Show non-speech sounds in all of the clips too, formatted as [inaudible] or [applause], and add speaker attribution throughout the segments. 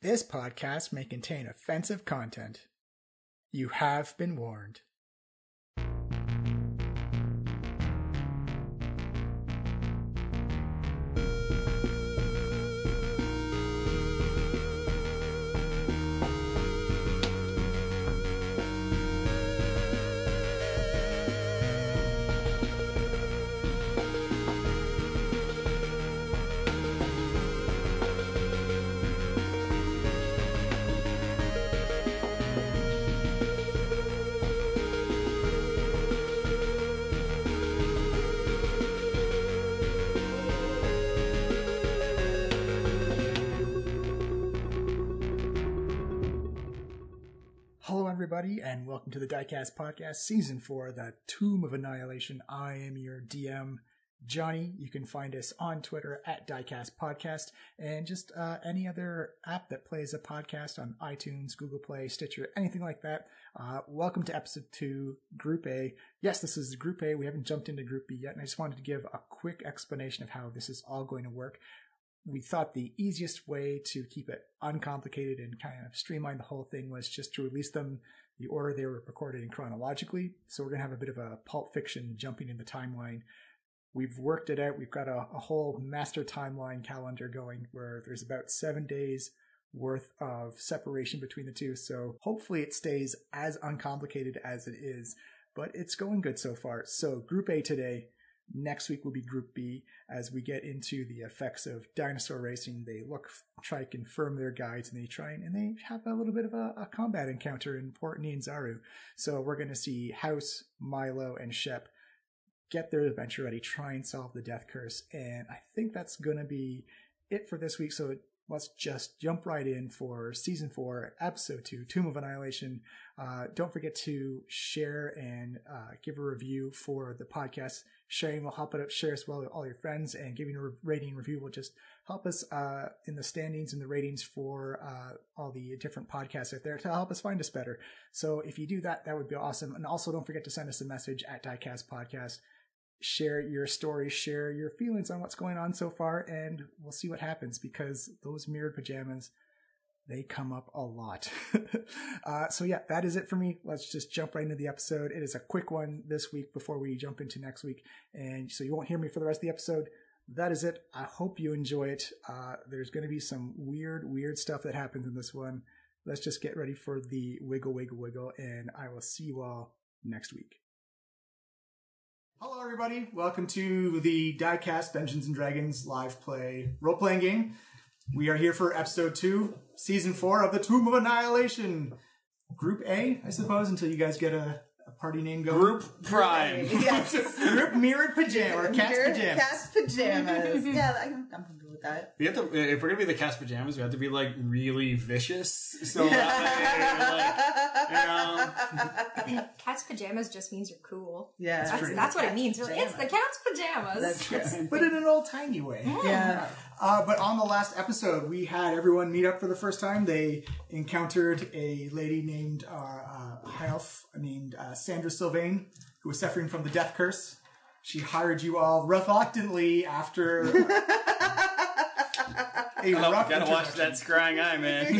Speaker 1: This podcast may contain offensive content. You have been warned. Hello, everybody, and welcome to the Diecast Podcast, Season 4, The Tomb of Annihilation. I am your DM, Johnny. You can find us on Twitter at Diecast Podcast and just uh, any other app that plays a podcast on iTunes, Google Play, Stitcher, anything like that. Uh, welcome to episode 2, Group A. Yes, this is Group A. We haven't jumped into Group B yet, and I just wanted to give a quick explanation of how this is all going to work we thought the easiest way to keep it uncomplicated and kind of streamline the whole thing was just to release them the order they were recorded in chronologically. So we're going to have a bit of a pulp fiction jumping in the timeline. We've worked it out. We've got a, a whole master timeline calendar going where there's about seven days worth of separation between the two. So hopefully it stays as uncomplicated as it is, but it's going good so far. So group A today, Next week will be Group B as we get into the effects of dinosaur racing. They look, try to confirm their guides, and they try and, and they have a little bit of a, a combat encounter in Port Ninzaru. So we're going to see House, Milo, and Shep get their adventure ready, try and solve the death curse. And I think that's going to be it for this week. So let's just jump right in for season four, episode two, Tomb of Annihilation. Uh, don't forget to share and uh, give a review for the podcast. Sharing will help it up. Share as well with all your friends, and giving a re- rating and review will just help us uh, in the standings and the ratings for uh, all the different podcasts out there to help us find us better. So if you do that, that would be awesome. And also, don't forget to send us a message at Diecast Podcast. Share your stories, share your feelings on what's going on so far, and we'll see what happens because those mirrored pajamas they come up a lot. [laughs] uh, so yeah, that is it for me. Let's just jump right into the episode. It is a quick one this week before we jump into next week, and so you won't hear me for the rest of the episode. That is it. I hope you enjoy it. Uh, there's going to be some weird, weird stuff that happens in this one. Let's just get ready for the wiggle, wiggle, wiggle, and I will see you all next week. Hello, everybody. Welcome to the Diecast Dungeons and Dragons live play role playing game. We are here for episode two, season four of the Tomb of Annihilation, Group A, I suppose, until you guys get a, a party name going.
Speaker 2: Group Prime.
Speaker 3: [laughs] Yes.
Speaker 1: Group Mirrored Pajama or Cat's
Speaker 3: Your
Speaker 1: Pajamas.
Speaker 3: Cat's [laughs] pajamas. yeah, I can, I'm comfortable with that.
Speaker 2: We have to, if we're gonna be the cast pajamas, we have to be like really vicious. So that way, like,
Speaker 4: Cat's pajamas just means you're cool.
Speaker 3: Yeah,
Speaker 4: That's,
Speaker 3: true.
Speaker 4: that's what
Speaker 3: Cat's
Speaker 4: it means. Really. It's the
Speaker 3: pajamas.
Speaker 4: cat's pajamas.
Speaker 3: That's true.
Speaker 1: but in an old tiny way.
Speaker 3: Yeah.
Speaker 1: Uh, but on the last episode, we had everyone meet up for the first time. They encountered a lady named uh, uh, high elf named uh, Sandra Sylvain, who was suffering from the death curse. She hired you all reluctantly
Speaker 3: [laughs]
Speaker 1: after a
Speaker 2: you know,
Speaker 1: rough
Speaker 2: gotta watch
Speaker 1: introduction.
Speaker 2: that scrying eye, [laughs] man.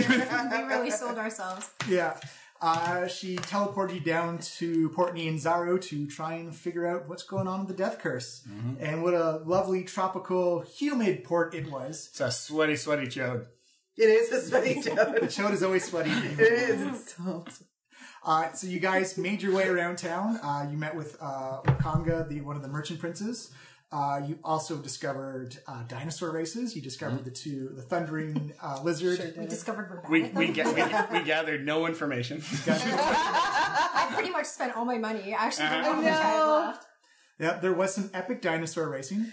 Speaker 4: we really sold ourselves.
Speaker 1: Yeah. Uh, she teleported you down to Portney and Zaru to try and figure out what's going on with the death curse. And what a lovely tropical, humid port it was.
Speaker 2: it's a sweaty, sweaty chode.
Speaker 3: It is a sweaty
Speaker 1: The
Speaker 3: [laughs] joke.
Speaker 1: chode is always sweaty.
Speaker 3: It is. It's so.
Speaker 1: Uh, so you guys made your way around town. Uh, you met with uh, Wakanga, the one of the merchant princes. Uh, you also discovered uh, dinosaur races. You discovered the two, the thundering uh, lizard.
Speaker 4: We discovered we're bad
Speaker 2: We
Speaker 4: at
Speaker 2: we,
Speaker 4: them.
Speaker 2: ga- we we gathered no [laughs] information.
Speaker 4: [laughs] I pretty much spent all my money. Actually, I don't think I
Speaker 3: No.
Speaker 4: left.
Speaker 1: Yep, there was some epic dinosaur racing.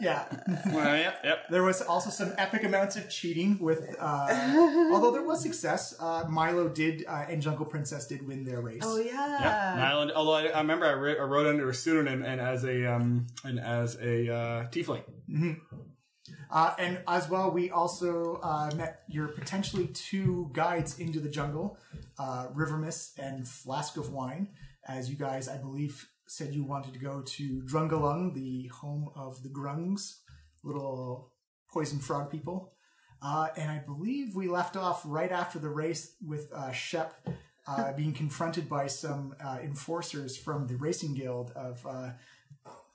Speaker 1: Yeah.
Speaker 2: well, yep, yep.
Speaker 1: There was also some epic amounts of cheating with, uh, although there was success. Uh, Milo did uh, and Jungle Princess did win their race.
Speaker 3: Oh
Speaker 5: Ah.
Speaker 2: Yeah,
Speaker 3: yeah.
Speaker 2: Island. Although I, I remember I, writ- I wrote under a pseudonym and as a um and as a uh, tiefling.
Speaker 1: Uh, and as well, we also uh, met your potentially two guides into the jungle, uh, River Mist and Flask of Wine, as you guys, I believe, said you wanted to go to Drungalung, the home of the Grungs, little poison frog people. Uh, and I believe we left off right after the race with uh, Shep uh, being confronted by some uh, enforcers from the Racing Guild of uh,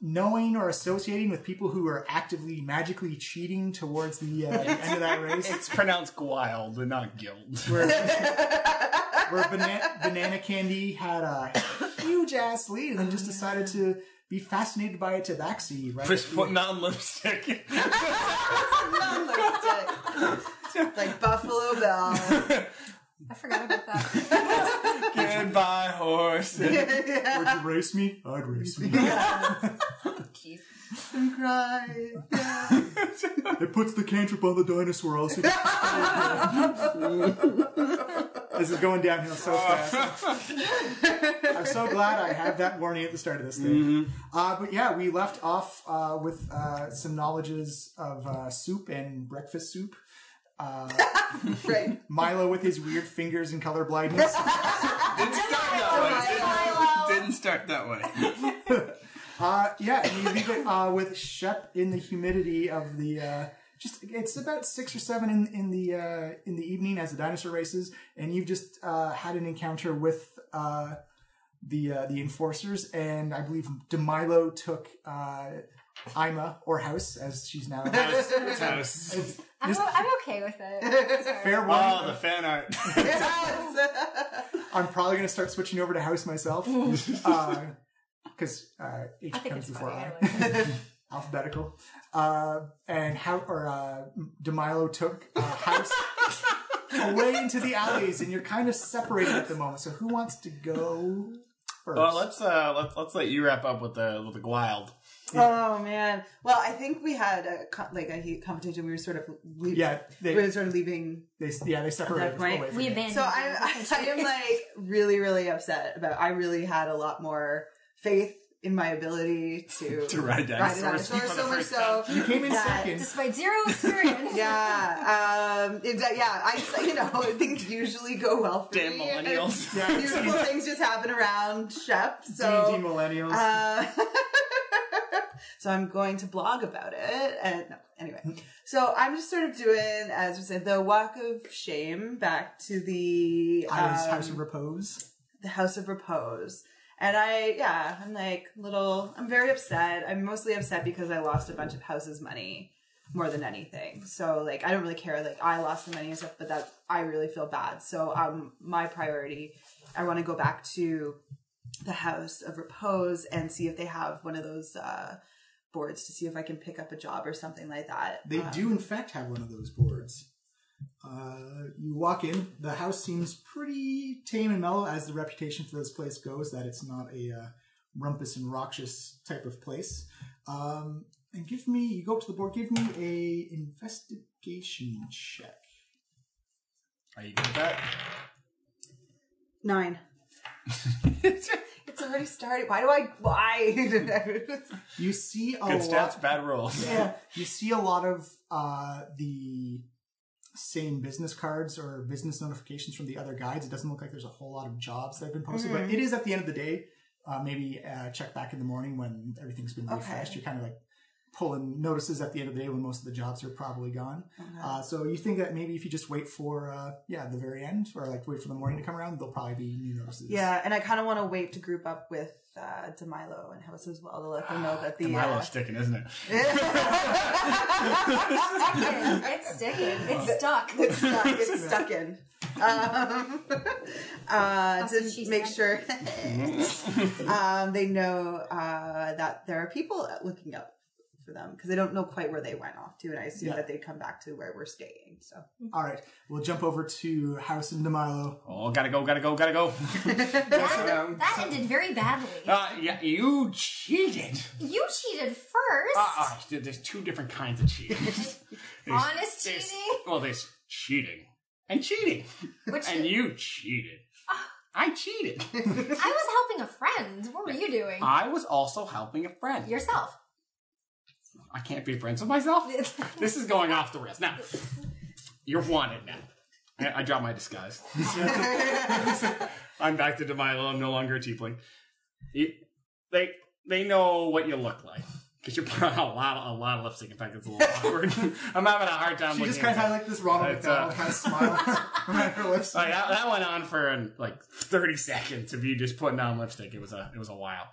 Speaker 1: knowing or associating with people who are actively magically cheating towards the, uh, the end of that race.
Speaker 2: [laughs]
Speaker 5: It's pronounced guild, but not guild.
Speaker 1: where, where banana, banana candy had a huge ass lead and then just decided to be fascinated by a tabaxi right
Speaker 5: Chris putting on lipstick.
Speaker 2: [laughs]
Speaker 3: Lipstick. Oh, like Buffalo Bill. [laughs]
Speaker 4: I forgot about that.
Speaker 5: Goodbye, horse.
Speaker 1: would you race me i'd race me
Speaker 4: Jeez.
Speaker 3: I'm crying.
Speaker 1: it puts the cantrip on the dinosaur also this is going downhill so fast i'm so glad i had that warning at the start of this thing uh, but yeah we left off uh, with uh, some knowledges of uh, soup and breakfast soup
Speaker 3: [laughs] Right.
Speaker 1: Milo with his weird fingers and color blindness.
Speaker 5: Didn't start that way. Didn't, didn't start that way.
Speaker 1: Uh, yeah, and you leave it uh, with Shep in the humidity of the. Uh, just it's about six or seven in in the uh, in the evening as the dinosaur races, and you've just uh, had an encounter with uh, the uh, the enforcers, and I believe DeMilo took uh, Ima or House as she's now. It's-
Speaker 4: I'm,
Speaker 1: just
Speaker 4: I'm okay with
Speaker 3: [laughs]
Speaker 4: it. Sorry.
Speaker 1: fair warning.
Speaker 2: Uh.
Speaker 5: Oh, the fan art.
Speaker 1: I'm probably gonna start switching over to House myself because uh, 'cause, uh, H
Speaker 4: I think
Speaker 1: comes
Speaker 4: it's
Speaker 1: before
Speaker 4: funny.
Speaker 1: I.
Speaker 4: I like it.
Speaker 1: alphabetical. Uh, and how or uh, DeMilo took uh,
Speaker 3: [laughs]
Speaker 1: House away into the alleys, and you're kind of separated at the moment. So who wants to go first?
Speaker 2: [laughs] Well, let's uh, let's let's let you wrap up with the with the wild.
Speaker 3: Oh man. Well, I think we had a co- like a heat competition. We were sort of leaving.
Speaker 1: yeah,
Speaker 3: We
Speaker 1: they,
Speaker 3: were sort of leaving.
Speaker 1: they yeah they separated
Speaker 3: That point.
Speaker 1: away from [laughs]
Speaker 4: We
Speaker 1: you.
Speaker 4: abandoned.
Speaker 3: So I,
Speaker 4: [laughs] it,
Speaker 3: I, I am like really, really upset about. I really had a lot more faith in my ability
Speaker 5: [laughs]
Speaker 3: to
Speaker 5: To ride
Speaker 3: ride a
Speaker 5: dinosaurs
Speaker 3: dinosaur.
Speaker 5: for the
Speaker 3: So much
Speaker 5: first
Speaker 3: so
Speaker 1: You came in
Speaker 3: that- [laughs]
Speaker 1: second.
Speaker 4: despite zero experience.
Speaker 3: Yeah, um, it's, uh, yeah. I just, you know [laughs] things usually go well for
Speaker 5: Damn
Speaker 3: me.
Speaker 5: millennials.
Speaker 1: Yeah,
Speaker 3: [laughs] Beautiful things just happen around Shep. So
Speaker 1: D&D millennials.
Speaker 3: uh, [laughs] so I'm going to blog about it. And no, anyway, so I'm just sort of doing, as we said, the walk of shame back to the
Speaker 1: House,
Speaker 3: um,
Speaker 1: House of Repose.
Speaker 3: the house of repose. And I, yeah, I'm like little. I'm very upset. I'm mostly upset because I lost a bunch of houses money more than anything. So like, I don't really care. Like, I lost the money and stuff, but that I really feel bad. So um, my priority, I want to go back to the house of repose and see if they have one of those uh, boards to see if I can pick up a job or something like that.
Speaker 1: They
Speaker 2: Ah.
Speaker 3: Um,
Speaker 1: do in fact have one of those boards. Uh, you walk in. The house seems pretty tame and mellow, as the reputation for this place goes. That it's not a uh, rumpus and roxious type of place. Um, and give me, you go up to the board. Give me a investigation check.
Speaker 5: Are you good with that?
Speaker 3: nine. [laughs] it's already started. Why do I? Why? [laughs]
Speaker 1: You see a
Speaker 2: Good
Speaker 1: lot.
Speaker 2: stats, bad rolls.
Speaker 1: Oh, Yeah, [coughs] you see a lot of uh, the same business cards or business notifications from the other guides. It doesn't look like there's a whole lot of jobs that have been posted, but it is at the end of the day. Uh, maybe uh, check back in the morning when everything's been refreshed. You're kind of like pulling notices at the end of the day when most of the jobs are probably gone. Uh, so you think that maybe if you just wait for uh, yeah the very end or like wait for the morning to come around, there'll probably be new notices.
Speaker 3: Yeah, and I kind of want to wait to group up with uh, DeMilo and House as well to let them know that the.
Speaker 5: Milo's
Speaker 3: uh,
Speaker 5: sticking, isn't it?
Speaker 4: it's sticking. It's stuck.
Speaker 3: it's stuck. [laughs] It's stuck in. Um, [laughs] uh,
Speaker 4: what she
Speaker 3: to make
Speaker 4: said.
Speaker 3: sure
Speaker 2: Mm-hmm.
Speaker 3: [laughs] um, they know uh, that there are people looking up for them because they don't know quite where they went off to, and I assume
Speaker 1: Yeah.
Speaker 3: that they come back to where we're staying. So
Speaker 1: All right, we'll jump over to House and Demilo.
Speaker 2: Oh, gotta go, gotta go, gotta go. um,
Speaker 4: That, that ended very badly.
Speaker 2: Uh, yeah, you cheated.
Speaker 4: You cheated first.
Speaker 2: Uh, uh, there's two different kinds of cheating. There's-
Speaker 4: Honest
Speaker 2: there's-
Speaker 4: cheating?
Speaker 2: Well, there's cheating and cheating,
Speaker 4: Which
Speaker 2: and you cheated.
Speaker 5: Ah.
Speaker 2: I cheated.
Speaker 4: I was helping a friend. What were you doing?
Speaker 2: I was also helping a friend.
Speaker 4: Yourself.
Speaker 2: I can't be friends with myself. this is going off the rails. Now, you're wanted now. I, I dropped my disguise. [laughs] I'm back to Demilo. I'm no longer a tiefling. You, they they know what you look like. Because you're putting on a lot, a lot of lipstick. In fact, it's
Speaker 1: [laughs]
Speaker 2: a little awkward. I'm having a hard time.
Speaker 1: She just
Speaker 2: looking
Speaker 1: kind of
Speaker 2: at
Speaker 1: had
Speaker 2: that.
Speaker 1: like this Ronald
Speaker 2: It's, uh,
Speaker 1: McDonald kind of smile around her lips.
Speaker 2: [laughs] Like, that, that went on for um, like 30 seconds of you just putting on lipstick. It was a it was a while.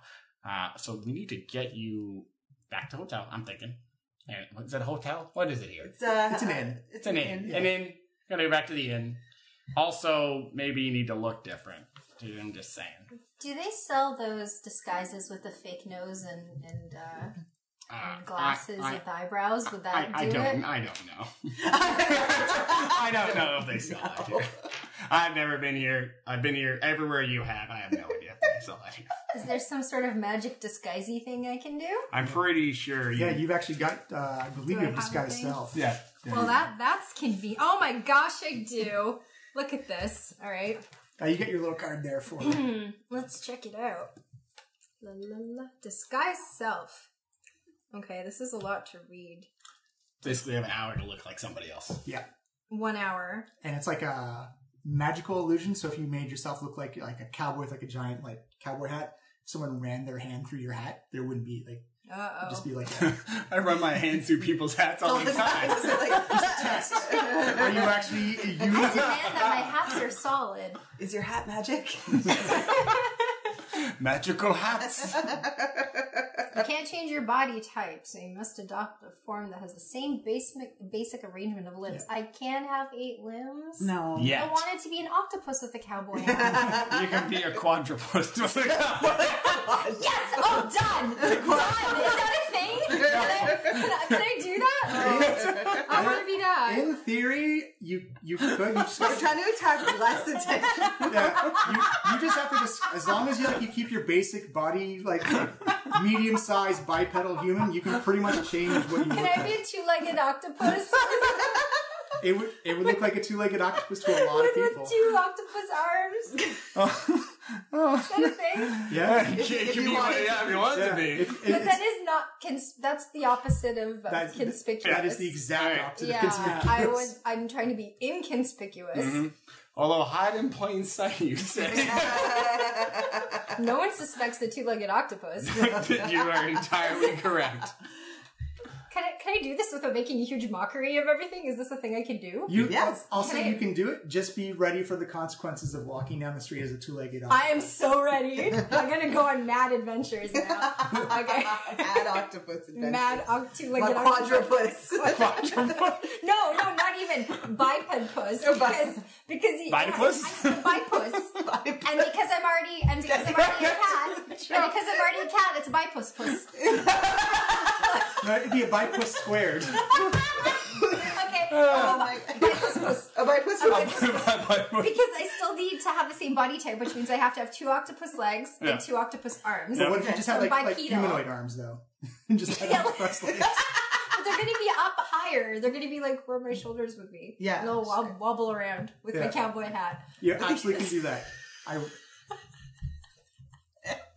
Speaker 2: Uh, so we need to get you back to hotel. I'm thinking. And what is that hotel? What is it here?
Speaker 3: It's, uh,
Speaker 1: It's an inn.
Speaker 2: It's an inn. An inn. Gotta go back to the inn. Also, maybe you need to look different. Dude, I'm just saying. Uh,
Speaker 6: Do they sell those disguises with the fake nose and and, uh,
Speaker 2: Uh,
Speaker 6: and glasses
Speaker 2: I, I,
Speaker 6: with eyebrows? Would that
Speaker 2: I, I
Speaker 6: do
Speaker 2: don't.
Speaker 6: it?
Speaker 2: I don't know. [laughs] I don't know if they sell that here. [laughs] I've never been here. I've been here everywhere you have. I have no idea if they sell that here.
Speaker 6: Is there some sort of magic disguisey thing I can do?
Speaker 2: I'm pretty sure. You,
Speaker 1: Yeah, you've actually got, uh, I believe
Speaker 4: Do
Speaker 1: you
Speaker 4: I
Speaker 1: have
Speaker 4: have
Speaker 1: disguised
Speaker 4: anything?
Speaker 1: self.
Speaker 2: [laughs]
Speaker 7: Yeah.
Speaker 4: Well, that that's convenient. Oh my gosh, I do. Look at this. All right.
Speaker 1: Uh, you get your little card there for her.
Speaker 6: Mm-hmm.
Speaker 4: Let's check it out. La, la, la. Disguise self. Okay, this is a lot to read.
Speaker 2: basically have an hour to look like somebody else.
Speaker 1: yeah.
Speaker 4: One hour.
Speaker 1: And it's like a magical illusion. So if you made yourself look like like a cowboy with like a giant like cowboy hat, if someone ran their hand through your hat, there wouldn't be like
Speaker 4: Uh
Speaker 1: it'd just
Speaker 4: oh.
Speaker 1: be like
Speaker 2: [laughs] I run my hand through people's hats all
Speaker 3: [laughs]
Speaker 2: the time.
Speaker 3: like, [laughs]
Speaker 1: Are you actually you
Speaker 6: I demand that my hats are solid.
Speaker 3: is your
Speaker 2: [laughs]
Speaker 3: hat magic?
Speaker 2: Magical
Speaker 6: [laughs]
Speaker 2: hats.
Speaker 6: I
Speaker 3: That's
Speaker 6: You can't change your body type, so you must adopt a form that has the same basic basic arrangement of limbs. I can have eight limbs.
Speaker 3: no.
Speaker 6: I
Speaker 2: Yet
Speaker 6: wanted to be an octopus with a cowboy
Speaker 1: [laughs]
Speaker 6: hat.
Speaker 3: [laughs]
Speaker 2: you can be a quadruped. with
Speaker 6: [laughs]
Speaker 2: a [laughs] cowboy.
Speaker 6: yes! Oh, done!
Speaker 1: [laughs]
Speaker 6: done! Is that a thing? Can I, can I, can I do
Speaker 1: [laughs]
Speaker 6: that? I want to be that.
Speaker 1: [laughs] in theory you you could you just,
Speaker 3: I'm trying to attract less attention.
Speaker 1: yeah, you, you just have to just as long as you like you keep your basic body like medium sized bipedal human, you can pretty much change what you
Speaker 6: Can
Speaker 1: look
Speaker 6: I
Speaker 1: like.
Speaker 6: be a two-legged
Speaker 1: [laughs]
Speaker 6: octopus?
Speaker 1: It would it would look like a two legged octopus to a lot
Speaker 6: One
Speaker 1: of people.
Speaker 6: with two octopus arms? Is
Speaker 1: [laughs] Oh.
Speaker 6: that a thing?
Speaker 1: Yeah.
Speaker 2: [laughs] You can- you can be what- yeah, if you want it
Speaker 1: Yeah.
Speaker 2: to be.
Speaker 1: It- it-
Speaker 6: But
Speaker 1: it's-
Speaker 6: that is not, cons- that's the opposite of uh,
Speaker 1: That-
Speaker 6: conspicuous.
Speaker 1: that is the exact opposite
Speaker 6: yeah,
Speaker 1: of conspicuous.
Speaker 6: I would. I'm trying to be inconspicuous.
Speaker 3: Mm-hmm.
Speaker 2: Although hide in plain sight, you say [laughs]
Speaker 6: No one suspects the two-legged
Speaker 3: [laughs]
Speaker 6: octopus.
Speaker 2: that you are entirely correct.
Speaker 6: Can I, can I do this without making a huge mockery of everything? Is this a thing I can do?
Speaker 1: You
Speaker 3: Yes.
Speaker 1: also
Speaker 6: Can I-
Speaker 1: you can do it. Just be ready for the consequences of walking down the street as a two-legged octopus.
Speaker 4: I am so
Speaker 3: [laughs]
Speaker 4: ready. I'm gonna go on mad adventures now. Okay.
Speaker 3: Mad octopus adventure.
Speaker 4: Mad oct- two-legged
Speaker 3: My
Speaker 4: octopus.
Speaker 3: quadrupus.
Speaker 4: No, no, not even biped puss.
Speaker 3: Oh, [laughs] bi-
Speaker 4: Because because he,
Speaker 2: Bipus?
Speaker 4: I'm a bipus.
Speaker 6: And because I'm already, and because I'm already a
Speaker 3: [laughs]
Speaker 6: cat, and because I'm already a cat, it's a bipus puss.
Speaker 1: That would be a bipus squared.
Speaker 6: Okay,
Speaker 3: Oh my- Oh, my puss was-
Speaker 6: because I still need to have the same body type, which means I have to have two octopus legs
Speaker 2: Yeah.
Speaker 6: and two octopus arms.
Speaker 1: But what if you just had like, like
Speaker 6: Bipedal.
Speaker 1: humanoid arms though? [laughs] just had octopus legs.
Speaker 6: But they're going to be up higher. They're going to be like where my shoulders would be.
Speaker 3: Yeah,
Speaker 6: and they'll wob- wobble around with my
Speaker 1: Yeah.
Speaker 6: cowboy hat.
Speaker 1: You absolutely can do that. I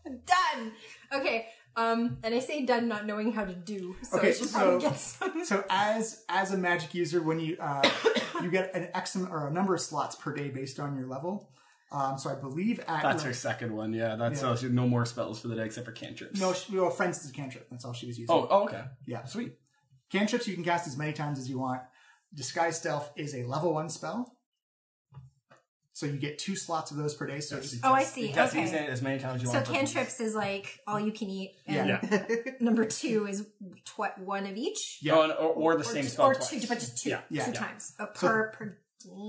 Speaker 4: Done. Okay. Um, and I say done not knowing how to do. So
Speaker 1: Okay,
Speaker 4: I should probably
Speaker 1: so-
Speaker 4: get some.
Speaker 1: so as as a magic user, when you uh, you get an X am- or a number of slots per day based on your level. Um, so I believe at
Speaker 2: [laughs] That's
Speaker 1: your-
Speaker 2: her second one. Yeah, that's
Speaker 1: Yeah.
Speaker 2: so she no more spells for the day except for cantrips.
Speaker 1: no, Oh, she, well, friends is a cantrip. That's all she was using.
Speaker 2: Oh, oh, okay.
Speaker 1: Yeah.
Speaker 2: sweet.
Speaker 1: Cantrips you can cast as many times as you want. Disguise Stealth is a level one spell. So you get two slots of those per day. So just,
Speaker 4: Oh, I see.
Speaker 2: Just use
Speaker 4: Okay.
Speaker 2: it as many times as you
Speaker 4: So
Speaker 2: want.
Speaker 4: cantrips is like all you can eat, and
Speaker 1: Yeah.
Speaker 4: number two is tw- one of each,
Speaker 2: Yeah. Oh, and- or, or the
Speaker 4: or,
Speaker 2: same
Speaker 4: just,
Speaker 2: spell
Speaker 4: or
Speaker 2: twice
Speaker 4: two, but just two,
Speaker 2: Yeah.
Speaker 1: Yeah.
Speaker 4: two
Speaker 1: Yeah.
Speaker 4: times uh, per per day.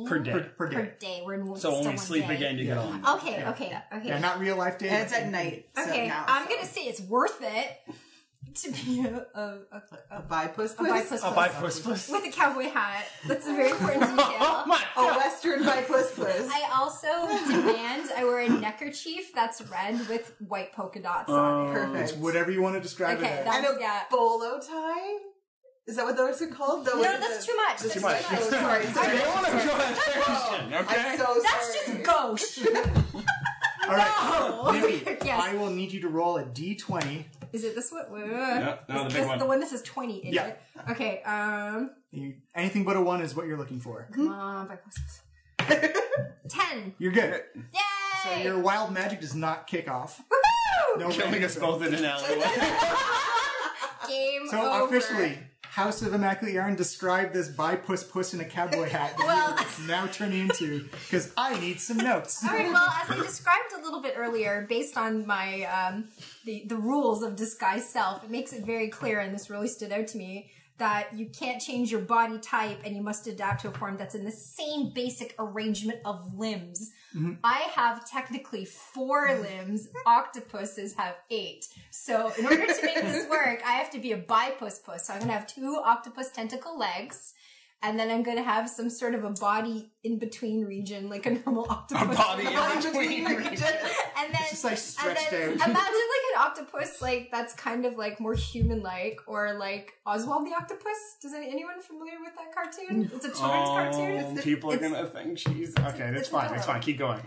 Speaker 2: per day.
Speaker 1: per, per day.
Speaker 4: Per day. We're in
Speaker 2: so
Speaker 4: still
Speaker 2: only
Speaker 4: one
Speaker 2: sleep
Speaker 4: day.
Speaker 2: again to get
Speaker 1: Yeah.
Speaker 2: on.
Speaker 6: Okay, okay, okay.
Speaker 1: Yeah, not real life day.
Speaker 3: And it's
Speaker 1: but-
Speaker 3: at night. so
Speaker 4: Okay,
Speaker 3: now,
Speaker 4: I'm
Speaker 3: so.
Speaker 4: gonna say it's worth it to be a, a, a,
Speaker 3: a
Speaker 4: a,
Speaker 3: bipus.
Speaker 4: a bipus
Speaker 2: Oh,
Speaker 4: puss
Speaker 2: by plus plus.
Speaker 4: with a cowboy hat. That's a very important
Speaker 1: [laughs]
Speaker 4: detail.
Speaker 2: my!
Speaker 3: A western bipus.
Speaker 6: I also demand I wear a neckerchief that's red with white polka dots
Speaker 2: Oh,
Speaker 1: Oh.
Speaker 6: on it.
Speaker 3: Perfect.
Speaker 1: Whatever you want to describe
Speaker 4: Okay,
Speaker 1: it as.
Speaker 4: that-
Speaker 3: and a
Speaker 4: yeah.
Speaker 3: bolo tie. Is that what those are called? Those
Speaker 6: No, that's too much. That's
Speaker 2: too much.
Speaker 6: too much.
Speaker 3: [laughs] Sorry, sorry.
Speaker 2: I [laughs] want to draw attention, okay?
Speaker 3: I'm so
Speaker 4: That's
Speaker 3: sorry.
Speaker 4: just gauche.
Speaker 1: All right. Mimi,
Speaker 4: [laughs]
Speaker 3: [laughs]
Speaker 4: Yes.
Speaker 1: I will need you to roll a d20.
Speaker 4: Is it this one? Wait, wait, wait.
Speaker 2: no, the
Speaker 4: Is
Speaker 2: big
Speaker 4: this
Speaker 2: one.
Speaker 4: The one that says twenty in
Speaker 1: Yeah.
Speaker 4: it. Okay. Um.
Speaker 1: You, anything but a one is what you're looking
Speaker 3: [laughs]
Speaker 1: for.
Speaker 4: Come on, by
Speaker 1: [laughs]
Speaker 4: process. Ten.
Speaker 1: You're good.
Speaker 4: Yay!
Speaker 1: So your wild magic does not kick off. No
Speaker 2: Killing
Speaker 1: random
Speaker 4: [laughs]
Speaker 2: us both in an alleyway.
Speaker 4: Game
Speaker 1: So
Speaker 4: over.
Speaker 1: officially, House of Immaculate Yarn described this by Puss Puss in a cowboy hat that
Speaker 4: Well-
Speaker 1: we are now turning into because I need some notes.
Speaker 4: All right. Well, as I described a little bit earlier, based on my um, the the rules of disguise self, it makes it very clear, and this really stood out to me that you can't change your body type, and you must adapt to a form that's in the same basic arrangement of limbs.
Speaker 1: Mm-hmm.
Speaker 4: I have technically four limbs. Octopuses have eight. So in order to
Speaker 1: [laughs]
Speaker 4: make this work, I have to be a bipus puss. So I'm gonna have two octopus tentacle legs. And then I'm gonna have some sort of a body in between region, like a normal octopus. [laughs]
Speaker 2: body in
Speaker 3: Body
Speaker 2: between.
Speaker 4: and then
Speaker 1: It's just, like, stretched
Speaker 4: and then
Speaker 1: out.
Speaker 4: imagine like an octopus like that's kind of like more human like or like Oswald the Octopus. Does any, anyone familiar with that cartoon? It's a children's
Speaker 2: Oh,
Speaker 4: cartoon.
Speaker 2: people are
Speaker 4: it's-
Speaker 2: gonna think she's okay. That's
Speaker 4: it's
Speaker 2: fine.
Speaker 4: yellow.
Speaker 2: It's fine. Keep going.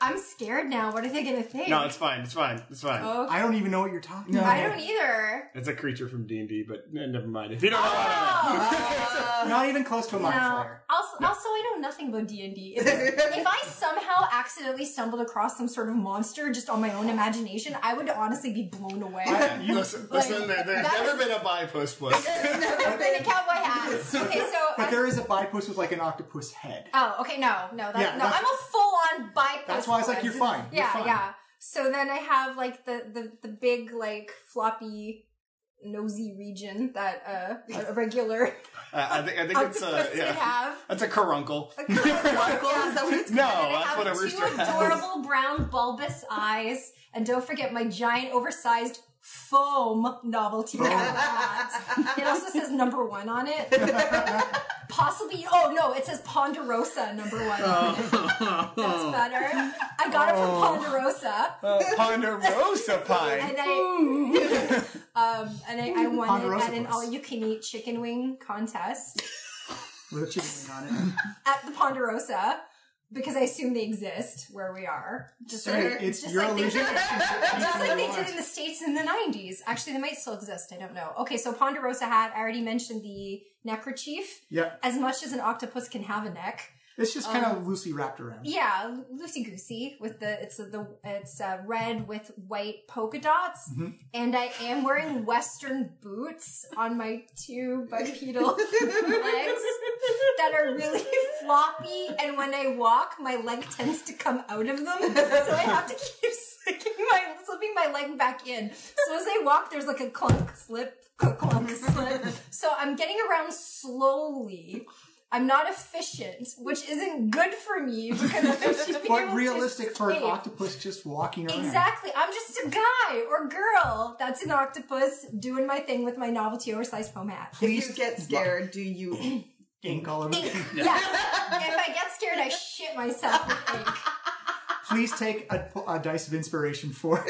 Speaker 4: I'm scared now. What are they gonna think?
Speaker 2: No, it's fine. It's fine. It's fine.
Speaker 4: okay.
Speaker 1: I don't even know what you're talking
Speaker 4: I
Speaker 1: about.
Speaker 4: don't e- either.
Speaker 2: It's a creature from D and D, but eh, never mind. If you don't know, I don't know.
Speaker 4: Oh.
Speaker 1: Not even close to a
Speaker 4: No.
Speaker 1: modifier.
Speaker 4: Also, also, I know nothing about D
Speaker 1: [laughs]
Speaker 4: and D. If I somehow accidentally stumbled across some sort of monster just on my own imagination, I would honestly be blown [laughs] away.
Speaker 2: You listen,
Speaker 4: Like,
Speaker 2: listen there, there's
Speaker 4: that
Speaker 2: never been a bipus
Speaker 4: [laughs]
Speaker 2: plus.
Speaker 4: Never been a cowboy hat.
Speaker 1: [laughs]
Speaker 4: Okay, so
Speaker 1: But
Speaker 4: I'm-
Speaker 1: there is a bipus with like an octopus head.
Speaker 4: Oh, okay, no, no, that,
Speaker 1: Yeah,
Speaker 4: no.
Speaker 1: that's-
Speaker 4: I'm a full on bipus.
Speaker 1: That's why it's like,
Speaker 4: puss.
Speaker 1: you're fine, you're
Speaker 4: Yeah,
Speaker 1: fine.
Speaker 4: yeah. So then I have like the the the big like floppy nosy region that uh, a regular
Speaker 2: Uh, I think I think it's
Speaker 4: octopus
Speaker 2: a
Speaker 4: would
Speaker 2: yeah.
Speaker 4: have.
Speaker 2: That's a caruncle.
Speaker 4: Yeah.
Speaker 3: Is that what it's
Speaker 2: No,
Speaker 4: And I
Speaker 2: that's
Speaker 4: have
Speaker 2: what a
Speaker 4: two
Speaker 2: rooster has.
Speaker 4: adorable brown bulbous eyes, and don't forget my giant oversized foam novelty rat hat. It also says number one on it. Possibly, oh no, it says Ponderosa number one. on it. That's better. I got it from Ponderosa,
Speaker 2: Uh, [laughs] Ponderosa
Speaker 4: [laughs]
Speaker 2: pie.
Speaker 4: and I [laughs] um, and I, I won
Speaker 1: Ponderosa
Speaker 4: it at an
Speaker 1: puss.
Speaker 4: all-you-can-eat chicken wing contest
Speaker 1: With a chicken wing on it.
Speaker 4: at the Ponderosa. Because I assume they exist where we are. [laughs] Just
Speaker 1: Dude, it's
Speaker 4: just
Speaker 1: your
Speaker 4: like they
Speaker 1: illusion.
Speaker 4: [laughs] did- Just like they did in the States in the 90s. Actually, they might still exist. I don't know. Okay, so Ponderosa hat. I already mentioned the neckerchief.
Speaker 1: yeah,
Speaker 4: As much as an octopus can have a neck.
Speaker 1: it's just kind of loosely wrapped around.
Speaker 4: Um, Yeah, loosey goosey with the it's the it's uh, red with white polka dots, and I am wearing Western boots on my two bipedal [laughs] legs that are really [laughs] floppy, and when I walk, my leg tends to come out of them, so I
Speaker 1: [laughs]
Speaker 4: have to keep slicking my slipping my leg back in. So as I walk, there's like a clunk, slip, clunk,
Speaker 1: [laughs]
Speaker 4: clunk, slip. So I'm getting around slowly. I'm not efficient, which isn't good for me because I should
Speaker 1: [laughs]
Speaker 4: be able
Speaker 1: But
Speaker 4: to
Speaker 1: realistic for an
Speaker 4: escape.
Speaker 1: octopus just walking around.
Speaker 4: Exactly. I'm just a guy or girl that's an octopus doing my thing with my novelty oversized foam hat.
Speaker 3: If you get scared, do you? [laughs]
Speaker 1: Ink all over.
Speaker 4: Yes. if I get scared, I shit myself with ink.
Speaker 1: [laughs] Please take a, a dice of inspiration for.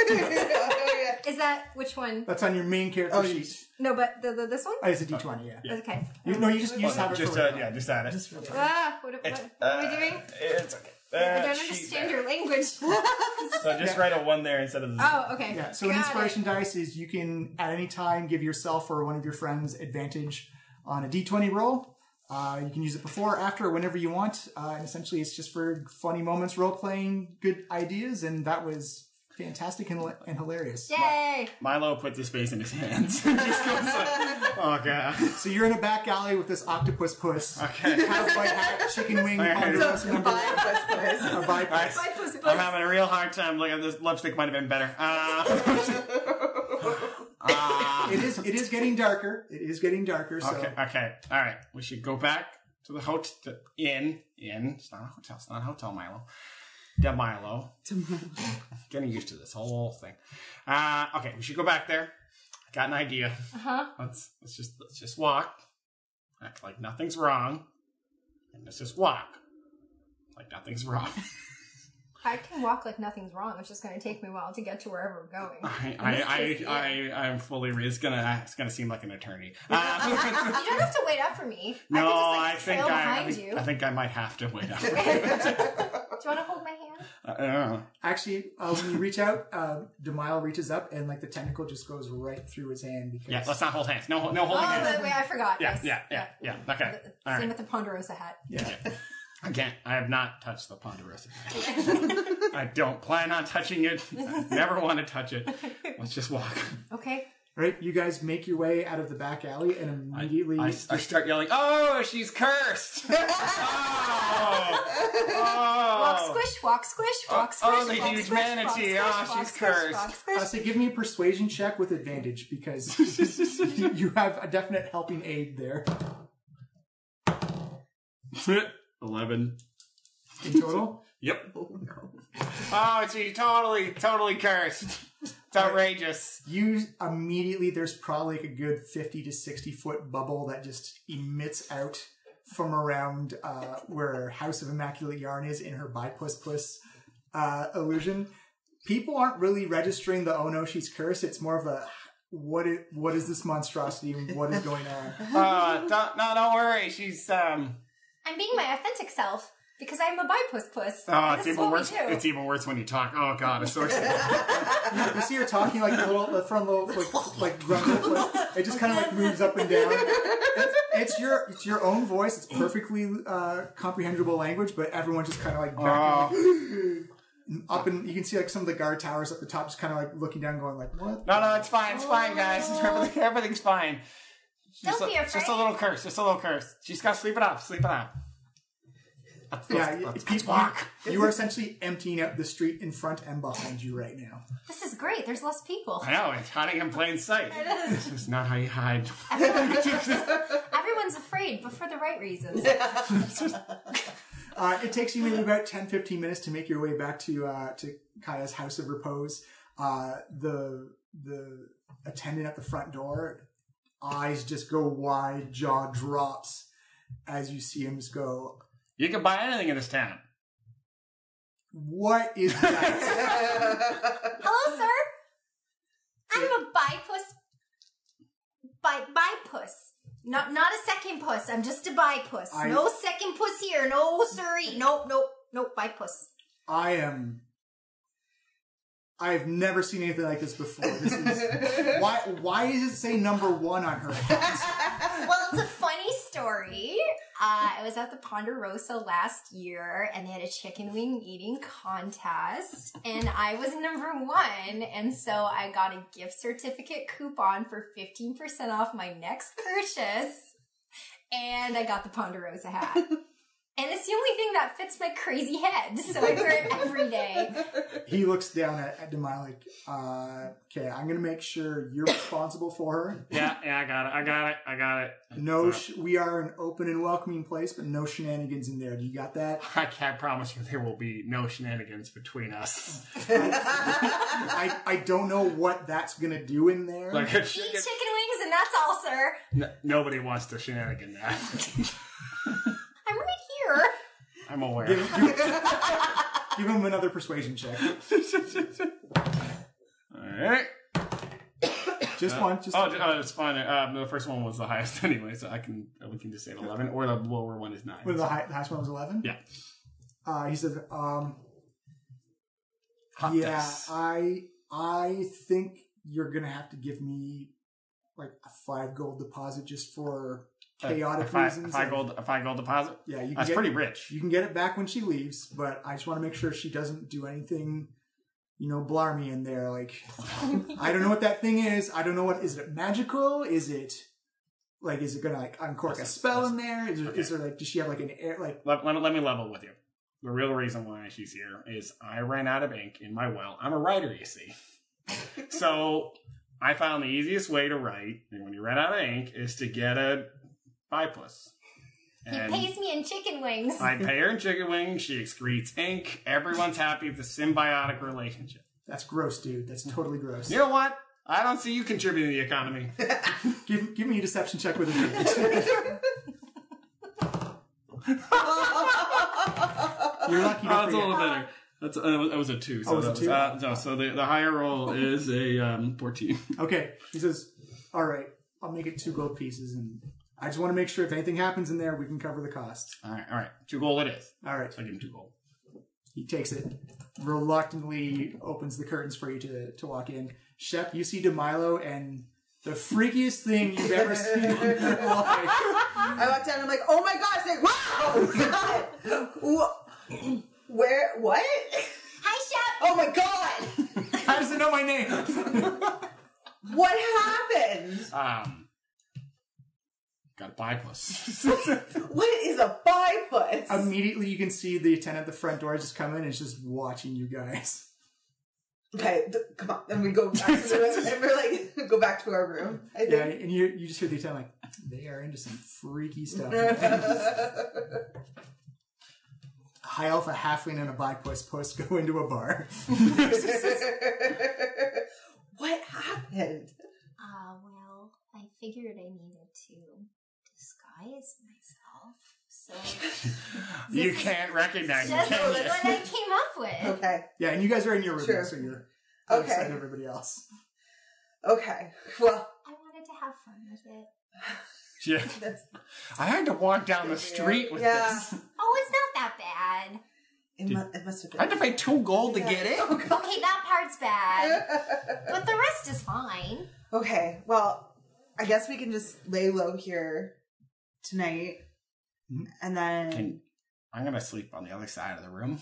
Speaker 4: Is that which one?
Speaker 1: [laughs] That's on your main
Speaker 4: Oh,
Speaker 1: character sheet.
Speaker 4: No, but the, the this one.
Speaker 1: Oh, it's a d20, yeah.
Speaker 4: Okay.
Speaker 1: You, no, you just, you just have it
Speaker 2: Just
Speaker 1: for
Speaker 2: uh,
Speaker 1: right
Speaker 2: yeah,
Speaker 1: now.
Speaker 2: just add it. uh,
Speaker 1: Just for right now.
Speaker 4: Ah, what, what, what are we doing?
Speaker 2: It's okay.
Speaker 4: I
Speaker 2: That
Speaker 4: don't
Speaker 2: sheet
Speaker 4: understand
Speaker 2: there.
Speaker 4: your language.
Speaker 2: So just write a one there instead of the.
Speaker 4: oh, okay.
Speaker 1: Yeah, so an
Speaker 4: Got it.
Speaker 1: inspiration dice is you can at any time give yourself or one of your friends advantage on a d20 roll. Uh, you can use it before, after, whenever you want. Uh, and essentially, it's just for funny moments, role playing, good ideas, and that was fantastic and, hila- and hilarious.
Speaker 4: Yay!
Speaker 2: Milo puts his face in his hands. [laughs] just goes
Speaker 4: [laughs]
Speaker 2: like, oh god.
Speaker 1: So you're in a back alley with this octopus puss.
Speaker 2: Okay.
Speaker 1: Cowboy hat, chicken
Speaker 2: [laughs]
Speaker 1: wing,
Speaker 2: All right.
Speaker 3: [laughs]
Speaker 1: ponderosa number
Speaker 3: Bye, Puss Puss.
Speaker 1: a bipus.
Speaker 2: Alright. I'm having a real hard time. Look at this lipstick might have been better. Uh, [laughs] uh,
Speaker 1: It is. It is getting darker. It is getting darker. So
Speaker 2: okay, okay. All right. We should go back to the hotel. Inn. Inn. It's not a hotel. It's not a hotel, Milo. De Milo. [laughs] Getting used to this whole thing. Uh, okay, we should go back there. I got an idea.
Speaker 4: Uh-huh.
Speaker 2: Let's let's just let's just walk. Act like nothing's wrong. And let's just walk. Like nothing's wrong. [laughs]
Speaker 4: I can walk like nothing's wrong. It's just going to take me a while to get to wherever
Speaker 1: [laughs]
Speaker 4: we're going. [laughs]
Speaker 2: I,
Speaker 4: In this case,
Speaker 2: I,
Speaker 4: yeah.
Speaker 2: I, I, I'm fully. Re- it's gonna, it's gonna seem like an eternity.
Speaker 4: [laughs]
Speaker 2: Uh,
Speaker 4: You don't have to wait up for me.
Speaker 2: [laughs] no,
Speaker 4: I
Speaker 2: I,
Speaker 4: can just like
Speaker 2: think
Speaker 4: trail
Speaker 2: I, I
Speaker 4: behind
Speaker 2: think,
Speaker 4: you.
Speaker 2: I think I might have to wait [laughs] up.
Speaker 4: [laughs] Do you want to hold my hand?
Speaker 2: Uh, uh,
Speaker 1: actually, uh, when you reach out, uh, Demile reaches up and like the tentacle just goes right through his hand because
Speaker 2: yeah, let's not hold hands. No, no holding
Speaker 4: Oh,
Speaker 2: hands.
Speaker 4: but wait, I forgot.
Speaker 2: Yeah,
Speaker 4: Yes.
Speaker 2: yeah, yeah, yeah.
Speaker 4: The-
Speaker 2: Okay,
Speaker 4: Same
Speaker 2: all right.
Speaker 4: with the Ponderosa hat.
Speaker 1: yeah.
Speaker 2: I can't. I have not touched the
Speaker 4: [laughs]
Speaker 2: ponderosa. I don't plan on touching it. I never want to touch it. Let's just walk.
Speaker 4: Okay.
Speaker 1: Right, you guys make your way out of the back alley and immediately
Speaker 2: I, I start yelling, "Oh, she's
Speaker 4: [laughs]
Speaker 2: cursed!" oh,
Speaker 4: Walk,
Speaker 2: oh,
Speaker 4: squish, walk, squish, walk, squish.
Speaker 2: oh, the
Speaker 4: walk,
Speaker 2: huge
Speaker 4: squish,
Speaker 2: manatee.
Speaker 4: walk, squish,
Speaker 2: Ah,
Speaker 4: walk,
Speaker 2: she's
Speaker 4: squish,
Speaker 2: cursed.
Speaker 4: walk, squish.
Speaker 1: Uh, so give me a persuasion check with advantage because [laughs] you you have a definite helping aid there
Speaker 7: Eleven.
Speaker 1: in total.
Speaker 4: [laughs]
Speaker 7: Yep.
Speaker 2: oh, she's totally, totally cursed. It's outrageous.
Speaker 1: You immediately there's probably like a good fifty to sixty foot bubble that just emits out from around uh, where House of Immaculate Yarn is in her bipuss puss uh, illusion. People aren't really registering the oh no she's cursed. It's more of a what is, what is this monstrosity and what is going on?
Speaker 2: Uh, don't, no, don't worry. She's um.
Speaker 4: I'm being my authentic self because I'm a bipuss puss.
Speaker 2: Oh,
Speaker 4: and
Speaker 2: it's
Speaker 4: this is
Speaker 2: even
Speaker 4: what
Speaker 2: worse.
Speaker 4: we do.
Speaker 2: It's even worse when you talk. Oh God, it's so
Speaker 4: [laughs]
Speaker 2: exciting.
Speaker 1: You see her talking like a little like, from the like like grumble, like, it just kind of like moves up and down. It's, it's your it's your own voice. It's perfectly uh, comprehensible language, but everyone just kind of like, back, and up and you can see like some of the guard towers at the top, just kind of like looking down, going like, "What?"
Speaker 2: no, no, it's fine. It's fine, guys. [laughs] Everything, everything's fine. She's
Speaker 4: Oh.
Speaker 2: a-
Speaker 4: Don't be
Speaker 2: it's Just a
Speaker 4: afraid.
Speaker 2: little curse. Just a little curse. She's got to sleep it off. Sleep it off.
Speaker 1: yeah, you-
Speaker 2: let's-
Speaker 1: you-
Speaker 2: let's walk.
Speaker 1: You are essentially emptying out the street in front and behind you right now.
Speaker 4: This is great. There's less people.
Speaker 2: e- I know. It's hiding in plain sight. This is not how you hide.
Speaker 4: Everyone's afraid, but for the right reasons.
Speaker 1: Uh, it takes you maybe about 10, 15 minutes to make your way back to uh, to Kaya's house of repose. Uh, the the attendant at the front door, eyes just go wide, jaw drops as you see him just go,
Speaker 2: You can buy anything in this town.
Speaker 1: "What is that?" [laughs]
Speaker 4: Hello, sir. I'm a bipuss. Bi bipuss. Not not a second puss. I'm just a bipuss.
Speaker 1: I-
Speaker 4: No second puss here. No siree. Nope. Nope. Nope. Bipuss.
Speaker 1: I am. I have never seen anything like this before. This is why. Why does it say number one on her? hat?
Speaker 4: Well, it's a funny story. Uh, I was at the Ponderosa last year, and they had a chicken wing eating contest, and I was number one, and so I got a gift certificate coupon for fifteen percent off my next purchase, and I got the Ponderosa hat. And it's the only thing that fits my crazy head, so I wear it every day.
Speaker 1: He looks down at, at Demai like, uh, "Okay, I'm gonna make sure you're responsible for her."
Speaker 2: Yeah, yeah, I got it. I got it. I got it.
Speaker 1: No, sh- we are an open and welcoming place, but no shenanigans in there. Do you got that?
Speaker 2: I can't promise you there will be no shenanigans between us. [laughs]
Speaker 1: I, I don't know what that's gonna do in there.
Speaker 2: Like [laughs] a
Speaker 4: Eat
Speaker 2: chicken.
Speaker 4: chicken wings, and that's all, sir.
Speaker 2: N- nobody wants to
Speaker 1: [laughs]
Speaker 2: shenanigan that.
Speaker 4: I'm right here.
Speaker 2: I'm aware.
Speaker 1: [laughs] give, give- give him another persuasion check.
Speaker 2: All right.
Speaker 1: Just one. Just
Speaker 2: Oh, j- oh, it's fine. Um, the first one was the highest [laughs] anyway, so I can we can just say eleven, or the lower one is nine.
Speaker 1: What, the, high, the highest one was eleven.
Speaker 2: Yeah.
Speaker 1: Uh, he says, um,
Speaker 2: Hot
Speaker 1: "Yeah, uh,
Speaker 2: dice.
Speaker 1: I I think you're gonna have to give me like a five gold deposit just for chaotic
Speaker 2: Uh, a five,
Speaker 1: reasons.
Speaker 2: Five gold, a five gold deposit.
Speaker 1: Yeah, you can
Speaker 2: That's
Speaker 1: get,
Speaker 2: pretty rich.
Speaker 1: You can get it back when she leaves, but I just want to make sure she doesn't do anything, you know, blarmy in there. Like, I don't know what that thing is. I don't know what is it magical? Is it like is it gonna like uncork a spell in there? Is, there is there like does she have like an air like?
Speaker 2: Let, let, let me level with you. The real reason why she's here is I ran out of ink in my well. I'm a writer,
Speaker 1: [laughs]
Speaker 2: you see. so I found the easiest way to write, and when you run out of ink, is to get a bipus.
Speaker 4: He
Speaker 2: And
Speaker 4: pays me in chicken wings.
Speaker 2: I pay her in chicken wings. She excretes ink. Everyone's happy. It's a symbiotic relationship.
Speaker 1: That's gross, dude. That's totally gross.
Speaker 2: You know what? I don't see you contributing to the [laughs] economy.
Speaker 1: Give give me a deception check with advantage. You're lucky. Don't
Speaker 2: Oh, that's a little
Speaker 1: forget.
Speaker 2: better. That's uh, that was a two. So
Speaker 1: Oh, was it
Speaker 2: that was,
Speaker 1: two?
Speaker 2: uh, no, so the, the higher roll is a um, fourteen.
Speaker 1: Okay, he says, "All right, I'll make it two gold pieces, and I just want to make sure if anything happens in there, we can cover the cost."
Speaker 2: [laughs] All right, all right, two gold it is.
Speaker 1: All right.
Speaker 2: So I give him two gold.
Speaker 1: He takes it, reluctantly opens the curtains for you to, to walk in. Shep, you see DeMilo and the freakiest thing you've ever seen in your life. [laughs]
Speaker 3: I walked down. I'm like, oh my gosh! Like, wow! [laughs] God. Wha- Where? What?
Speaker 4: Hi, chef.
Speaker 3: Oh my god!
Speaker 1: How does it know my name?
Speaker 3: What happened?
Speaker 2: Um, got a bypass.
Speaker 3: What is a bipus?
Speaker 1: Immediately, you can see the attendant at the front door just come in and is just watching you guys. [laughs]
Speaker 3: okay, th- come on. And we go back to the room and we're like, go back to our room. I think.
Speaker 1: Yeah, and you you just hear the attendant like, they are into some freaky stuff. High elf, a halfling, and a bipoist post go into a bar.
Speaker 3: [laughs] what happened?
Speaker 4: Uh, well, I figured I needed to disguise myself,
Speaker 3: [laughs]
Speaker 4: so
Speaker 2: you can't recognize me,
Speaker 4: that's
Speaker 2: can you?
Speaker 4: what I came up
Speaker 3: [laughs]
Speaker 4: with.
Speaker 3: Okay,
Speaker 1: Yeah, and you guys are in your room,
Speaker 3: Sure.
Speaker 1: so you're outside
Speaker 3: okay,
Speaker 1: everybody else.
Speaker 3: okay. Well,
Speaker 4: I wanted to have fun with it.
Speaker 2: Yeah.
Speaker 3: that's
Speaker 2: I had to walk down the street with
Speaker 3: Yeah.
Speaker 2: this.
Speaker 4: Oh, it's not that bad.
Speaker 3: it, mu- it must have
Speaker 2: I had to
Speaker 3: been.
Speaker 2: pay two gold to get it.
Speaker 3: Oh, God.
Speaker 4: Okay, that part's bad,
Speaker 3: [laughs]
Speaker 4: but the rest is fine.
Speaker 3: okay, well, I guess we can just lay low here tonight, and then
Speaker 2: Hmm? Can- I'm gonna sleep on the other side of the room.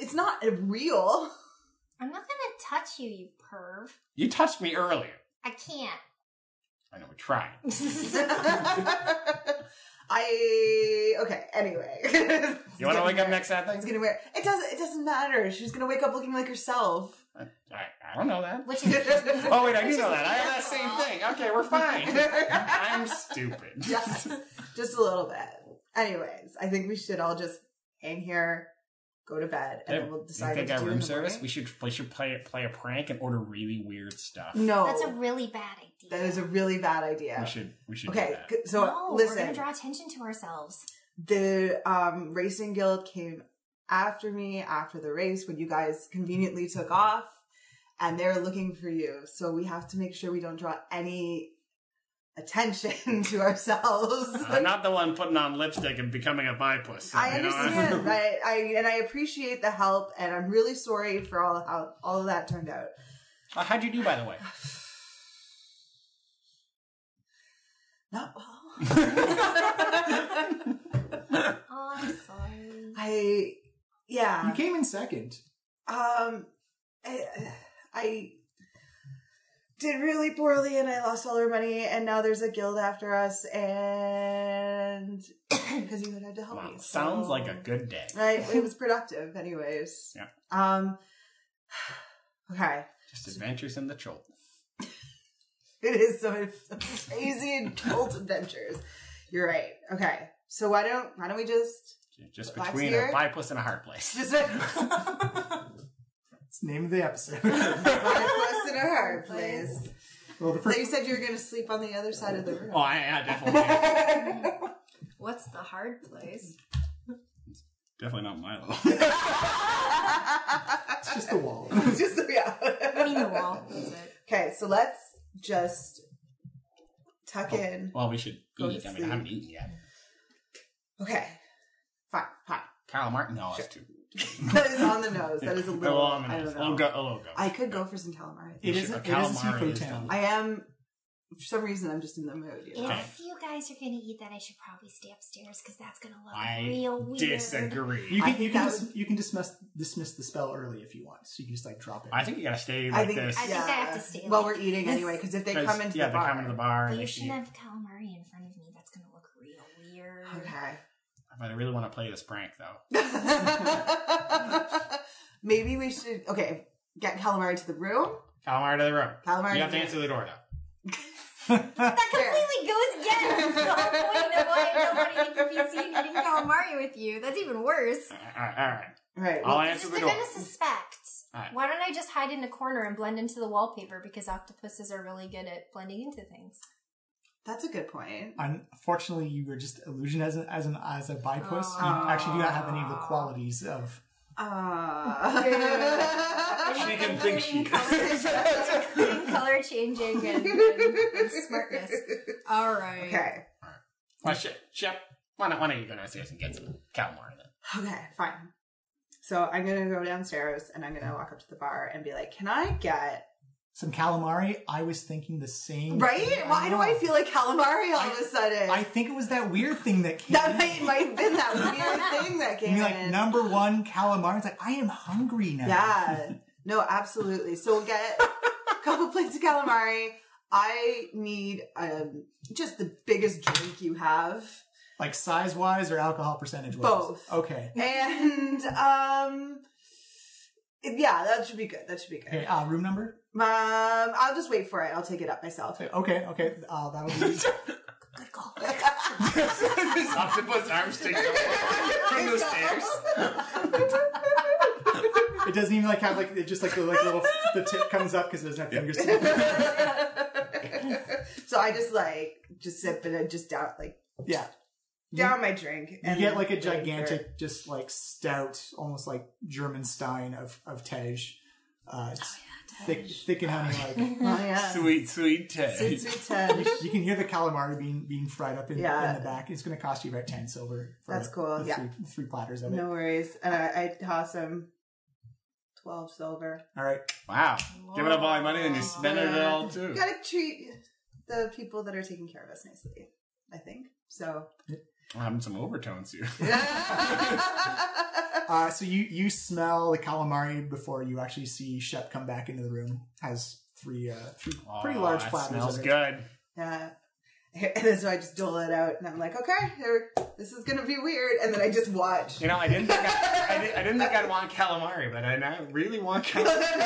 Speaker 3: it's not real. [laughs]
Speaker 4: I'm not gonna touch you, you perv.
Speaker 2: You touched me earlier.
Speaker 4: I can't.
Speaker 2: I know, try.
Speaker 3: I okay. Anyway,
Speaker 2: You want to wake up
Speaker 3: It's
Speaker 2: next Saturday?
Speaker 3: It's gonna wear. It doesn't. It doesn't matter. She's gonna wake up looking like herself.
Speaker 2: I, I don't know that.
Speaker 4: Which
Speaker 2: [laughs]
Speaker 4: is
Speaker 2: Oh wait, I do know that. I have that same thing. Okay, we're fine.
Speaker 3: [laughs]
Speaker 2: I'm stupid.
Speaker 3: just, just a little bit. Anyways, I think we should all just hang here, go to bed, and then we'll decide.
Speaker 2: you think
Speaker 3: what to
Speaker 2: our
Speaker 3: do in
Speaker 2: room
Speaker 3: the
Speaker 2: service?
Speaker 3: morning.
Speaker 2: We should we should play play a prank and order really weird stuff.
Speaker 3: [laughs] no,
Speaker 4: that's a really bad idea.
Speaker 3: that is a really bad
Speaker 2: We
Speaker 3: idea.
Speaker 2: should we should do
Speaker 3: Okay,
Speaker 2: that.
Speaker 3: g- so
Speaker 4: no, we're
Speaker 3: listen.
Speaker 4: gonna draw attention to ourselves.
Speaker 3: the um, racing guild came after me after the race when you guys conveniently took off and they're looking for you so we have to make sure we don't draw any attention [laughs] to ourselves
Speaker 2: I'm not the one putting on lipstick and becoming a bipus. so,
Speaker 3: i
Speaker 2: you know,
Speaker 3: understand right i and i appreciate the help and i'm really sorry for all how all of that turned out
Speaker 2: [laughs] Uh, how'd you do, by the
Speaker 3: [sighs]
Speaker 2: way?
Speaker 3: not
Speaker 2: [laughs]
Speaker 3: well
Speaker 4: Oh, I'm sorry.
Speaker 3: i yeah
Speaker 1: You came in second.
Speaker 3: Um, I, I did really poorly and I lost all our money, and now there's a guild after us, and [coughs] because you would have to help
Speaker 2: Wow,
Speaker 3: me.
Speaker 2: sounds
Speaker 3: so-
Speaker 2: like a good day.
Speaker 3: [laughs] Right? It was productive, anyways.
Speaker 2: Yeah.
Speaker 3: Um, [sighs] okay.
Speaker 2: Just adventures in the troll.
Speaker 3: It is some [laughs] crazy adult adventures. You're right. Okay. So why don't why don't we just
Speaker 2: Just
Speaker 3: Last
Speaker 2: between
Speaker 3: year?
Speaker 2: a bipus and a hard place. [laughs]
Speaker 3: just [laughs] five
Speaker 1: It's the name of the
Speaker 3: [laughs]
Speaker 1: episode.
Speaker 3: plus in a hard place?
Speaker 1: well, the
Speaker 3: So
Speaker 1: first
Speaker 3: you said you were gonna sleep on the other side of the room.
Speaker 2: Oh, I, I definitely
Speaker 3: [laughs]
Speaker 2: am.
Speaker 8: What's the hard place?
Speaker 2: definitely not Milo.
Speaker 3: [laughs]
Speaker 1: it's just the wall.
Speaker 3: just yeah. [laughs]
Speaker 8: I mean the wall. That's it.
Speaker 3: okay, so let's just tuck
Speaker 2: Oh.
Speaker 3: in.
Speaker 2: [laughs] well, we should
Speaker 3: Go to
Speaker 2: eat. I mean, I haven't eaten yet.
Speaker 3: Okay, fine, fine. [laughs]
Speaker 2: Carl Martin, no, it's too.
Speaker 3: That is on the nose.
Speaker 2: [laughs]
Speaker 3: That is a little.
Speaker 2: on the
Speaker 3: I
Speaker 2: nose.
Speaker 3: don't
Speaker 2: A little
Speaker 3: know.
Speaker 2: go. A little go.
Speaker 3: I could go for some calamari.
Speaker 1: It
Speaker 2: You
Speaker 1: is,
Speaker 2: should-
Speaker 1: a,
Speaker 2: a
Speaker 1: it is a
Speaker 2: calamari
Speaker 1: seafood
Speaker 2: is
Speaker 1: town.
Speaker 3: I am. For some reason, I'm just in the mood. You know?
Speaker 2: Okay.
Speaker 4: If you guys are gonna eat that, I should probably stay upstairs because that's gonna look
Speaker 2: I
Speaker 4: real weird.
Speaker 2: disagree.
Speaker 1: You
Speaker 3: I
Speaker 1: can, you
Speaker 3: think
Speaker 1: can,
Speaker 3: that
Speaker 1: dis- you can dismiss, dismiss the spell early if you want. So you can just like drop it.
Speaker 2: I think you gotta stay
Speaker 3: I
Speaker 2: like
Speaker 3: think.
Speaker 2: this.
Speaker 4: I think
Speaker 3: yeah.
Speaker 4: I have to stay
Speaker 3: While
Speaker 4: like
Speaker 3: we're eating
Speaker 4: this.
Speaker 3: anyway, because if they
Speaker 2: 'cause,
Speaker 3: come into
Speaker 2: yeah,
Speaker 3: the
Speaker 2: they
Speaker 3: bar.
Speaker 2: come into the bar.
Speaker 4: But
Speaker 2: and
Speaker 4: you
Speaker 2: they
Speaker 4: shouldn't
Speaker 2: see.
Speaker 4: have calamari in front of me. That's gonna look real weird.
Speaker 3: Okay.
Speaker 2: But I really want to play this prank though.
Speaker 3: [laughs] Maybe we should. Okay, get calamari to the room.
Speaker 2: Calamari to the room.
Speaker 3: Calamari
Speaker 2: You
Speaker 3: to
Speaker 2: have to
Speaker 3: the
Speaker 2: answer the door though.
Speaker 4: That completely goes against the whole point of why I don't want to eat the PC and eating calamari with you. That's even worse.
Speaker 2: All right, all right.
Speaker 3: Right.
Speaker 2: I'll answer
Speaker 4: Just
Speaker 2: the
Speaker 4: they're
Speaker 2: door.
Speaker 4: gonna suspect.
Speaker 2: Alright.
Speaker 4: Why don't I just hide in a corner and blend into the wallpaper because octopuses are really good at blending into things.
Speaker 3: That's a good point.
Speaker 1: Unfortunately, you were just illusioned as an as an as a bipus. You actually do not have any of the qualities of.
Speaker 3: [laughs] Uh,
Speaker 2: She can think she. [laughs]
Speaker 4: Including color changing and, and, and smartness.
Speaker 8: All right.
Speaker 3: [laughs] okay.
Speaker 2: Well, shit, Shep. Why not? Why don't you go downstairs and get some calamari then? [laughs]
Speaker 3: Okay, fine. So I'm gonna go downstairs and I'm gonna walk up to the bar and be like, "Can I get
Speaker 1: Some calamari. I was thinking the same.
Speaker 3: right? Why do I feel like calamari all of a sudden?
Speaker 1: I think it was that weird thing that came.
Speaker 3: [laughs] that might, might have been that [laughs] weird thing that
Speaker 1: I
Speaker 3: came
Speaker 1: mean, like
Speaker 3: in.
Speaker 1: number one calamari. It's like I am hungry now.
Speaker 3: [laughs] yeah, no, absolutely. So we'll get couple plates of calamari. I need um, just the biggest drink you have.
Speaker 1: Like size wise or alcohol percentage wise?
Speaker 3: Both.
Speaker 1: Okay.
Speaker 3: And um yeah, that should be good. That should be good.
Speaker 1: Okay, uh, room number?
Speaker 3: Um, I'll just wait for it. I'll take it up myself.
Speaker 1: Okay, okay. Uh, that would
Speaker 3: [laughs]
Speaker 1: be
Speaker 3: Good call.
Speaker 2: Octopus arm sticks out from the stairs.
Speaker 1: It doesn't even like have like it just like the like little the tip comes up because there's no fingers.
Speaker 3: [laughs] [laughs] so I just like just sip and I just down like
Speaker 1: Yeah,
Speaker 3: down my drink.
Speaker 1: you
Speaker 3: And
Speaker 1: get like a
Speaker 3: wait for it.
Speaker 1: gigantic, just like stout, almost like German Stein of of Tej. Uh, it's thick, thick and honey like.
Speaker 3: Oh, yeah.
Speaker 2: Sweet, sweet
Speaker 3: Sweet,
Speaker 2: Ted.
Speaker 1: [laughs]
Speaker 3: sweet Ted.
Speaker 1: You can hear the calamari being being fried up in,
Speaker 3: Yeah.
Speaker 1: in the back. It's going to cost you about ten silver.
Speaker 3: That's cool,
Speaker 1: the
Speaker 3: yeah.
Speaker 1: three, three platters of it.
Speaker 3: No worries. And I, I toss him twelve silver.
Speaker 1: All right,
Speaker 2: Wow. Giving up all my money and you spend it all too.
Speaker 3: Gotta treat the people that are taking care of us nicely. I think
Speaker 1: [laughs]
Speaker 3: so.
Speaker 2: I'm having some overtones here.
Speaker 1: uh, so you you smell the calamari before you actually see Shep come back into the room. Has three uh, three pretty
Speaker 2: Aw,
Speaker 1: large
Speaker 2: Oh, that
Speaker 1: platters.
Speaker 2: Smells
Speaker 1: of it.
Speaker 2: good.
Speaker 3: Yeah. [laughs] And so I just dole it out, and I'm like, okay, here- this is gonna be weird. And then I just watch.
Speaker 2: You know, I didn't think I, I, didn't, I didn't think I'd want calamari, but I now really want calamari.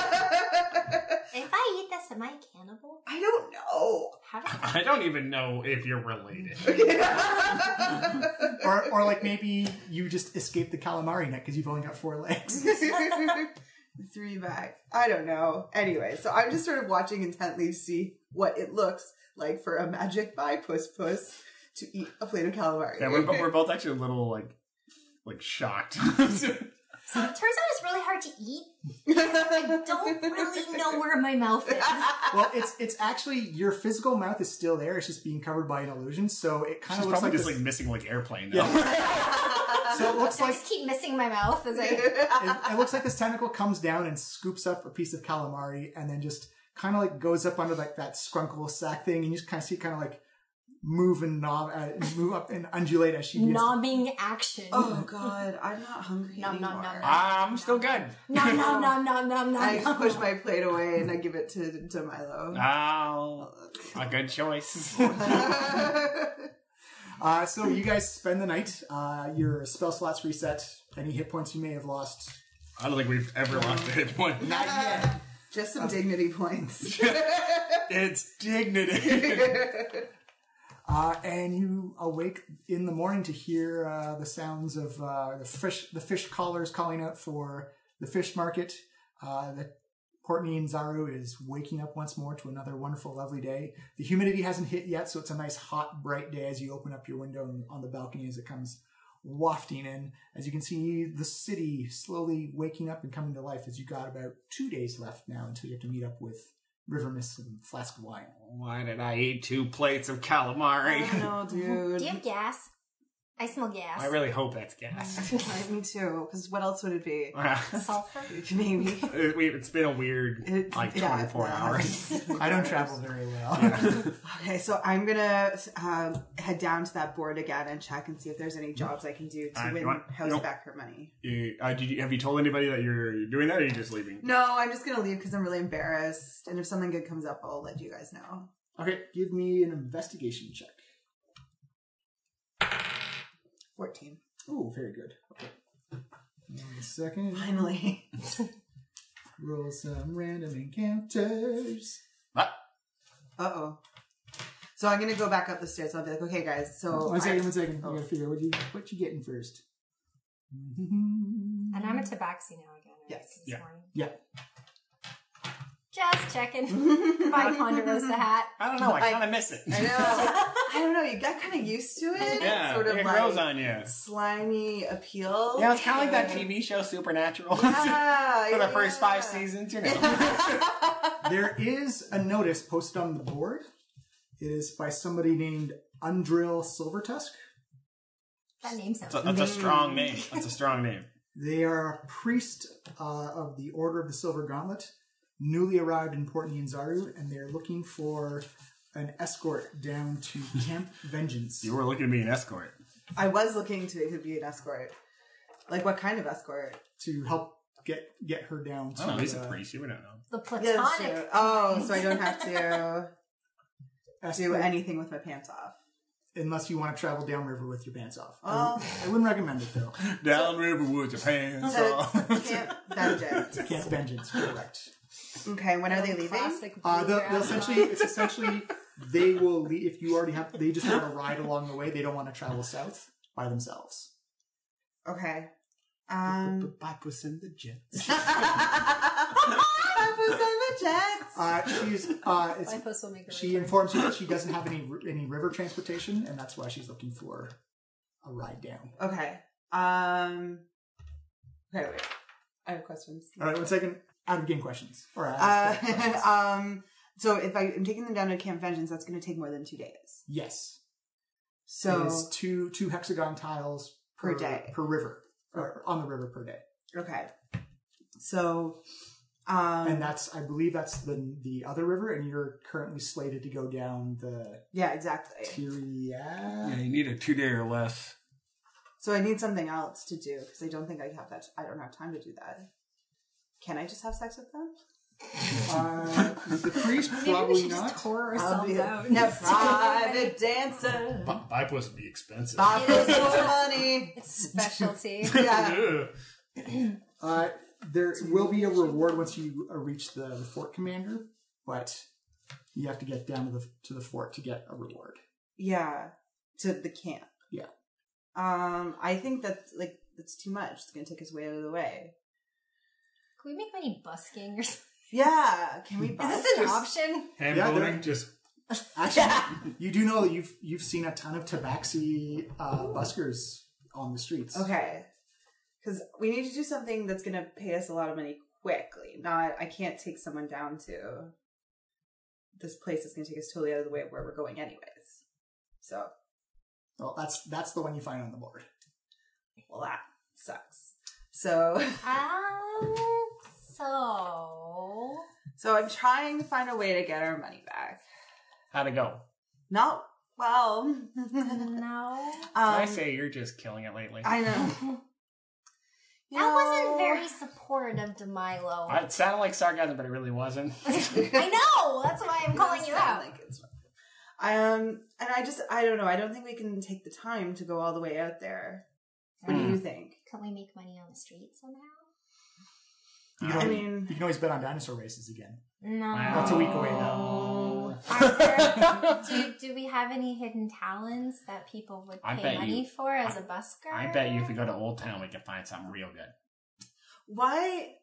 Speaker 6: If I eat this, am I cannibal?
Speaker 3: I don't know. [laughs]
Speaker 6: How does
Speaker 2: I don't even know if you're related.
Speaker 1: or, or like maybe you just escaped the calamari net because you've only got four
Speaker 3: [laughs]
Speaker 1: legs.
Speaker 3: Three back. I don't know. Anyway, so I'm just sort of watching intently to see what it looks like for a magic pie puss puss to eat a plate of calamari.
Speaker 2: Yeah, we're, we're both actually a little like like shocked. [laughs]
Speaker 6: So it turns out it's really hard to eat. I don't really know where my mouth
Speaker 3: [laughs]
Speaker 6: is.
Speaker 1: well, it's it's actually your physical mouth is still there. It's just being covered by an illusion, so it kind
Speaker 2: She's
Speaker 1: of looks
Speaker 2: probably
Speaker 1: like
Speaker 2: just
Speaker 1: this.
Speaker 2: like missing like airplane. Now.
Speaker 1: so it
Speaker 4: [laughs]
Speaker 1: looks
Speaker 6: I
Speaker 1: like
Speaker 6: just keep missing my mouth
Speaker 3: [laughs]
Speaker 6: as I
Speaker 1: it, it looks like this tentacle comes down and scoops up a piece of calamari, and then just kind of like goes up under like that scrunkle sack thing, and you just kind of see kind of like move and knob, uh, move up and undulate as she gets-
Speaker 6: nomming action.
Speaker 3: [laughs] oh god, I'm not hungry
Speaker 6: Nom, nom,
Speaker 3: anymore.
Speaker 6: nom, nom.
Speaker 2: [laughs] I'm still good.
Speaker 6: Nom nom nom nom nom
Speaker 3: I
Speaker 6: nom.
Speaker 3: just push my plate away and I give it to, to Milo.
Speaker 2: Oh, a good choice. [laughs]
Speaker 1: Uh, so you guys spend the night. Uh, your spell slots reset. Any hit points you may have lost.
Speaker 2: I don't think we've ever lost a hit point.
Speaker 1: Not yet.
Speaker 3: Just some
Speaker 2: [laughs]
Speaker 3: dignity points.
Speaker 2: It's dignity. [laughs]
Speaker 1: Uh, and you awake in the morning to hear uh, the sounds of uh, the fish the fish callers calling out for the fish market. Uh, the Courtney and Zaru is waking up once more to another wonderful, lovely day. The humidity hasn't hit yet, so it's a nice, hot, bright day as you open up your window and on the balcony as it comes wafting in. As you can see, the city slowly waking up and coming to life as you got about two days left now until you have to meet up with River Mist and Flask of Wine.
Speaker 2: Why did I eat two plates of calamari?
Speaker 3: no, dude.
Speaker 6: Do you have gas? I smell gas.
Speaker 2: [laughs] I really hope that's gas. [laughs]
Speaker 3: [laughs] Me too. Because what else would it be?
Speaker 2: Uh,
Speaker 3: [laughs]
Speaker 6: Sulfur.
Speaker 3: Maybe.
Speaker 2: It- we- it's been a weird
Speaker 3: It's-
Speaker 2: like
Speaker 3: yeah,
Speaker 2: 24
Speaker 3: no. [laughs]
Speaker 2: hours.
Speaker 1: I don't travel very well.
Speaker 3: Okay, so I'm gonna um, head down to that board again and check and see if there's any jobs I can do to
Speaker 2: Uh, you
Speaker 3: win
Speaker 2: want-
Speaker 3: House
Speaker 2: nope.
Speaker 3: back her money.
Speaker 2: You- uh, did you, have you told anybody that you're, you're doing that, or are you just leaving?
Speaker 3: No, I'm just gonna leave because I'm really embarrassed. And if something good comes up, I'll let you guys know.
Speaker 1: Okay, give me an investigation check.
Speaker 3: Fourteen. [laughs]
Speaker 1: Oh, very good. Okay. One second.
Speaker 3: Finally.
Speaker 1: Roll some random encounters.
Speaker 3: Uh oh. So I'm gonna go back up the stairs. I'll be like, okay, guys. So
Speaker 1: One second,
Speaker 3: I- [laughs]
Speaker 1: one second. Oh, I gotta figure out what you what you getting first.
Speaker 6: And I'm a tabaxi now again. Right?
Speaker 3: Yes.
Speaker 6: This
Speaker 2: Yeah.
Speaker 6: morning.
Speaker 1: Yeah.
Speaker 6: Just
Speaker 3: [laughs]
Speaker 6: checking. By Ponderosa hat.
Speaker 2: I don't know. I
Speaker 3: I-
Speaker 2: kind of miss it. [laughs]
Speaker 3: I know. I don't know. You got kind of used to it.
Speaker 2: yeah,
Speaker 3: Sort of
Speaker 2: it grows
Speaker 3: like
Speaker 2: on you.
Speaker 3: slimy appeal.
Speaker 2: Yeah, it's kind of like that TV show Supernatural.
Speaker 3: Yeah,
Speaker 2: [laughs] For the first five
Speaker 3: yeah.
Speaker 2: seasons,
Speaker 3: [laughs]
Speaker 2: you know.
Speaker 1: there is a notice posted on the board. It is by somebody named Undrill Silvertusk.
Speaker 6: That name sounds.
Speaker 2: That's a, that's a strong name. Mm. That's a strong name.
Speaker 1: They are a priest uh, of the Order of the Silver Gauntlet, newly arrived in Port Nyanzaru, and they're looking for an escort down to Camp Vengeance.
Speaker 2: You were looking to be an escort.
Speaker 3: I was looking to it could be an escort. Like what kind of escort?
Speaker 1: to help get get her down to
Speaker 2: Oh, he's a
Speaker 1: uh,
Speaker 2: priest. You wouldn't know.
Speaker 4: The
Speaker 3: Yeah, that's
Speaker 4: platonic.
Speaker 3: true. Oh, so I don't have to do
Speaker 1: escort,
Speaker 3: anything with my pants off.
Speaker 1: unless you want to travel downriver with your pants off. I,
Speaker 3: Oh.
Speaker 1: would- I wouldn't recommend it though.
Speaker 2: Down river with your pants
Speaker 3: So
Speaker 2: off.
Speaker 3: camp vengeance.
Speaker 1: Camp Vengeance, correct.
Speaker 3: Okay, when are they leaving?
Speaker 4: Classic
Speaker 1: Uh, they'll, they'll
Speaker 4: bluegrass
Speaker 1: essentially, it's essentially they will leave if you already have. They just have a ride along the way. They don't want to travel south by themselves.
Speaker 3: Okay. Um, [laughs]
Speaker 2: Back was in the jets.
Speaker 3: I was on the jets.
Speaker 1: Uh, she's uh, it's,
Speaker 4: song. Lipos will make a
Speaker 1: she
Speaker 4: return.
Speaker 1: informs you that she doesn't have any r- any river transportation, and that's why she's looking for a ride down.
Speaker 3: Okay. Um. Okay, wait. I have questions.
Speaker 1: All right, one second. Out of game questions. All right. [laughs]
Speaker 3: Uh, um. So if I am taking them down to Camp Vengeance, that's going to take more than two days.
Speaker 1: yes.
Speaker 3: [laughs] So
Speaker 1: it is two two hexagon tiles
Speaker 3: Per day.
Speaker 1: per river or on the river per day,
Speaker 3: okay. So, um.
Speaker 1: and that's I believe that's the the other river, and you're currently slated to go down the
Speaker 3: yeah, exactly.
Speaker 2: [laughs] Yeah,
Speaker 1: Tyria.
Speaker 2: you need a two day or less.
Speaker 3: So I need something else to do because I don't think I have that. I don't have time to do that. Can I just have sex with them?
Speaker 1: Uh, the priest probably not.
Speaker 4: Tore
Speaker 3: I'll
Speaker 4: ourselves
Speaker 3: be
Speaker 4: out.
Speaker 3: a [laughs] private dancer.
Speaker 7: Pipe was be expensive.
Speaker 2: [laughs]
Speaker 3: Bob is for money.
Speaker 4: It's specialty.
Speaker 3: Yeah.
Speaker 7: Ugh.
Speaker 1: Uh, there will be a reward once you uh, reach the, the fort commander, but you have to get down to the to the fort to get a reward.
Speaker 3: Yeah, to the camp.
Speaker 1: Yeah.
Speaker 3: Um, I think that's like that's too much. It's gonna take us way out of the way.
Speaker 4: Can we make money busking or something?
Speaker 3: Yeah. Can we buy?
Speaker 4: Is this an option?
Speaker 7: Hand
Speaker 1: Yeah,
Speaker 7: building,
Speaker 1: they're-
Speaker 7: just
Speaker 1: Actually,
Speaker 3: [laughs]
Speaker 1: you do know that you've you've seen a ton of Tabaxi uh, buskers on the streets.
Speaker 3: Okay. Because we need to do something that's gonna pay us a lot of money quickly. Not I can't take someone down to this place that's gonna take us totally out of the way of where we're going anyways. So
Speaker 1: Well, that's that's the one you find on the board.
Speaker 3: well that sucks. So [laughs]
Speaker 4: Um, so
Speaker 3: so I'm trying to find a way to get our money back.
Speaker 2: How'd it go?
Speaker 3: Not well. [laughs] um,
Speaker 4: no,
Speaker 2: I say you're just killing it lately.
Speaker 3: I know.
Speaker 4: [laughs] that wasn't very supportive to Milo.
Speaker 2: Uh, It sounded like sarcasm, but it really
Speaker 3: [laughs]
Speaker 2: wasn't. [laughs]
Speaker 4: I know. That's why I'm calling you out.
Speaker 3: Like it's, um, and I just I don't know. I don't think we can take the time to go all the way out there. What
Speaker 2: Mm.
Speaker 3: do you think?
Speaker 4: Can we make money on the street somehow?
Speaker 1: You can,
Speaker 3: I
Speaker 1: always,
Speaker 3: mean-
Speaker 1: you can always bet on dinosaur races again.
Speaker 4: No.
Speaker 2: Wow.
Speaker 1: That's a week away though.
Speaker 2: [laughs]
Speaker 4: Arthur, do, do we have any hidden talents that people would
Speaker 2: I
Speaker 4: pay
Speaker 2: bet
Speaker 4: money
Speaker 2: you-
Speaker 4: for as
Speaker 2: I-
Speaker 4: a busker?
Speaker 2: I bet you if we go to Old Town, we can find something real good.
Speaker 3: Why?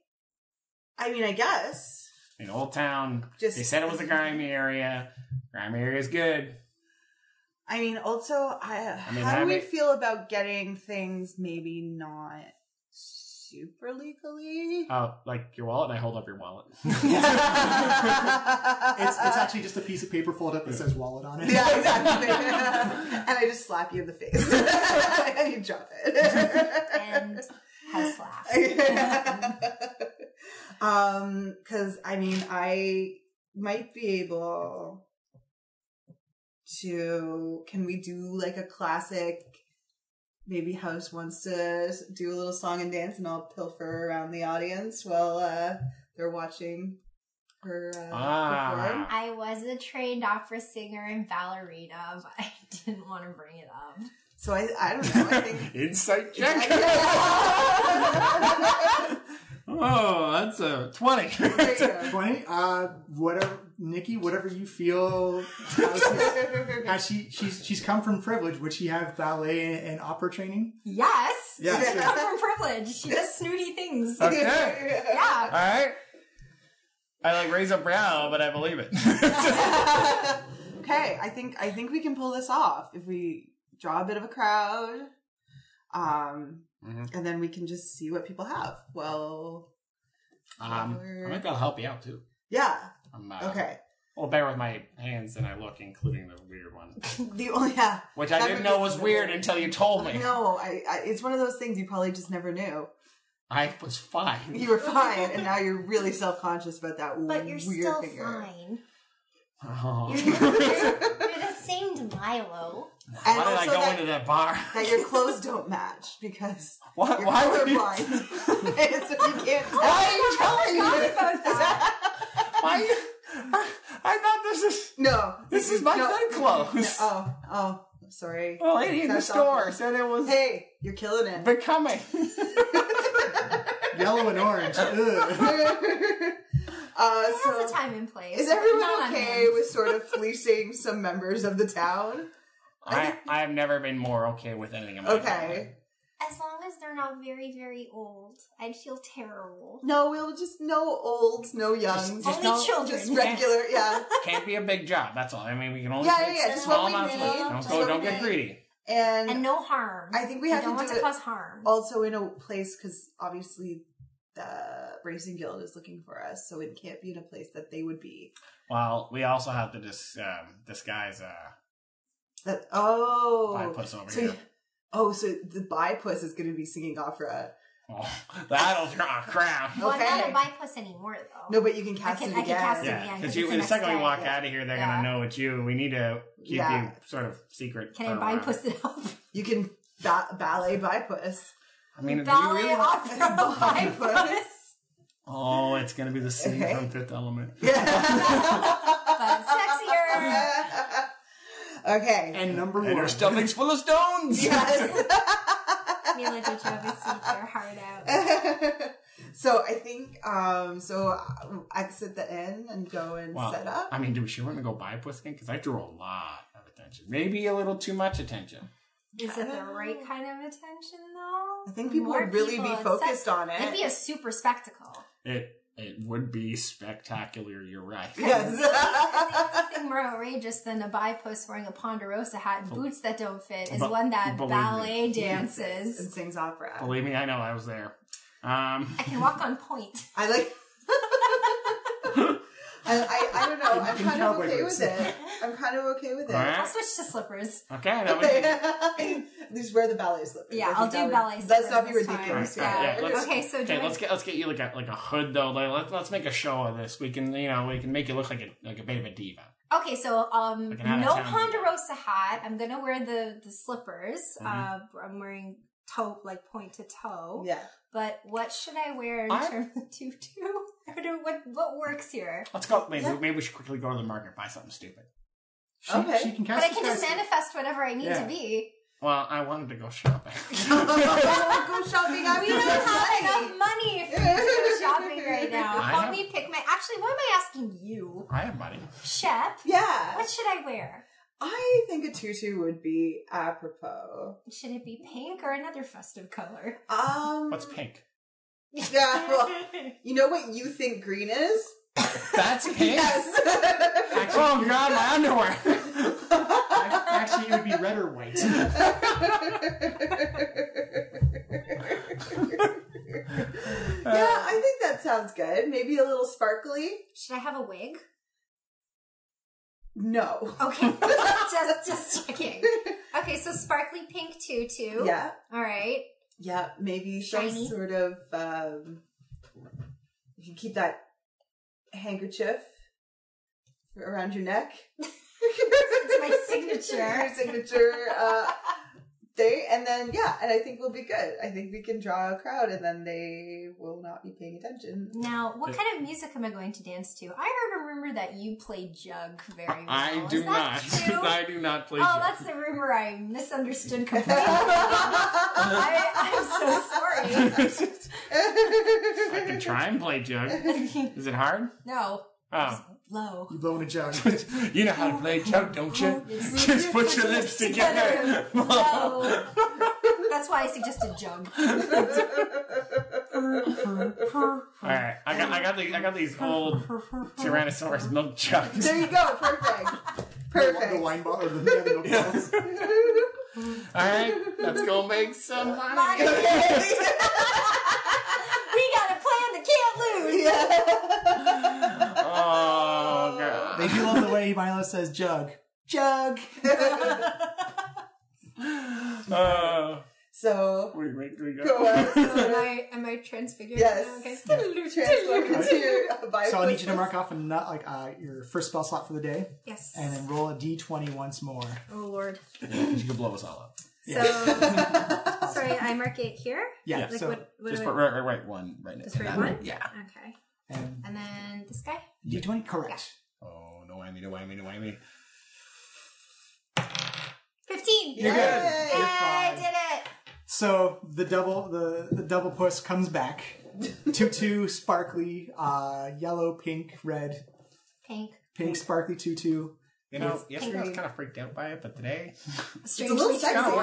Speaker 3: I mean, I guess.
Speaker 2: In Old Town,
Speaker 3: Just-
Speaker 2: they said it was a grimy area. Grimy area is good.
Speaker 3: I mean, also, I,
Speaker 2: I mean,
Speaker 3: how do we
Speaker 2: having-
Speaker 3: feel about getting things maybe not super legally?
Speaker 2: Oh, like your wallet? I hold up your wallet. [laughs]
Speaker 1: It's, it's actually just a piece of paper folded up that says wallet on it.
Speaker 3: Uh, [laughs] Yeah, exactly. [laughs] and I just slap you in the face. [laughs] and you drop it.
Speaker 4: And house laugh.
Speaker 3: [laughs]
Speaker 4: [laughs]
Speaker 3: um, because I mean, I might be able to. Can we do like a classic? Maybe House wants to do a little song and dance, and I'll pilfer around the audience while uh, they're watching her uh, perform.
Speaker 2: ah.
Speaker 4: I was a trained opera singer and ballerina, but [laughs] I didn't want to bring it up.
Speaker 3: So I, I don't know. I think.
Speaker 2: Insight [laughs]
Speaker 3: [laughs]
Speaker 2: check. [laughs] oh, that's a 20.
Speaker 3: There you go.
Speaker 1: Twenty. Uh, whatever, Nikki. Whatever you
Speaker 3: [laughs]
Speaker 1: feel. uh, As she she's she's come from privilege. Would she have ballet and opera training?
Speaker 4: Yes!
Speaker 1: Yeah,
Speaker 4: She's
Speaker 1: sure.
Speaker 4: come from privilege. She does snooty things.
Speaker 3: Uh,
Speaker 2: [laughs] Okay.
Speaker 3: [laughs]
Speaker 2: [laughs]
Speaker 4: Yeah.
Speaker 2: All right. I like raise a brow, but I believe it. [laughs] Mm-hmm.
Speaker 3: [laughs] okay, I think I think we can pull this off if we draw a bit of a crowd, um,
Speaker 2: Mhm.
Speaker 3: and then we can just see what people have. Well,
Speaker 2: um, I think that'll help you out too.
Speaker 3: yeah,
Speaker 2: I'm, uh,
Speaker 3: okay. [laughs]
Speaker 2: Well, better with my hands than I look, including the weird one,
Speaker 3: [laughs] The only yeah,
Speaker 2: which I
Speaker 3: That
Speaker 2: didn't
Speaker 3: would
Speaker 2: know
Speaker 3: be-
Speaker 2: was weird until you told me.
Speaker 3: no, I, I it's one of those things you probably just never knew.
Speaker 2: I was fine. [laughs]
Speaker 3: You were fine, and now you're really self conscious about that.
Speaker 4: But you're
Speaker 3: weird [laughs]
Speaker 4: still
Speaker 3: finger.
Speaker 4: fine.
Speaker 2: Oh.
Speaker 4: You're the named Milo.
Speaker 3: And
Speaker 2: Why did I
Speaker 3: also
Speaker 2: go
Speaker 3: that,
Speaker 2: into that bar?
Speaker 3: that your clothes don't match
Speaker 2: [laughs]
Speaker 3: because
Speaker 2: Why-
Speaker 3: you're
Speaker 2: why would you-
Speaker 3: colorblind. [laughs] It's- you can't
Speaker 2: [laughs]
Speaker 3: tell.
Speaker 2: Why are you telling me? [laughs] Why? you- I thought this is
Speaker 3: No.
Speaker 2: this is my
Speaker 3: no.
Speaker 2: bed clothes.
Speaker 3: Oh, oh, sorry.
Speaker 2: A lady in the
Speaker 3: That's
Speaker 2: store
Speaker 3: awful.
Speaker 2: said it was
Speaker 3: Hey, you're killing it.
Speaker 2: becoming.
Speaker 1: Yellow and orange. Ugh.
Speaker 3: [laughs] Uh,
Speaker 4: It has a
Speaker 3: so,
Speaker 4: time and place.
Speaker 3: is
Speaker 4: but
Speaker 3: everyone
Speaker 4: not on
Speaker 3: okay
Speaker 4: him.
Speaker 3: with sort of fleecing some members of the town?
Speaker 2: I I've never been more okay with anything. in my life.
Speaker 3: Okay.
Speaker 4: As long as they're not very, very old, I'd feel terrible.
Speaker 3: No, we'll just no olds, no youngs,
Speaker 2: Just
Speaker 4: Only
Speaker 2: don't-
Speaker 4: children.
Speaker 3: just regular. Yeah,
Speaker 2: Can't be a big job. That's all. I mean, we can only
Speaker 3: Yeah,
Speaker 2: take
Speaker 3: yeah, yeah, just
Speaker 2: small
Speaker 3: what we
Speaker 2: amounts. Of,
Speaker 3: need,
Speaker 2: don't
Speaker 3: just
Speaker 2: go.
Speaker 3: what
Speaker 2: Don't
Speaker 3: we
Speaker 2: get
Speaker 3: need.
Speaker 2: greedy.
Speaker 3: [laughs] and,
Speaker 4: And no harm.
Speaker 3: I think we
Speaker 4: You
Speaker 3: have to
Speaker 4: don't want
Speaker 3: do
Speaker 4: to
Speaker 3: it-
Speaker 4: cause harm.
Speaker 3: also in a place because obviously the racing guild is looking for us, so it can't be in a place that they would be.
Speaker 2: Well, we also have to dis, um, disguise uh,
Speaker 3: That oh,
Speaker 2: five puss over [laughs]
Speaker 3: so
Speaker 2: here.
Speaker 3: you- oh, so the bypuss is going to be singing opera.
Speaker 2: Well, that'll draw a
Speaker 3: [laughs]
Speaker 2: crowd.
Speaker 4: Well,
Speaker 3: Okay.
Speaker 4: I'm not a bipuss anymore, though.
Speaker 3: No, but you can
Speaker 4: I
Speaker 3: cast
Speaker 4: can,
Speaker 3: it
Speaker 4: I can
Speaker 3: again.
Speaker 4: cast it
Speaker 2: Yeah,
Speaker 4: again.
Speaker 2: because
Speaker 4: it's
Speaker 2: you the
Speaker 4: next
Speaker 2: second we
Speaker 4: day.
Speaker 2: walk out of here, they're
Speaker 4: Yeah.
Speaker 2: gonna know it's you. We need to keep
Speaker 3: Yeah.
Speaker 2: you sort of secret.
Speaker 4: Can
Speaker 2: for
Speaker 4: I
Speaker 2: a while.
Speaker 4: [laughs] bipuss it up?
Speaker 3: You can ba- ballet bypuss.
Speaker 2: I mean, do you
Speaker 4: Ballet
Speaker 2: really want-
Speaker 3: [laughs]
Speaker 4: opera bipuss.
Speaker 2: Oh, it's gonna be the scene
Speaker 3: Okay.
Speaker 2: from Fifth Element.
Speaker 4: But sexier.
Speaker 3: [laughs] okay. [laughs]
Speaker 1: and number
Speaker 2: And her
Speaker 1: one.
Speaker 2: stomach's full of stones. [laughs]
Speaker 3: Yes.
Speaker 4: Mila Djokovic eat their heart out.
Speaker 3: [laughs] so I think um so uh, exit the inn and go and
Speaker 2: Well,
Speaker 3: set
Speaker 2: [laughs]
Speaker 3: up.
Speaker 2: I mean, do she want to go bipuss again? Because I drew a lot of attention. Maybe a little too much attention.
Speaker 4: Is it the right kind of attention, though?
Speaker 3: I think people
Speaker 4: More
Speaker 3: would really
Speaker 4: people,
Speaker 3: be
Speaker 4: it's
Speaker 3: focused
Speaker 4: such-
Speaker 3: on it.
Speaker 4: It'd be a super spectacle.
Speaker 2: It it would be spectacular. You're right.
Speaker 3: yes. [laughs]
Speaker 4: Nothing more outrageous than a bipost wearing a ponderosa hat and boots that don't fit is
Speaker 2: Bu-
Speaker 4: one that
Speaker 2: believe
Speaker 4: ballet
Speaker 3: and
Speaker 4: dances.
Speaker 3: sings opera.
Speaker 2: Believe me, I know. I was there. Um,
Speaker 4: I can walk on point.
Speaker 3: [laughs] I like. I, I, I don't know. I'm kind of okay with it. I'm kind of okay with it.
Speaker 2: All right.
Speaker 4: I'll switch to slippers.
Speaker 2: okay,
Speaker 4: [laughs]
Speaker 2: that would be
Speaker 3: [laughs] Okay. These wear the ballet slippers. I
Speaker 4: Yeah, I'll
Speaker 3: think that
Speaker 4: do ballet
Speaker 3: would- Let's not be
Speaker 4: slippers this time.
Speaker 3: ridiculous.
Speaker 2: All right,
Speaker 3: Yeah.
Speaker 2: yeah, let's-
Speaker 4: okay, so do
Speaker 2: Okay,
Speaker 4: I-
Speaker 2: let's get let's get you like a like a hood though. Like, let's let's make a show of this. We can you know we can make you look like a like a bit of a diva.
Speaker 4: Okay, so um,
Speaker 2: Like an out of
Speaker 4: no
Speaker 2: town
Speaker 4: ponderosa hat. I'm gonna wear the the slippers.
Speaker 2: Mhm.
Speaker 4: Uh, I'm wearing toe like point to toe.
Speaker 3: Mm-hmm. Yeah.
Speaker 4: But what should I wear in
Speaker 2: I-
Speaker 4: terms of tutu? [laughs] Or do, what what works here?
Speaker 2: Let's go. Maybe, maybe we should quickly go to the market buy something stupid.
Speaker 1: She,
Speaker 3: Okay.
Speaker 1: she can
Speaker 4: But
Speaker 1: cast
Speaker 4: I can just
Speaker 1: disguise.
Speaker 4: manifest whatever I need
Speaker 1: Yeah.
Speaker 4: to
Speaker 3: [laughs]
Speaker 4: be.
Speaker 2: Well, I wanted to go
Speaker 4: [laughs]
Speaker 2: shopping.
Speaker 3: Oh, Go shopping after
Speaker 4: We don't
Speaker 3: this.
Speaker 4: have enough money for me
Speaker 3: [laughs]
Speaker 4: to go shopping right now.
Speaker 2: I
Speaker 4: Help
Speaker 2: have-
Speaker 4: me pick my. Actually, what am I asking you,
Speaker 2: I have money.
Speaker 4: Shep?
Speaker 3: Yeah.
Speaker 4: What should I wear?
Speaker 3: I think a tutu would be apropos.
Speaker 4: Should it be pink or another
Speaker 3: [laughs]
Speaker 4: festive color?
Speaker 3: Um,
Speaker 2: What's pink?
Speaker 3: Yeah, well, you know what you think green is?
Speaker 2: That's pink.
Speaker 3: Yes.
Speaker 2: Oh god, my underwear.
Speaker 1: Actually, it would be red or white.
Speaker 2: Uh.
Speaker 3: yeah, I think that sounds good. Maybe a little sparkly.
Speaker 4: Should I have a wig?
Speaker 3: No.
Speaker 4: Okay, [laughs] just
Speaker 3: [laughs]
Speaker 4: just checking. Okay, so sparkly pink tutu.
Speaker 3: Yeah.
Speaker 4: All right.
Speaker 3: Yeah, maybe some
Speaker 4: Shiny.
Speaker 3: sort of. Um, you can keep that handkerchief around your neck. [laughs] it's
Speaker 4: my signature.
Speaker 3: Your signature uh, thing, and then yeah, and I think we'll be good. I think we can draw a crowd, and then they will not be paying attention. [laughs]
Speaker 4: Now, what kind of music am I going to dance to? I heard a rumor that you play jug very well.
Speaker 2: I do
Speaker 4: Oh, Is that
Speaker 2: not. [laughs]
Speaker 4: True?
Speaker 2: I do not play.
Speaker 4: Oh,
Speaker 2: jazz.
Speaker 4: that's the rumor I misunderstood completely.
Speaker 3: [laughs]
Speaker 4: I, I'm so sorry.
Speaker 3: [laughs]
Speaker 2: I can try and play jug. Is it hard?
Speaker 4: No,
Speaker 2: Oh,
Speaker 4: low.
Speaker 1: You blow in a jug.
Speaker 2: you know how to play jug, don't you? Just put your lips together.
Speaker 4: [laughs]
Speaker 2: [laughs]
Speaker 4: Low. That's why I suggested jug.
Speaker 2: All right, I got, I got, the, I got these old Tyrannosaurus milk jugs.
Speaker 3: There you go. Perfect.
Speaker 1: The
Speaker 3: Perfect.
Speaker 1: wine bottle or the, [laughs] yeah, the milk bottles.
Speaker 2: All right, let's go make some money. [laughs]
Speaker 4: We got a plan that can't lose.
Speaker 2: Oh god.
Speaker 1: They do love the way Milo says jug.
Speaker 3: Jug.
Speaker 2: Uh,
Speaker 3: [laughs] So
Speaker 2: Wait, wait, wait, [laughs]
Speaker 3: go on.
Speaker 6: Am
Speaker 3: So,
Speaker 6: I am I transfigured? now? Okay.
Speaker 3: yes. Transform into a bi-
Speaker 1: So I need you to mark off a nut, like uh, your first spell slot for the day,
Speaker 6: Yes.
Speaker 1: and then roll a d20 once more.
Speaker 6: oh lord.
Speaker 2: She could blow us all up.
Speaker 6: So
Speaker 3: [laughs]
Speaker 1: [laughs]
Speaker 6: Oh,
Speaker 4: Oh,
Speaker 6: sorry, I mark it here.
Speaker 1: Yeah.
Speaker 6: Like
Speaker 1: so
Speaker 6: what? what
Speaker 2: Just
Speaker 6: do
Speaker 2: put
Speaker 6: I-
Speaker 2: right, right, right one right next
Speaker 6: Just
Speaker 2: to
Speaker 6: right
Speaker 2: that.
Speaker 6: one?
Speaker 2: Yeah.
Speaker 6: Okay.
Speaker 1: and
Speaker 6: And then this guy.
Speaker 1: d20, correct.
Speaker 2: Oh no whammy, no whammy, no whammy.
Speaker 6: Fifteen.
Speaker 1: You're good.
Speaker 3: Yay!
Speaker 1: You're
Speaker 6: I
Speaker 1: fine.
Speaker 6: did it.
Speaker 1: So the double the, the double puss comes back. Two two sparkly, uh, yellow, pink, red,
Speaker 6: Pink.
Speaker 1: pink sparkly tutu.
Speaker 2: You know, yesterday I was kind of freaked out by it, but today,
Speaker 3: It's a little sexy.
Speaker 2: oh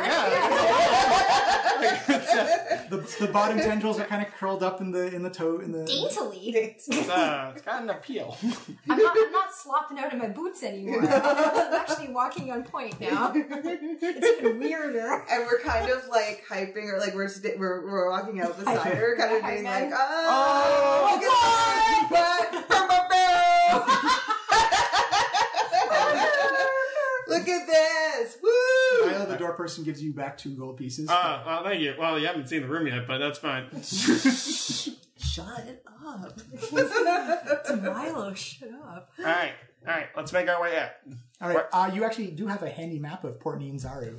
Speaker 2: yeah,
Speaker 1: The, the bottom tendrils are kind of curled up in the in the toe in the
Speaker 6: Daintily.
Speaker 2: [laughs] [laughs] it's, uh, it's got an appeal.
Speaker 6: I'm not, I'm not slopping out of my boots
Speaker 3: [laughs]
Speaker 6: anymore. I'm actually walking on point now. It's even weirder.
Speaker 3: And we're kind of like hyping, or like we're just, we're, we're walking out the side, or kind of being like, oh, look at this butt. look at this, woo!
Speaker 1: Kyle, the door person gives you back two gold pieces.
Speaker 7: Uh, well, thank you. Well, you haven't seen the room yet, but that's fine.
Speaker 3: Shut up.
Speaker 6: Milo, shut up.
Speaker 2: all right, all right, let's make our way out.
Speaker 1: All right. Uh, you actually do have a handy map of Port Nianzaru.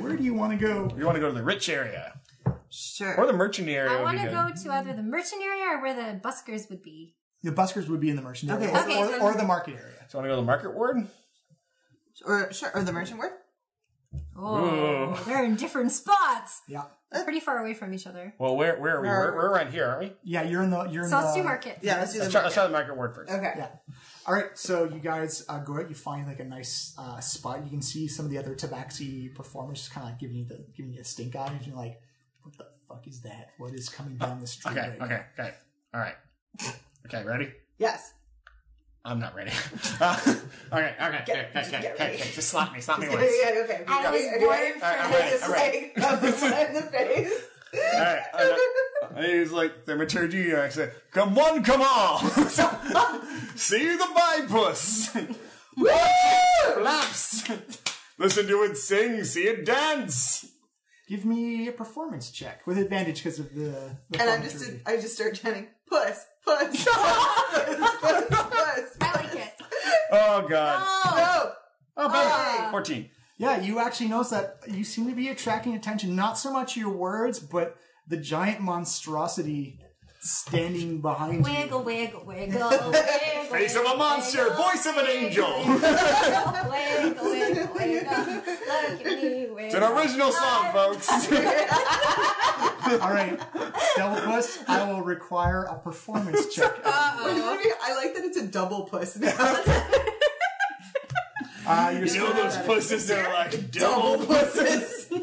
Speaker 1: Where do you want to go?
Speaker 2: We want to go to the rich area or
Speaker 3: Sure.
Speaker 2: the merchant area.
Speaker 6: I
Speaker 2: would be
Speaker 6: want to
Speaker 2: good.
Speaker 6: go to either the merchant area or where the buskers would be.
Speaker 1: The buskers would be in the merchant area,
Speaker 3: Okay,
Speaker 1: or-
Speaker 6: so-
Speaker 1: or, or the market area.
Speaker 2: So, want to go to the market ward?
Speaker 3: Or sure, or the merchant word.
Speaker 6: Oh, they're in different spots.
Speaker 1: Yeah,
Speaker 6: Pretty far away from each other.
Speaker 2: Well, where where are we? We're, we're around here, aren't we?
Speaker 1: yeah. You're in the you're in
Speaker 6: So
Speaker 1: the
Speaker 6: let's do market.
Speaker 3: Yeah, let's do the
Speaker 2: Let's try,
Speaker 3: merchant.
Speaker 2: let's try the market ward first.
Speaker 3: Okay.
Speaker 1: Yeah. All right. So you guys uh, go out. You find like a nice uh, spot. You can see some of the other Tabaxi performers just kind of like giving you the giving you a stink eye. And you're like, what the fuck is that? What is coming down the street?
Speaker 2: Okay,
Speaker 1: right
Speaker 2: okay, okay. All right. Okay, ready?
Speaker 3: Yes. [laughs]
Speaker 2: I'm not ready. [laughs] Uh, okay, okay, okay,
Speaker 3: Get-
Speaker 2: okay,
Speaker 3: just
Speaker 2: okay,
Speaker 3: get
Speaker 2: okay,
Speaker 3: ready.
Speaker 2: Just slap me, slap me
Speaker 3: Yeah,
Speaker 2: once.
Speaker 3: okay.
Speaker 6: I was
Speaker 3: Okay,
Speaker 6: born
Speaker 3: okay.
Speaker 6: for
Speaker 2: I'm
Speaker 3: I was
Speaker 2: all [laughs]
Speaker 3: like, in the face.
Speaker 2: All right. [laughs] And he's like thaumaturgy. I said, "Come on, come on, [laughs] see the bipus, [laughs] flaps, [laughs] listen to it sing, see it dance."
Speaker 1: Give me a performance check with advantage because of the. the
Speaker 3: And I'm just,
Speaker 1: thaumaturgy.
Speaker 3: I just start chanting, puss, puss, puss, puss, puss, puss.
Speaker 6: I like it.
Speaker 2: Oh God!
Speaker 6: Oh,
Speaker 3: No.
Speaker 2: Oh, baby. fourteen.
Speaker 1: Yeah, you actually notice that you seem to be attracting attention, not so much your words, but the giant monstrosity standing behind you.
Speaker 6: wiggle, wiggle, wiggle, wiggle.
Speaker 2: Face of a monster, voice of an angel. [laughs]
Speaker 6: Wiggle, wiggle, wiggle. Look at me, wiggle.
Speaker 2: It's an original song, [laughs] folks.
Speaker 1: All right, Devil Puss, I will require a performance
Speaker 3: [laughs]
Speaker 1: check.
Speaker 3: I like that it's a double puss now.
Speaker 2: [laughs]
Speaker 1: Uh, your
Speaker 2: you know those pussies? They're like double.
Speaker 3: Pusses.
Speaker 6: It's a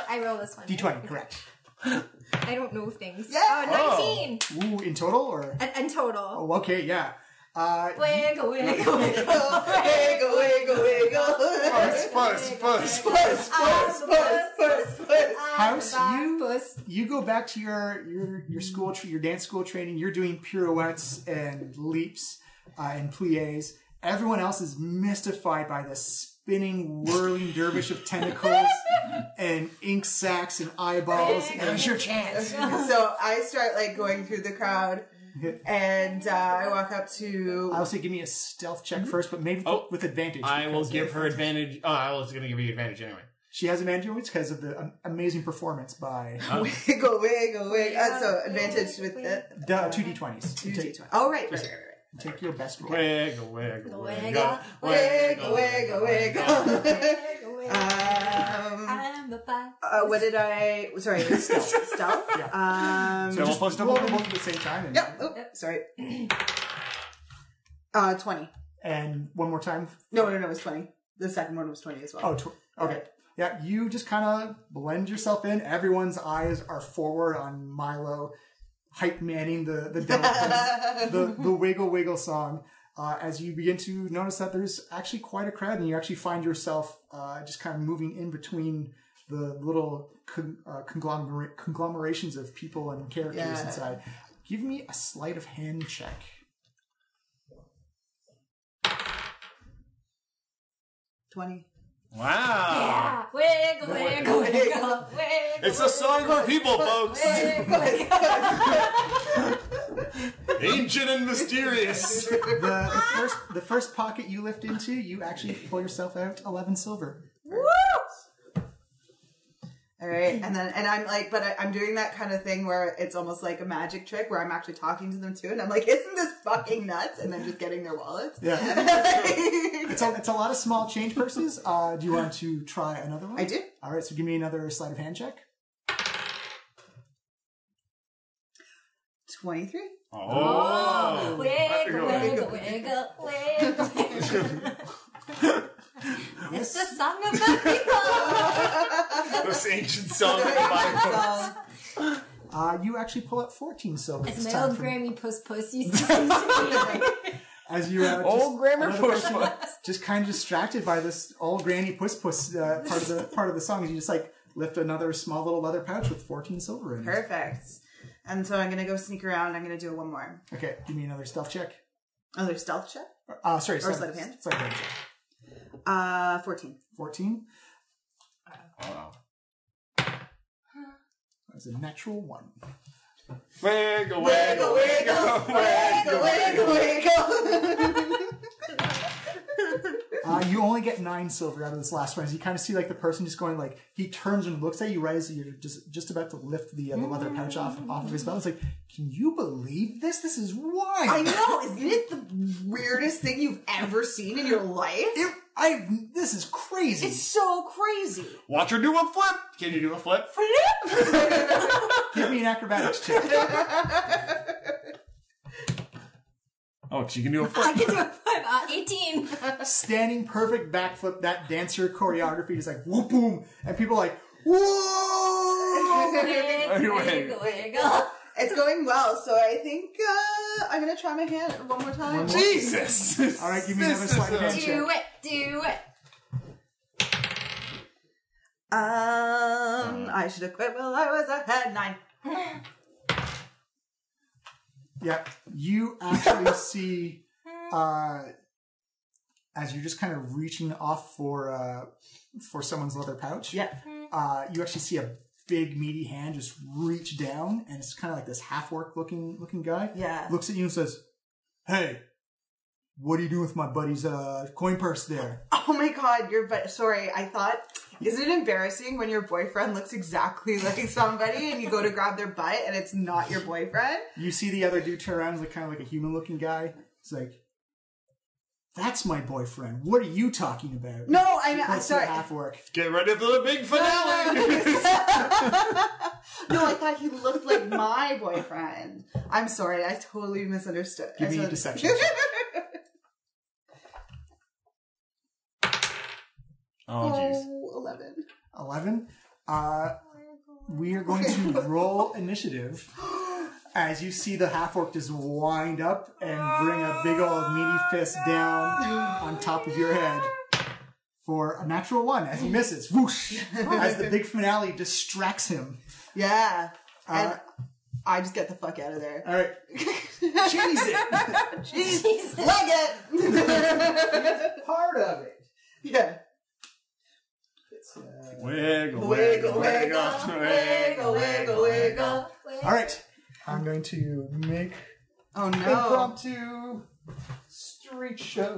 Speaker 6: tw- I roll this one.
Speaker 1: D20, correct.
Speaker 6: I don't know things.
Speaker 3: Yeah.
Speaker 6: Oh, 19
Speaker 1: Ooh, in total or?
Speaker 6: in, in total.
Speaker 1: Oh, okay, yeah. Uh,
Speaker 6: Wiggle, wiggle, wiggle.
Speaker 3: wiggle, wiggle, wiggle.
Speaker 2: Puss, puss, puss.
Speaker 3: Puss, puss, puss, puss, puss.
Speaker 1: House,
Speaker 6: Bye,
Speaker 1: you-
Speaker 6: puss.
Speaker 1: you go back to your your your school tr- your dance school training you're doing pirouettes and leaps uh, and plies everyone else is mystified by this spinning whirling dervish of tentacles and ink sacs and eyeballs and
Speaker 2: your chance.
Speaker 3: So I start like going through the crowd and uh, I walk up to
Speaker 1: i'll say give me a stealth check first but maybe
Speaker 7: Oh,
Speaker 1: with advantage
Speaker 7: I will
Speaker 1: because
Speaker 7: give
Speaker 1: of-
Speaker 7: her advantage. Oh, I was going to give you advantage anyway.
Speaker 1: she has advantage because of the um, amazing performance by
Speaker 7: Uh,
Speaker 3: wiggle, wiggle, wiggle. Uh, so advantage with the
Speaker 1: the two d20s You take,
Speaker 3: Oh, right, right, right, right.
Speaker 1: take your best roll
Speaker 7: Wiggle, wiggle,
Speaker 6: Wiggle,
Speaker 3: Wiggle, wiggle, wiggle.
Speaker 6: wiggle, wiggle.
Speaker 3: um,
Speaker 6: [laughs] I'm a bus.
Speaker 3: [laughs] uh, what did I?
Speaker 1: [laughs]
Speaker 3: Sorry, stealth. stealth. Um,
Speaker 2: Double puss,
Speaker 1: roll
Speaker 2: double.
Speaker 1: them both at the same time and,
Speaker 3: yeah. Oh, sorry. Uh, twenty.
Speaker 1: and one more time
Speaker 3: No, no, no. It was twenty. The second one was twenty as well.
Speaker 1: Oh, tw- okay. Yeah, you just kind of blend yourself in. Everyone's eyes are forward on Milo, hype manning the the dolphins, the the wiggle wiggle song. Uh, as you begin to notice that there's actually quite a crowd, and you actually find yourself uh, just kind of moving in between the little con- uh, conglomerate conglomerations of people and characters
Speaker 3: Yeah.
Speaker 1: inside. Give me a sleight of hand check.
Speaker 3: Twenty.
Speaker 2: Wow.
Speaker 4: Ah, wiggle, wiggle, wiggle, wiggle.
Speaker 2: It's a song for people, folks. Ancient and mysterious.
Speaker 1: The, the first the first pocket you lift into, you actually pull yourself out eleven silver.
Speaker 3: All right, and then and I'm like, but I, I'm doing that kind of thing where it's almost like a magic trick where I'm actually talking to them too, and I'm like, isn't this fucking nuts? And then just getting their wallets. [laughs]
Speaker 1: Yeah,
Speaker 3: I
Speaker 1: [laughs] it's a, it's a lot of small change purses. Uh, do you want to try another one?
Speaker 3: do.
Speaker 1: All right, so give me another sleight of hand check.
Speaker 3: Twenty three.
Speaker 2: [laughs] Oh.
Speaker 4: Wiggle, wiggle, wiggle, wiggle. It's the song of the people.
Speaker 2: This ancient song of mine.
Speaker 1: Uh, you actually pull out fourteen silver.
Speaker 4: As
Speaker 1: this
Speaker 4: my
Speaker 1: time
Speaker 4: old
Speaker 1: from-
Speaker 4: Grammy post post used to sing to me.
Speaker 1: as you uh, just-
Speaker 2: Old grammar
Speaker 1: another
Speaker 2: push.
Speaker 1: person [laughs] just kind of distracted by this old granny puss puss uh, part of the part of the song. You just like lift another small little leather pouch with fourteen silver in it.
Speaker 3: Perfect. And so I'm gonna go sneak around. I'm gonna do one more.
Speaker 1: Okay, give me another stealth check.
Speaker 3: Another stealth check.
Speaker 1: Uh, sorry, sleight,
Speaker 3: sleight of hand?
Speaker 1: Sleight of hand check.
Speaker 3: Uh, fourteen.
Speaker 1: Fourteen.
Speaker 3: Uh,
Speaker 2: Oh.
Speaker 1: That's a natural one.
Speaker 2: Wiggle, wiggle, wiggle, wiggle.
Speaker 3: Wiggle, wiggle.
Speaker 1: Uh, you only get nine silver out of this last one. As you kind of see, like the person just going, like he turns and looks at you right as you're just just about to lift the, uh, the leather pouch off off of his belt. It's like, can you believe this? This is wild.
Speaker 3: I know. Isn't it the weirdest thing you've ever seen in your life?
Speaker 1: It- I this is crazy.
Speaker 3: It's so crazy.
Speaker 2: Watch her do a flip. Can you do a flip?
Speaker 1: Give me an acrobatics
Speaker 3: [laughs]
Speaker 1: check.
Speaker 2: Oh, she can do a
Speaker 4: I
Speaker 2: flip.
Speaker 4: can do a five, uh, 18.
Speaker 1: standing perfect backflip that dancer choreography is like whoop boom and people are like whoa
Speaker 4: Wiggle, wiggle, wiggle.
Speaker 3: It's going well, so I think uh, I'm gonna try my hand one more time.
Speaker 2: Ah, Jesus. [laughs]
Speaker 1: all right give me another
Speaker 2: This is
Speaker 1: slide of
Speaker 2: a-
Speaker 1: hand
Speaker 4: Do
Speaker 1: check
Speaker 4: it, do it.
Speaker 1: Uh.
Speaker 3: Um, I should have quit while I was ahead. Nine.
Speaker 1: yeah you
Speaker 3: [laughs]
Speaker 1: actually see uh as you're just kind of reaching off for uh for someone's leather pouch
Speaker 3: Yeah.
Speaker 1: uh you actually see a big meaty hand just reach down and it's kind of like this half work looking looking guy
Speaker 3: Yeah.
Speaker 1: looks at you and says hey what are you doing with my buddy's uh coin purse there
Speaker 3: Oh my god, you're but sorry. I thought, isn't it embarrassing when your boyfriend looks exactly [laughs] like somebody and you go to grab their butt and it's not your boyfriend?
Speaker 1: You see the other dude turn around, he's like kind of like a human looking guy. It's like, that's my boyfriend. What are you talking about?
Speaker 3: No, I'm, I'm
Speaker 1: That's the
Speaker 3: sorry.
Speaker 1: half work.
Speaker 2: Get ready for the big finale.
Speaker 3: No, I thought he looked like my boyfriend. I'm sorry, I totally misunderstood.
Speaker 1: Give
Speaker 3: I
Speaker 1: me a
Speaker 3: totally-
Speaker 1: deception
Speaker 3: [laughs]
Speaker 2: Oh, jeez.
Speaker 3: oh, 11.
Speaker 1: Eleven. Uh, we are going to [laughs] roll initiative as you see the half orc just wind up and bring a big old meaty fist down on top of your head. For a natural one, as he misses, whoosh! As the big finale distracts him.
Speaker 3: Yeah. And
Speaker 1: Uh,
Speaker 3: I just get the fuck out of there.
Speaker 1: all right, cheese it.
Speaker 3: Jeez. Leg it!
Speaker 1: Part of it.
Speaker 3: [laughs] yeah.
Speaker 2: Wiggle,
Speaker 3: Wiggle,
Speaker 2: wiggle,
Speaker 3: wiggle, wiggle, wiggle, wiggle.
Speaker 1: All right. I'm going to make
Speaker 3: Oh no.
Speaker 1: impromptu street show.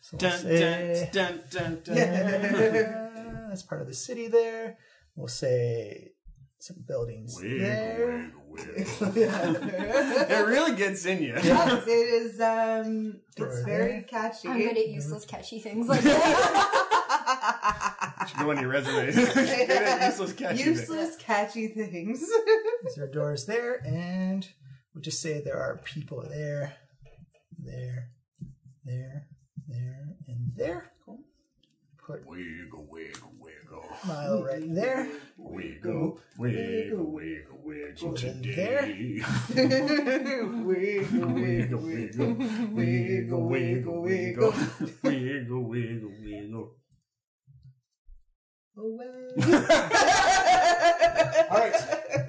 Speaker 1: So we'll
Speaker 2: Dun, dun,
Speaker 1: say-
Speaker 2: dun, dun, dun.
Speaker 1: Uh, That's part of the city there. We'll say some buildings there. [laughs]
Speaker 2: It really gets in you.
Speaker 3: Yes, it is, um, it's very catchy.
Speaker 4: I'm good at useless, catchy things like that.
Speaker 2: Should go on your resume. Get it, useless catchy bit.
Speaker 3: Useless, catchy things. [laughs]
Speaker 1: There are doors there, and we'll just say there are people there, there, there, there, and there. Put
Speaker 2: Wiggle, wiggle, wiggle.
Speaker 1: Milo right there.
Speaker 2: Wiggle, wiggle, wiggle, wiggle
Speaker 1: in
Speaker 2: today.
Speaker 3: wiggle,
Speaker 2: Wiggle, wiggle, wiggle, wiggle, wiggle, wiggle, wiggle, wiggle.
Speaker 1: All right,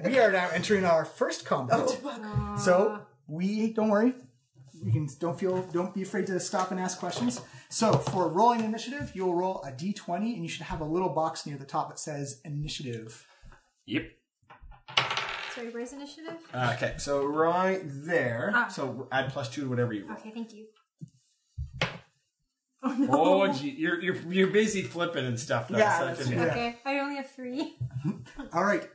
Speaker 1: we are now entering our first combat. So we don't worry. You can don't feel don't be afraid to stop and ask questions. So for rolling initiative, you'll roll a d20, and you should have a little box near the top that says initiative.
Speaker 2: Yep.
Speaker 6: Sorry, where's initiative?
Speaker 2: Uh, okay, so right there. So add plus two to whatever you roll.
Speaker 4: [laughs]
Speaker 6: Okay, thank you.
Speaker 2: Oh, gee, you're you're you're busy flipping and stuff. Though,
Speaker 3: Yeah,
Speaker 2: so
Speaker 3: that's
Speaker 2: it doesn't-
Speaker 1: Yeah.
Speaker 6: Okay, I only have three.
Speaker 1: All right,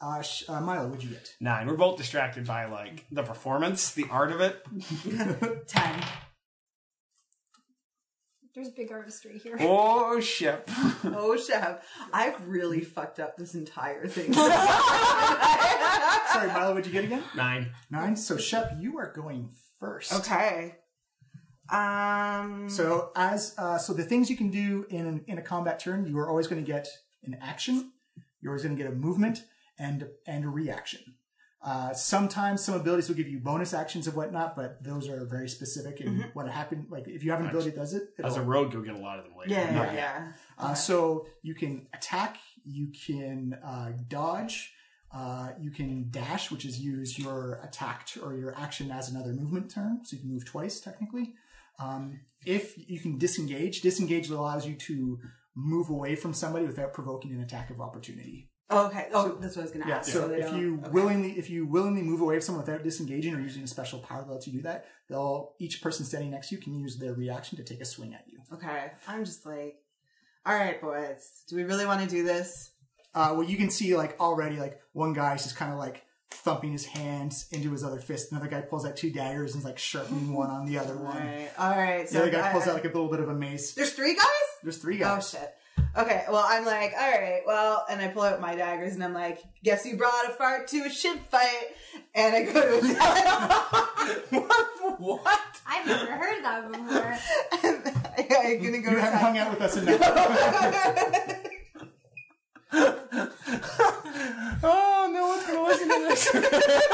Speaker 1: uh, sh- uh, Milo, what'd you get?
Speaker 2: Nine. We're both distracted by like the performance, the art of it.
Speaker 3: Ten.
Speaker 6: There's big artistry here.
Speaker 2: Oh shit.
Speaker 3: Oh, chef, I've really fucked up this entire [laughs] thing.
Speaker 1: Sorry, Milo, what'd you get again?
Speaker 2: Nine.
Speaker 1: Nine. So Shep, you are going first.
Speaker 3: okay. Um.
Speaker 1: So as uh, so the things you can do in in a combat turn, you are always going to get an action. You're always going to get a movement and and a reaction. Uh, sometimes some abilities will give you bonus actions and whatnot, but those are very specific and what happened. Like if you have an ability that does it, it'll-
Speaker 2: As a rogue, you'll get a lot of them later.
Speaker 3: yeah,
Speaker 2: Not
Speaker 3: yeah,
Speaker 2: yet.
Speaker 3: yeah.
Speaker 1: uh, so you can attack, you can uh, dodge, uh, you can dash, which is use your attack t- or your action as another movement turn. So you can move twice technically. Um, if you can disengage, disengage allows you to move away from somebody without provoking an attack of opportunity.
Speaker 3: Okay. Oh, that's what I was gonna
Speaker 1: Yeah.
Speaker 3: ask.
Speaker 1: So
Speaker 3: they
Speaker 1: if
Speaker 3: don't-
Speaker 1: you
Speaker 3: okay.
Speaker 1: willingly if you willingly move away from someone without disengaging or using a special power that lets you do that, they'll each person standing next to you can use their reaction to take a swing at you.
Speaker 3: Okay. I'm just like, all right, boys. Do we really want to do this?
Speaker 1: uh, well, you can see like already like one guy's just kind of like thumping his hands into his other fist. Another guy pulls out two daggers and is like sharpening one on the other
Speaker 3: All
Speaker 1: one.
Speaker 3: right. All right.
Speaker 1: The
Speaker 3: So
Speaker 1: other guy
Speaker 3: I-
Speaker 1: pulls
Speaker 3: I-
Speaker 1: out like a little bit of a mace.
Speaker 3: There's three guys.
Speaker 1: There's three
Speaker 3: Oh
Speaker 1: guys.
Speaker 3: shit. Okay, well I'm like, all right, well, and I pull out my daggers and I'm like, guess you brought a fart to a shit fight, and I go to [laughs] attack. what?
Speaker 6: I've never heard that before.
Speaker 3: And I'm gonna go
Speaker 1: you
Speaker 3: to
Speaker 1: haven't
Speaker 3: attack.
Speaker 1: hung out with us
Speaker 3: [laughs]
Speaker 1: enough.
Speaker 2: Oh, no one's gonna listen to this.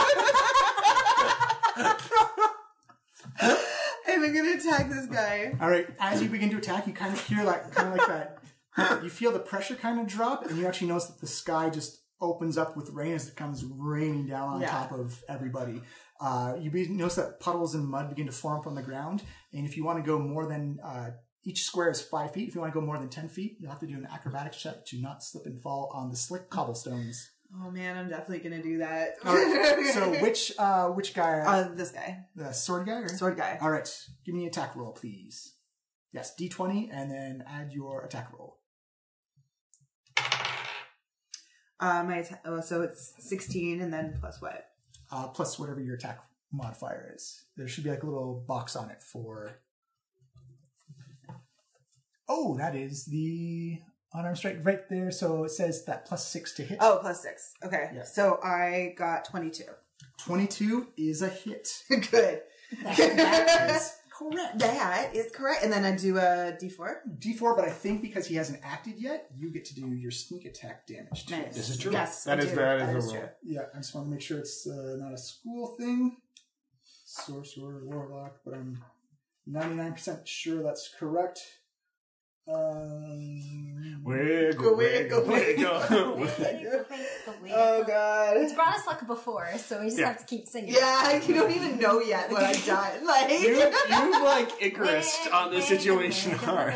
Speaker 3: [laughs] and I'm gonna attack this guy.
Speaker 1: All right. As you begin to attack, you kind of hear like kind of like that. You feel the pressure kind of drop, and you actually notice that the sky just opens up with rain as it comes raining down on
Speaker 3: Yeah.
Speaker 1: top of everybody. Uh, you be, notice that puddles and mud begin to form up on the ground, and if you want to go more than uh, each square is five feet, if you want to go more than ten feet, you'll have to do an acrobatics check to not slip and fall on the slick cobblestones.
Speaker 3: Oh man, I'm definitely gonna do that.
Speaker 1: All right. so which uh, which guy?
Speaker 3: [laughs] uh, this guy,
Speaker 1: the sword guy or
Speaker 3: sword guy.
Speaker 1: All right, give me an attack roll, please. Yes, d20, and then add your attack roll.
Speaker 3: Uh, my atta- oh, so it's 16 and then plus what?
Speaker 1: uh, plus whatever your attack modifier is. There should be like a little box on it for. Oh, that is the unarmed strike right there. So it says that plus six to hit.
Speaker 3: Oh, plus six. Okay,
Speaker 1: Yeah.
Speaker 3: so I got 22.
Speaker 1: 22 is a hit.
Speaker 3: [laughs] Good.
Speaker 1: That is correct.
Speaker 3: [laughs] That is correct. And then I do a D4.
Speaker 1: D4, but I think because he hasn't acted yet, you get to do your sneak attack damage too.
Speaker 3: Nice.
Speaker 2: This is true.
Speaker 3: Yes,
Speaker 2: That
Speaker 3: I
Speaker 2: is-
Speaker 3: do.
Speaker 2: that is a rule.
Speaker 3: true.
Speaker 1: Yeah, I just want to make sure it's uh, not a school thing. Sorcerer, warlock, but I'm 99% sure that's correct. Um,
Speaker 2: Wiggle,
Speaker 3: Wiggle,
Speaker 2: wiggle,
Speaker 3: wiggle.
Speaker 2: wiggle. [laughs]
Speaker 3: Oh god.
Speaker 6: It's brought us luck before, so we just
Speaker 2: Yeah.
Speaker 6: have to keep singing.
Speaker 3: Yeah, [laughs] you don't even know yet what I've done. [laughs] Like,
Speaker 2: You, you like Icarus on the situation hard.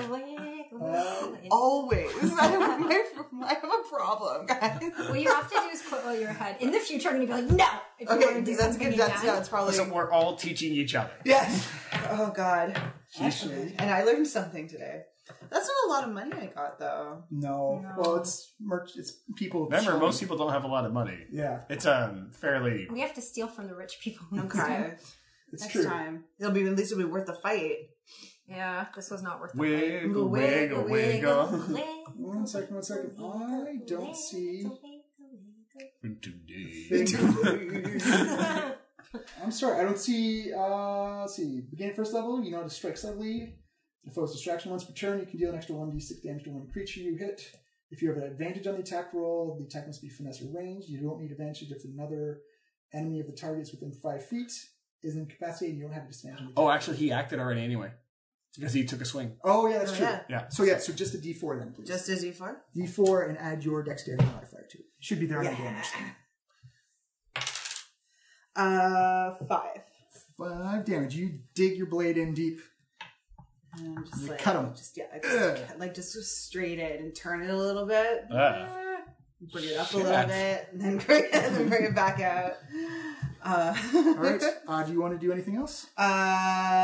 Speaker 3: always. [laughs] I have, my, I have a problem, guys.
Speaker 6: What you have to do is quit while you're ahead. In the future, I'm gonna be like, no. If you
Speaker 3: Okay,
Speaker 6: wanna do
Speaker 3: that's
Speaker 6: something
Speaker 3: good. That's,
Speaker 6: again.
Speaker 3: yeah, that's probably.
Speaker 2: So we're all teaching each other.
Speaker 3: Yes. Oh god.
Speaker 1: actually,
Speaker 3: And I learned something today. That's not a lot of money I got though.
Speaker 1: no.
Speaker 6: No.
Speaker 1: Well, it's merch. It's people.
Speaker 2: Remember,
Speaker 1: showing-
Speaker 2: most people don't have a lot of money.
Speaker 1: Yeah,
Speaker 2: It's um fairly.
Speaker 6: We have to steal from the rich people. next time.
Speaker 3: Okay.
Speaker 1: it's
Speaker 3: Next
Speaker 1: true.
Speaker 3: time. It'll be at least it'll be worth the fight.
Speaker 6: Yeah, this was not worth the fight.
Speaker 2: Wiggle, wiggle, wiggle.
Speaker 1: One second. One second. I don't see.
Speaker 2: Today.
Speaker 1: [laughs]
Speaker 3: [laughs]
Speaker 1: I'm sorry. I don't see. Uh, let's see. Begin at first level. You know how to strike subtly. If it's distraction once per turn, you can deal an extra one d6 damage to one creature you hit. If you have an advantage on the attack roll, the attack must be finesse or range. You don't need advantage if another enemy of the target is within five feet. Is incapacitated. You don't have a disadvantage. on the attack.
Speaker 2: Oh, actually, he acted already anyway because he took a swing.
Speaker 1: Oh yeah, that's
Speaker 3: Oh,
Speaker 1: true.
Speaker 3: yeah.
Speaker 2: Yeah.
Speaker 1: So yeah, so just a d4 then, please.
Speaker 3: Just as you far?
Speaker 1: d4 and add your dexterity modifier to it. Should be there on
Speaker 3: Yeah.
Speaker 1: the damage thing.
Speaker 3: Uh five. Uh,
Speaker 1: Five damage. You dig your blade in deep.
Speaker 3: And I'm just
Speaker 1: You
Speaker 3: like,
Speaker 1: cut 'em.
Speaker 3: Just yeah, I just cut- like just straight it and turn it a little bit.
Speaker 9: Ah.
Speaker 3: Bring it up a little bit, and then [laughs] bring it, and then bring it back out. Uh,
Speaker 1: All right. Uh, do you want to do anything else?
Speaker 3: [laughs]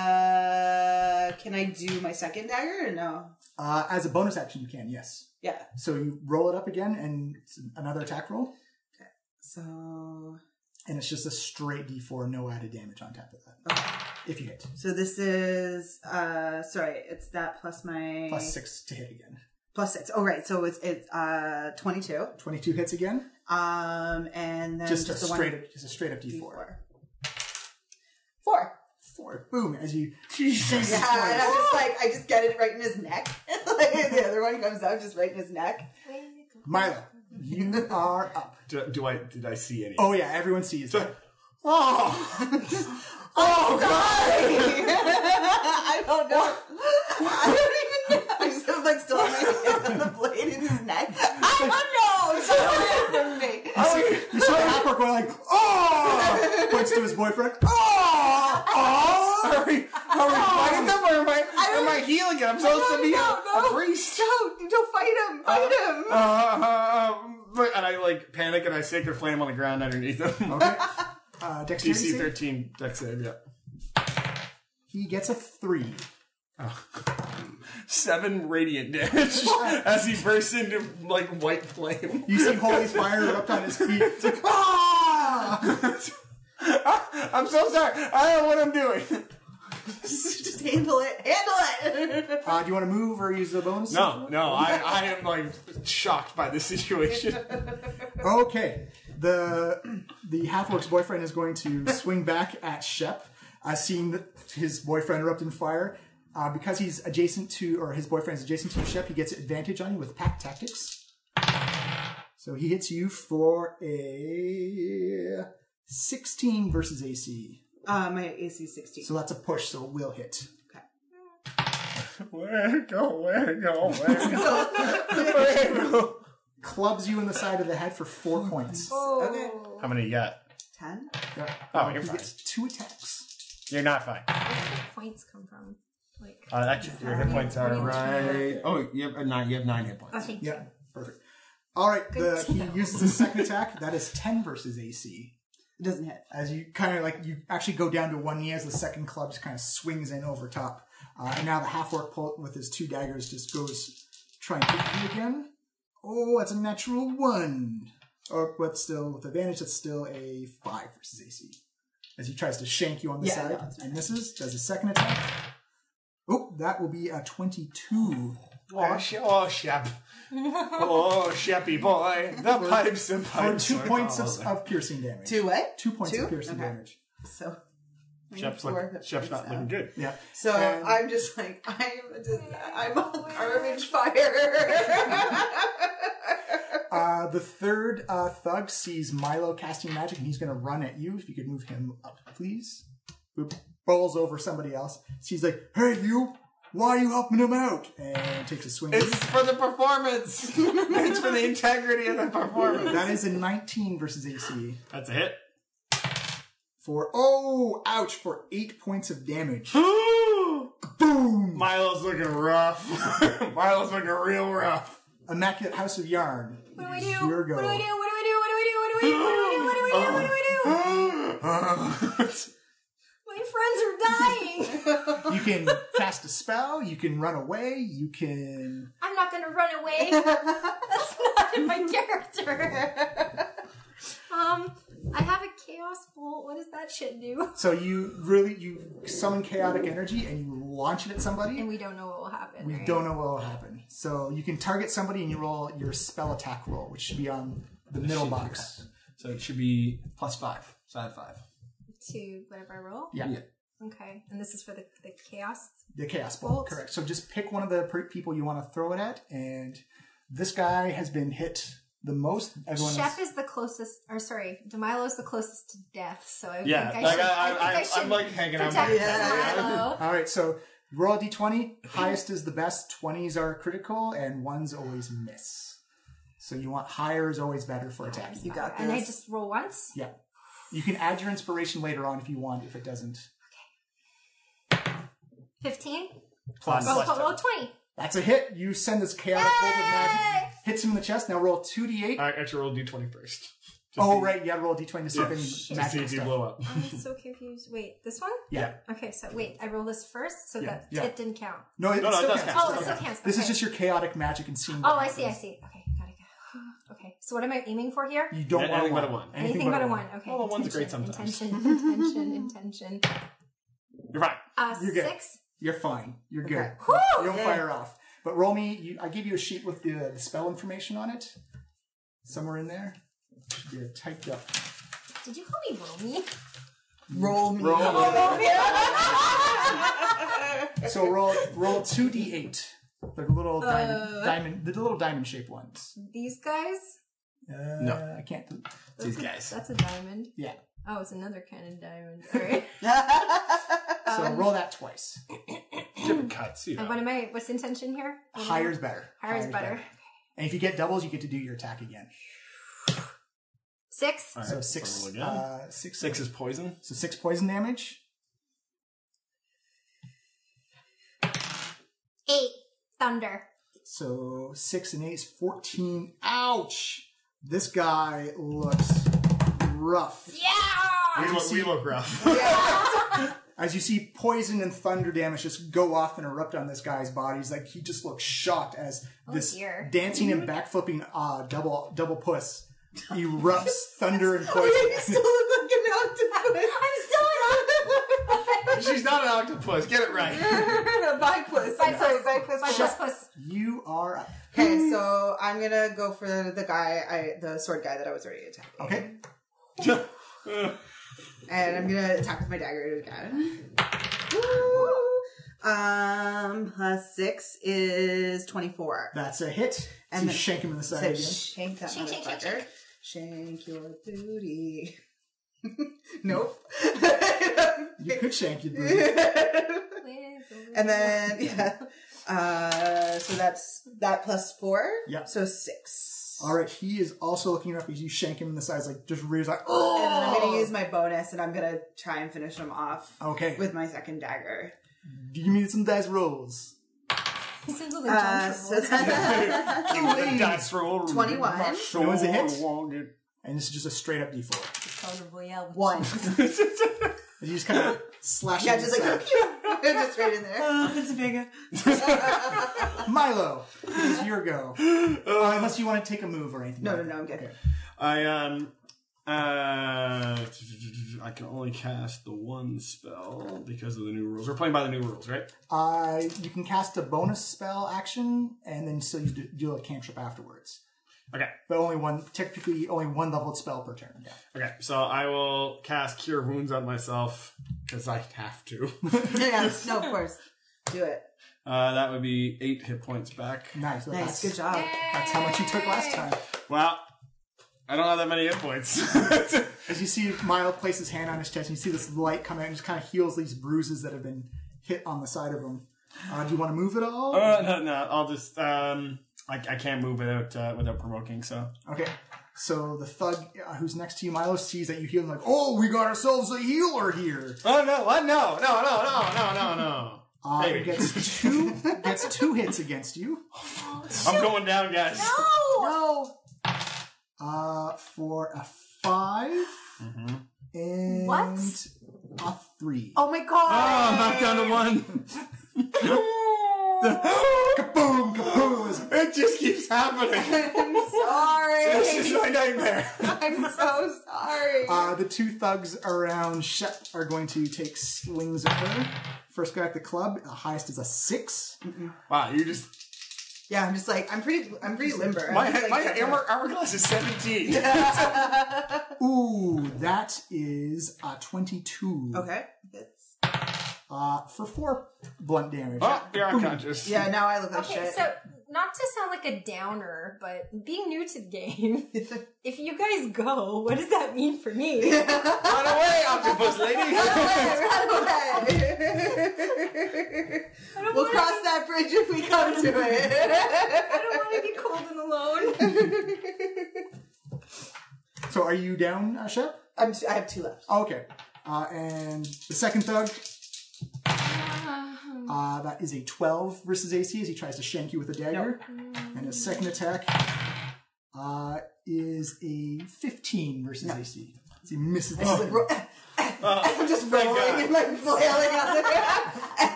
Speaker 3: Uh, can I do my second dagger or no?
Speaker 1: Uh, as a bonus action, you can. Yes.
Speaker 3: Yeah.
Speaker 1: So you roll it up again, and it's another attack roll,
Speaker 3: So,
Speaker 1: and it's just a straight D4, no added damage on top of that. If you hit,
Speaker 3: so this is uh, sorry, it's that plus my
Speaker 1: plus six to hit again.
Speaker 3: plus six. Oh, right. So it's it's uh twenty two.
Speaker 1: Twenty-two hits again.
Speaker 3: Um, and then
Speaker 1: just, a
Speaker 3: the
Speaker 1: straight
Speaker 3: one,
Speaker 1: up, just a straight up D4.
Speaker 3: D4. Four. [laughs]
Speaker 1: Four. Boom. As you
Speaker 3: Yeah, and I'm just like, I just get it right in his neck. [laughs] like the other one comes out just right in his neck. [laughs]
Speaker 1: Milo, you are up.
Speaker 2: Do, do I did I see any?
Speaker 1: Oh yeah, everyone sees. it.
Speaker 2: oh, [laughs] oh god!
Speaker 3: I don't know. [laughs] I don't even know. I just have like still have my hand on the blade in his neck. [laughs] I don't know. It's away from me.
Speaker 2: Oh, [laughs]
Speaker 1: You saw Halford going like, oh! [laughs] Points to his boyfriend. Oh! Oh! Are we, are we fighting them or am I, am I healing it? I'm supposed to be
Speaker 3: No, no. Don't, don't fight him. Fight him.
Speaker 1: uh.
Speaker 2: Uh, but- and I like panic and I sacred flame on the ground underneath him.
Speaker 1: Okay. Uh, dexterity
Speaker 2: DC
Speaker 1: save.
Speaker 2: thirteen deck save. Yeah,
Speaker 1: He gets a three.
Speaker 2: Oh. seven
Speaker 1: [laughs]
Speaker 2: radiant damage as he bursts into like white flame.
Speaker 1: You see holy fire erupt on his feet.
Speaker 2: [laughs]
Speaker 1: ah!
Speaker 2: I'm so sorry. I don't know what I'm
Speaker 1: [laughs]
Speaker 2: doing.
Speaker 3: [laughs] Just handle it. Handle it. [laughs]
Speaker 1: Uh, do you want to move or use the bonus?
Speaker 2: No, no, I, I am like shocked by this situation.
Speaker 1: Okay. The the half orc's boyfriend is going to swing back at Shep, uh, seeing that his boyfriend erupt in fire. Uh, because he's adjacent to, or his boyfriend's adjacent to Shep, he gets advantage on you with pack tactics. So he hits you for a 16 versus AC.
Speaker 3: Uh, my AC is 16.
Speaker 1: So that's a push, so it will hit.
Speaker 2: Where go? Where go? [laughs] Where go?
Speaker 1: Clubs you in the side of the head for four points.
Speaker 4: Oh,
Speaker 3: okay.
Speaker 9: How many you got?
Speaker 3: 10?
Speaker 9: Oh, you're
Speaker 1: he
Speaker 9: fine.
Speaker 1: gets two attacks.
Speaker 9: You're not fine.
Speaker 4: points come from? Like
Speaker 9: Uh, actually, your hit points are right. Oh, you have uh, nine. You have nine hit points.
Speaker 4: thank
Speaker 1: Yeah, perfect. All right, the, he uses his second attack. That is 10 versus AC.
Speaker 3: It doesn't hit.
Speaker 1: as you kind of like you actually go down to one knee as the second club just kind of swings in over top uh, and now the half orc pull with his two daggers just goes trying to hit you again oh that's a natural one or but still with advantage that's still a five versus ac as he tries to shank you on the
Speaker 3: Yeah,
Speaker 1: side
Speaker 3: no, it's
Speaker 1: and misses does a second attack oh that will be a 22
Speaker 2: Oh, sh- oh, Shep. Oh, Sheppy boy. The pipes and
Speaker 1: or
Speaker 2: pipes.
Speaker 1: two
Speaker 2: are
Speaker 1: points
Speaker 2: all
Speaker 1: of,
Speaker 2: over.
Speaker 1: of piercing damage
Speaker 3: Two what?
Speaker 1: two points
Speaker 3: Two?
Speaker 1: of piercing
Speaker 3: Okay.
Speaker 1: damage
Speaker 3: So,
Speaker 2: Shep's,
Speaker 3: four
Speaker 2: look,
Speaker 3: hit
Speaker 2: Shep's
Speaker 3: points
Speaker 2: not looking
Speaker 3: now.
Speaker 2: good.
Speaker 1: yeah
Speaker 3: So
Speaker 1: And-
Speaker 3: I'm just like I'm. Just, I'm on garbage fire.
Speaker 1: Uh, the third uh, thug sees Milo casting magic, and he's going to run at you. If you could move him up, please. Boop. Bowls over somebody else. He's like, "Hey, you! Why are you helping him out?" And takes a swing.
Speaker 2: It's for the
Speaker 1: [laughs]
Speaker 2: performance. it's for the integrity of the performance.
Speaker 1: that is a 19 versus AC
Speaker 9: That's a hit.
Speaker 1: for oh, ouch! For eight points of damage. Boom!
Speaker 2: Milo's looking rough. [laughs] Milo's looking real rough.
Speaker 1: Immaculate House of Yarn.
Speaker 4: What do we do?
Speaker 1: Your
Speaker 4: What do
Speaker 1: go.
Speaker 4: we do? What do we do? What do we do? What do we do? What do we do? What do we do? What do we do? What do we
Speaker 2: [gasps]
Speaker 4: do?
Speaker 7: [laughs]
Speaker 4: My friends are dying.
Speaker 1: You can cast a spell. You can run away. You can.
Speaker 4: I'm not gonna run away. That's not in my character. Um, I have a chaos bolt. What does that shit do?
Speaker 1: So you really you summon chaotic energy and you launch it at somebody.
Speaker 4: And we don't know what will happen.
Speaker 1: We
Speaker 4: right?
Speaker 1: don't know what will happen. So you can target somebody and you roll your spell attack roll, which should be on the middle box.
Speaker 9: So it should be plus five. Side five.
Speaker 4: to whatever I roll.
Speaker 1: Yeah.
Speaker 9: Yeah.
Speaker 4: Okay, and this is for the, the chaos.
Speaker 1: The chaos bolt, correct. So just pick one of the per- people you want to throw it at, and this guy has been hit the most. Everyone
Speaker 4: Shep
Speaker 1: else,
Speaker 4: is the closest, or sorry, Demilo is the closest to death. So I
Speaker 9: Yeah,
Speaker 4: think I
Speaker 9: like
Speaker 4: should.
Speaker 9: I, I,
Speaker 4: think I,
Speaker 9: I,
Speaker 4: should
Speaker 9: am like hanging out.
Speaker 4: protect
Speaker 3: Yeah,
Speaker 4: Demilo.
Speaker 1: All right, so roll a d20. Highest is the best. Twenties are critical, and ones always miss. So you want higher is always better for attacks.
Speaker 3: you got
Speaker 4: And I
Speaker 3: this.
Speaker 4: just roll once.
Speaker 1: Yeah. You can add your inspiration later on if you want. If it doesn't,
Speaker 4: Fifteen.
Speaker 1: Plus,
Speaker 4: Roll, roll 20.
Speaker 1: that's a hit. You send this chaotic bolt of magic, hits him in the chest. Now roll two d8.
Speaker 7: I actually rolled d20 first. To
Speaker 1: oh
Speaker 7: Uh, see-
Speaker 1: right, you gotta roll a d20 to see
Speaker 7: Yeah.
Speaker 1: if any
Speaker 7: To see
Speaker 1: magical
Speaker 7: if you
Speaker 1: stuff.
Speaker 7: blow up.
Speaker 4: I'm so confused. Wait, this one?
Speaker 1: Yeah.
Speaker 4: Okay, so wait, I roll this first, so
Speaker 1: Yeah.
Speaker 4: that
Speaker 1: Yeah.
Speaker 4: it didn't count.
Speaker 1: No, it,
Speaker 7: No, no,
Speaker 1: it still
Speaker 7: it does
Speaker 1: counts.
Speaker 7: count.
Speaker 4: Oh, it still counts.
Speaker 1: This is
Speaker 4: Okay.
Speaker 1: just your chaotic magic and seeing. what
Speaker 4: Oh, I see, I
Speaker 1: happens.
Speaker 4: see. Okay, gotta go. [sighs] Okay, so what am I aiming for here?
Speaker 1: You don't
Speaker 7: Anything
Speaker 1: want
Speaker 7: but a one.
Speaker 1: Anything,
Speaker 4: but a one. Okay.
Speaker 7: Well, a one's great
Speaker 4: Intention,
Speaker 7: sometimes.
Speaker 4: Intention, intention, intention.
Speaker 7: You're right.
Speaker 4: Uh,
Speaker 1: You're good.
Speaker 4: six.
Speaker 1: You're fine. You're good.
Speaker 3: Okay.
Speaker 4: Whew!
Speaker 1: You don't fire off. But roll me. You, I gave you a sheet with the, the spell information on it. Somewhere in there. Should be typed up.
Speaker 4: Did you call me Romy?
Speaker 3: Roll me.
Speaker 7: Roll.
Speaker 1: So roll roll two d eight. The little diamond,
Speaker 4: Uh.
Speaker 1: diamond, the little diamond shaped ones.
Speaker 4: These guys?
Speaker 1: Uh, no, I can't.
Speaker 4: These
Speaker 2: guys.
Speaker 4: That's a diamond.
Speaker 1: Yeah.
Speaker 4: Oh, it's another kind of diamond. All right.
Speaker 1: So
Speaker 4: Uh,
Speaker 1: roll that twice.
Speaker 7: Different cuts. You
Speaker 4: And
Speaker 7: know.
Speaker 4: what am I? What's intention here? What am I-
Speaker 1: Higher is better.
Speaker 4: Higher is better.
Speaker 1: And if you get doubles, you get to do your attack again.
Speaker 4: Six.
Speaker 7: All right,
Speaker 1: So six,
Speaker 7: roll again.
Speaker 1: uh, six,
Speaker 7: Six is poison.
Speaker 1: So six poison damage.
Speaker 4: Eight. Thunder.
Speaker 1: So six and eight is fourteen. Ouch! This guy looks rough.
Speaker 4: [laughs] Yeah.
Speaker 7: We look, we look
Speaker 1: [laughs]
Speaker 7: rough.
Speaker 1: As you see poison and thunder damage just go off and erupt on this guy's body, he's like he just looks shocked as
Speaker 3: Oh,
Speaker 1: this
Speaker 4: dear.
Speaker 1: dancing
Speaker 3: [laughs]
Speaker 1: and backflipping uh, double double puss erupts thunder and poison.
Speaker 4: [laughs] I'm still in
Speaker 7: [laughs] She's not an octopus. Get it
Speaker 1: [laughs]
Speaker 7: right.
Speaker 3: Bipus.
Speaker 4: Bipus.
Speaker 3: Sorry, bipus.
Speaker 4: My plus plus.
Speaker 1: you are up.
Speaker 3: Okay, so I'm gonna go for the guy, I the sword guy that I was already attacking,
Speaker 1: Okay,
Speaker 3: and I'm gonna attack with my dagger again. Woo! Um, plus six is twenty-four.
Speaker 1: that's a hit. And
Speaker 3: And
Speaker 1: you
Speaker 3: then-
Speaker 1: shank him in the side
Speaker 3: So
Speaker 1: again.
Speaker 3: shank that
Speaker 4: Shank, shank, shank,
Speaker 3: motherfucker. Shank your booty. [laughs] nope.
Speaker 1: you could shank your booty.
Speaker 3: [laughs] and
Speaker 4: And
Speaker 3: then [laughs] yeah, uh, so that's that plus four.
Speaker 1: Yeah.
Speaker 3: So six.
Speaker 1: All right, he is also looking up as you shank him in the sides, like just rears like,
Speaker 3: And then I'm
Speaker 1: oh.
Speaker 3: gonna use my bonus, and I'm gonna try and finish him off
Speaker 1: Okay,
Speaker 3: with my second dagger.
Speaker 1: do you mean some dice rolls?
Speaker 4: he sounds like
Speaker 3: Uh,
Speaker 4: John
Speaker 3: so [laughs]
Speaker 4: Travolta.
Speaker 7: The dice roll.
Speaker 3: 21.
Speaker 1: It was a hit.
Speaker 2: Long
Speaker 1: And this is just a straight up D4.
Speaker 4: Totally, yeah.
Speaker 3: one.
Speaker 1: You just kind of slash.
Speaker 3: [laughs] yeah,
Speaker 1: him in
Speaker 3: just [laughs]
Speaker 1: the
Speaker 3: like just right in there.
Speaker 1: side. Milo, it's your go. Uh, unless you want to take a move or anything.
Speaker 3: No, no,
Speaker 1: like
Speaker 3: no, I'm good.
Speaker 2: I um uh I can only cast the one spell because of the new rules. We're playing by the new rules, right?
Speaker 1: that. Uh, you can cast a bonus spell action, and then so you do, do a cantrip afterwards.
Speaker 2: Okay.
Speaker 1: But only one, technically only one leveled spell per turn. Yeah.
Speaker 2: Okay, so I will cast Cure Wounds on myself because I have to. [laughs]
Speaker 3: Yeah, yeah, [laughs] no, of course. Do it.
Speaker 2: Uh, that would be eight hit points back.
Speaker 1: Nice.
Speaker 3: Nice,
Speaker 1: That's,
Speaker 3: good job.
Speaker 1: That's how much you took last time.
Speaker 2: Well, I don't have that many hit points. [laughs] Uh,
Speaker 1: As you see Milo place his hand on his chest, and you see this light come out and just kind of heals these bruises that have been hit on the side of him. Uh, do you want to move at all?
Speaker 2: uh, no, no, I'll just um I, I can't move without uh, without provoking. So
Speaker 1: Okay. So the thug uh, who's next to you, Milo, sees that you heal and like, oh, we got ourselves a healer here.
Speaker 2: oh no, what? No, no, no, no, no, no, no.
Speaker 1: Uh,
Speaker 2: Maybe. [laughs]
Speaker 1: gets two gets two hits against you.
Speaker 2: I'm going down, guys.
Speaker 1: No. Uh, for a 5 and
Speaker 4: What?
Speaker 1: a three.
Speaker 3: Oh my god.
Speaker 2: Oh, I'm back down to one.
Speaker 1: Kaboom! Kaboom! is-
Speaker 2: [laughs] It just keeps happening.
Speaker 3: I'm
Speaker 2: This is my
Speaker 3: sorry.
Speaker 2: nightmare.
Speaker 3: [laughs] I'm so sorry.
Speaker 1: Uh, the two thugs around Shep are going to take swings at her. First guy at the club, the highest is a six.
Speaker 2: Wow, you just
Speaker 3: yeah, I'm just like I'm pretty. I'm pretty limber. I'm
Speaker 2: my
Speaker 3: just,
Speaker 2: head,
Speaker 3: like,
Speaker 2: my
Speaker 3: get to-
Speaker 2: armor, armor class is [laughs] 17.
Speaker 1: Ooh, that is a twenty-two.
Speaker 3: Okay. That's-
Speaker 1: Uh, for four blunt damage.
Speaker 2: Oh, you're unconscious.
Speaker 3: Yeah, now I
Speaker 1: Oh,
Speaker 3: look like
Speaker 4: Okay,
Speaker 3: shit.
Speaker 4: so not to sound like a downer, but being new to the game, [laughs]
Speaker 3: [laughs]
Speaker 4: if you guys go, what does that mean for me?
Speaker 2: Run away, octopus [laughs] lady.
Speaker 3: we'll cross that bridge if we come to [laughs] it.
Speaker 4: I don't want to be cold and alone.
Speaker 1: So are you down, uh, Shep?
Speaker 3: I'm t- I have two left.
Speaker 4: Uh-huh.
Speaker 1: Okay. Uh, and the second thug Uh, that is a 12 versus AC as he tries to shank you with a dagger.
Speaker 4: Mm-hmm.
Speaker 1: And his second attack uh, is a 15 versus AC. So he misses the
Speaker 3: Just like,
Speaker 1: [laughs]
Speaker 3: ro- [laughs]
Speaker 2: Oh,
Speaker 3: I'm just rolling in my flailing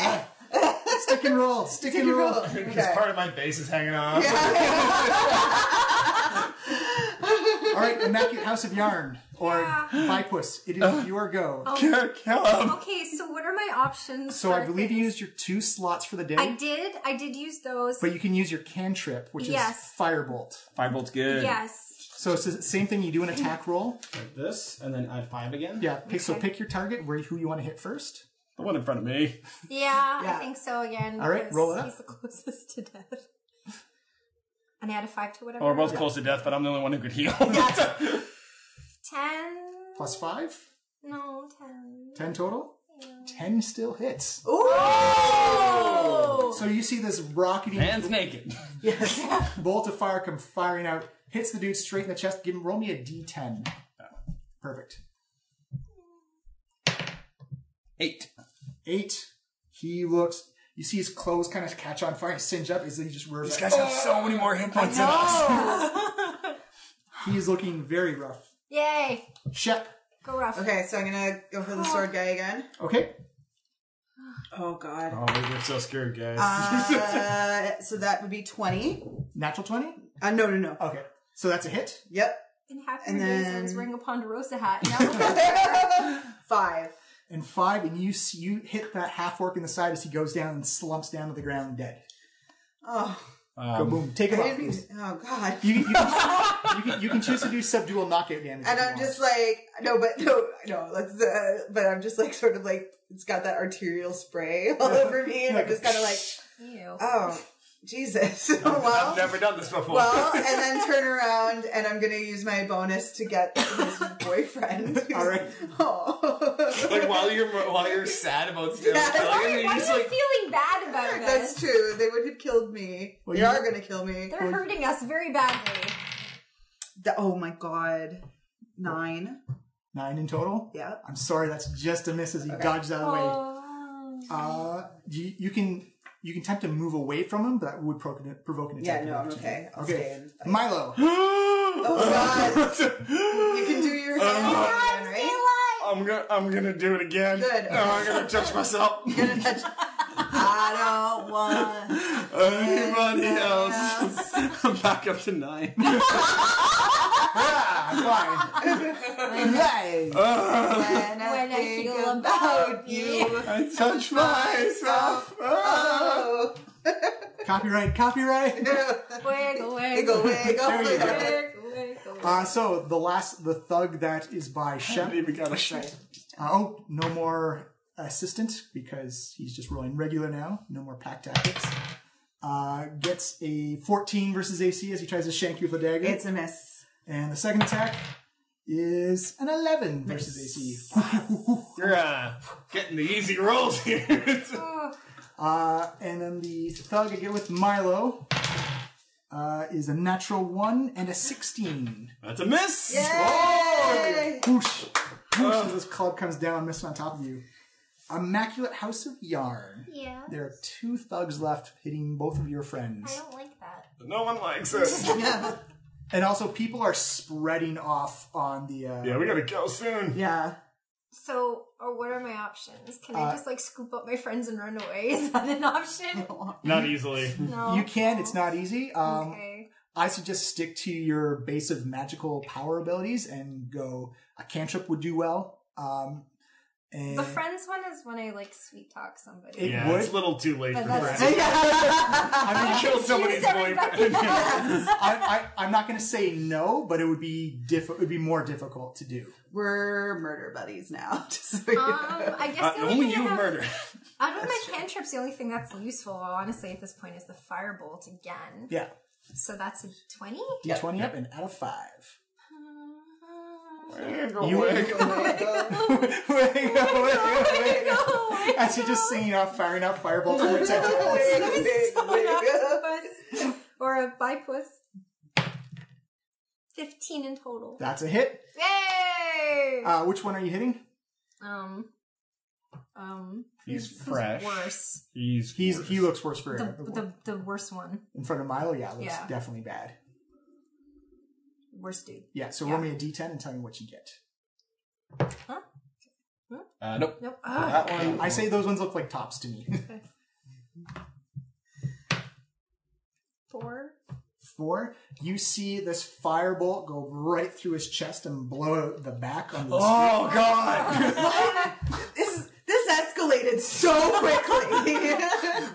Speaker 3: out [laughs] there.
Speaker 1: stick and roll, stick and roll.
Speaker 3: Okay.
Speaker 2: Part of my base is hanging off.
Speaker 1: All right, Immaculate House of Yarn or Bipus, it is your go.
Speaker 4: Oh,
Speaker 1: [laughs]
Speaker 4: Okay, so what are my options?
Speaker 1: So I
Speaker 4: for
Speaker 1: believe you
Speaker 4: things?
Speaker 1: used your two slots for the day,
Speaker 4: I did. I did use those.
Speaker 1: but you can use your cantrip, which
Speaker 4: Yes.
Speaker 1: is firebolt.
Speaker 2: Five bolts good.
Speaker 4: yes.
Speaker 1: So it's the same thing. You do an
Speaker 4: [laughs]
Speaker 1: attack roll.
Speaker 2: Like this, and then I have five again.
Speaker 1: Yeah. Pick, So pick your target, where who you want to hit first.
Speaker 2: The one in front of me.
Speaker 4: Yeah,
Speaker 3: Yeah.
Speaker 4: I think so again.
Speaker 1: All right,
Speaker 4: because
Speaker 1: roll it up.
Speaker 4: He's the closest to death. [laughs] And I had a five to whatever.
Speaker 2: Well, we're both close to death, but I'm the only one who could heal. [laughs]
Speaker 4: Ten.
Speaker 1: Plus five,
Speaker 4: No, ten.
Speaker 1: ten total. Ten still hits.
Speaker 3: [laughs]
Speaker 4: Oh!
Speaker 1: So you see this rocketing
Speaker 2: Man's naked.
Speaker 1: bolt of fire come firing out, hits the dude straight in the chest. Give him roll me a d10. Perfect.
Speaker 2: Eight.
Speaker 1: Eight. He looks. You see his clothes kind of catch on fire, singe up. As he just roars.
Speaker 2: Guys have so many more hit points than us.
Speaker 1: He's looking very rough.
Speaker 4: Yay!
Speaker 1: Shep.
Speaker 4: Go rough.
Speaker 3: Okay, so I'm gonna go for the sword guy again.
Speaker 1: Okay.
Speaker 3: Oh god.
Speaker 10: Oh, we were so scared, guys.
Speaker 3: Uh, [laughs] so that would be 20.
Speaker 1: Natural twenty.
Speaker 3: Uh, no, no, no.
Speaker 1: Okay. So that's a hit.
Speaker 3: [laughs] Yep.
Speaker 4: In happy
Speaker 3: And
Speaker 4: days, I
Speaker 3: then-
Speaker 4: was wearing a Ponderosa hat.
Speaker 3: [laughs]
Speaker 4: Now
Speaker 3: Five.
Speaker 1: and five, and you s- you hit that half orc in the side as he goes down and slumps down to the ground dead.
Speaker 3: Oh,
Speaker 2: Um,
Speaker 1: Boom! Take
Speaker 3: I
Speaker 1: him off.
Speaker 3: didn't mean- oh god.
Speaker 1: You, you, can, you, can, you can choose to do subdual knockout damage. if
Speaker 3: And
Speaker 1: you
Speaker 3: I'm
Speaker 1: want.
Speaker 3: just like, no, but no, no, let's, uh, but I'm just like, sort of like, it's got that arterial spray [laughs] all over me, and I'm just kind of like,
Speaker 4: you.
Speaker 3: oh, Jesus. [laughs] well,
Speaker 10: I've never done this before.
Speaker 2: [laughs]
Speaker 3: well, and then turn around, and I'm gonna use my bonus to get his boyfriend.
Speaker 1: [laughs] All right.
Speaker 3: [laughs] Oh.
Speaker 10: like while you're while you're sad about still
Speaker 3: Yeah.
Speaker 10: killing him,
Speaker 4: Why
Speaker 10: you're
Speaker 4: are
Speaker 10: just
Speaker 4: you
Speaker 10: like
Speaker 4: feeling bad about this?
Speaker 3: [laughs] That's true. They would have killed me.
Speaker 1: Well,
Speaker 3: they
Speaker 1: you-
Speaker 3: are gonna kill me.
Speaker 4: They're hurting us very badly.
Speaker 3: Th- oh my god. Nine.
Speaker 1: nine in total.
Speaker 3: Yeah.
Speaker 1: I'm sorry, that's just a miss as he dodges out of the way.
Speaker 4: Oh.
Speaker 1: Uh, you, you can you can attempt to move away from him, but that would provoke an, provoke an attack.
Speaker 3: Yeah, no,
Speaker 1: of
Speaker 3: I'm
Speaker 1: opportunity.
Speaker 3: okay. I'll stay in.
Speaker 1: Milo.
Speaker 2: [gasps]
Speaker 3: Oh god. you can do your [laughs] hand again, right?
Speaker 2: [laughs] I'm gonna I'm gonna do it again.
Speaker 3: Good.
Speaker 2: No, I'm gonna touch
Speaker 3: [laughs]
Speaker 2: myself. [laughs]
Speaker 3: I don't want
Speaker 2: Anybody
Speaker 3: [laughs]
Speaker 2: else? I'm back up to nine.
Speaker 1: Ah,
Speaker 3: [laughs]
Speaker 1: fine. Yay.
Speaker 3: when I
Speaker 4: When I
Speaker 3: think
Speaker 4: feel
Speaker 3: about
Speaker 4: about
Speaker 3: you.
Speaker 2: [laughs] I touch
Speaker 3: [laughs]
Speaker 2: myself.
Speaker 3: Oh.
Speaker 1: copyright, copyright.
Speaker 4: Wiggle,
Speaker 3: Wiggle, wiggle.
Speaker 4: wiggle,
Speaker 1: There you go.
Speaker 4: wiggle, wiggle.
Speaker 1: Uh, so the last the thug that is by Shep.
Speaker 2: even got a shot.
Speaker 1: Uh, oh, no more assistant because he's just rolling regular now. No more pack tactics. Uh, gets a 14 versus AC as he tries to shank you with a dagger.
Speaker 3: It's a miss.
Speaker 1: and the second attack is an 11 versus AC.
Speaker 2: You're uh, getting the easy rolls here. [laughs]
Speaker 1: Uh, [laughs] and then the thug again with Milo uh, is a natural 1 and a 16.
Speaker 2: That's a miss.
Speaker 3: Yay!
Speaker 1: Whoosh! Whoosh! as this club comes down, missing on top of you. Immaculate House of Yarn.
Speaker 4: Yeah.
Speaker 1: There are two thugs left hitting both of your friends.
Speaker 4: I don't like that.
Speaker 2: No one likes it.
Speaker 3: [laughs] Yeah.
Speaker 1: And also, people are spreading off on the. Uh,
Speaker 2: Yeah, we gotta go soon.
Speaker 3: Yeah.
Speaker 4: So, or what are my options? Can
Speaker 1: Uh,
Speaker 4: I just like scoop up my friends and run away? [laughs] Is that an option?
Speaker 2: Not easily.
Speaker 4: No.
Speaker 1: You can. It's not easy. Um,
Speaker 4: Okay.
Speaker 1: I suggest stick to your base of magical power abilities and go. A cantrip would do well. Um, and
Speaker 4: The
Speaker 1: [laughs]
Speaker 4: friends one is when I like sweet talk somebody.
Speaker 1: It
Speaker 2: Yeah,
Speaker 1: would.
Speaker 2: it's a little too late
Speaker 4: But
Speaker 2: for Uh,
Speaker 4: that's-
Speaker 2: that.
Speaker 1: I mean,
Speaker 2: Kill somebody's
Speaker 4: [laughs] Use everybody
Speaker 2: boyfriend.
Speaker 4: else.
Speaker 1: I, I, I'm not going to say no, but it would be diff- It would be more difficult to do.
Speaker 3: We're murder buddies now. [laughs] Just so you
Speaker 4: Um,
Speaker 3: know.
Speaker 4: I guess
Speaker 2: Uh,
Speaker 4: the only,
Speaker 2: only
Speaker 4: thing I
Speaker 2: you
Speaker 4: have,
Speaker 2: murder.
Speaker 4: Out of my cantrips, the only thing that's useful, honestly, at this point, is the firebolt again.
Speaker 1: Yeah,
Speaker 4: So that's a twenty.
Speaker 1: d20 up and out of five.
Speaker 4: [laughs]
Speaker 3: [laughs]
Speaker 2: You-
Speaker 4: Oh
Speaker 1: [laughs] As you're just singing off, firing out fireballs
Speaker 4: [laughs]
Speaker 1: from her
Speaker 4: Oh
Speaker 1: tentacles.
Speaker 4: Octopus. or a bipus. Fifteen in total.
Speaker 1: That's a hit.
Speaker 4: Yay!
Speaker 1: Uh, which one are you hitting?
Speaker 4: Um, Um,
Speaker 2: He's
Speaker 4: who's-
Speaker 2: fresh.
Speaker 4: Who's worse.
Speaker 2: He's
Speaker 1: He's he
Speaker 2: gorgeous.
Speaker 1: looks worse for
Speaker 4: The,
Speaker 1: air.
Speaker 4: the the worst one.
Speaker 1: in front of Milo. Yeah, looks
Speaker 4: Yeah.
Speaker 1: definitely bad.
Speaker 4: Worst dude.
Speaker 1: Yeah. So
Speaker 4: Yeah.
Speaker 1: roll me a d10 and tell me what you get.
Speaker 2: uh, nope.
Speaker 4: Nope. Ah,
Speaker 2: That one. [laughs]
Speaker 1: I say those ones look like tops to me. [laughs]
Speaker 4: Four.
Speaker 1: Four. You see this firebolt go right through his chest and blow out the back on the.
Speaker 2: Oh [laughs] God!
Speaker 3: This is- this escalated so [laughs] quickly.
Speaker 2: [laughs]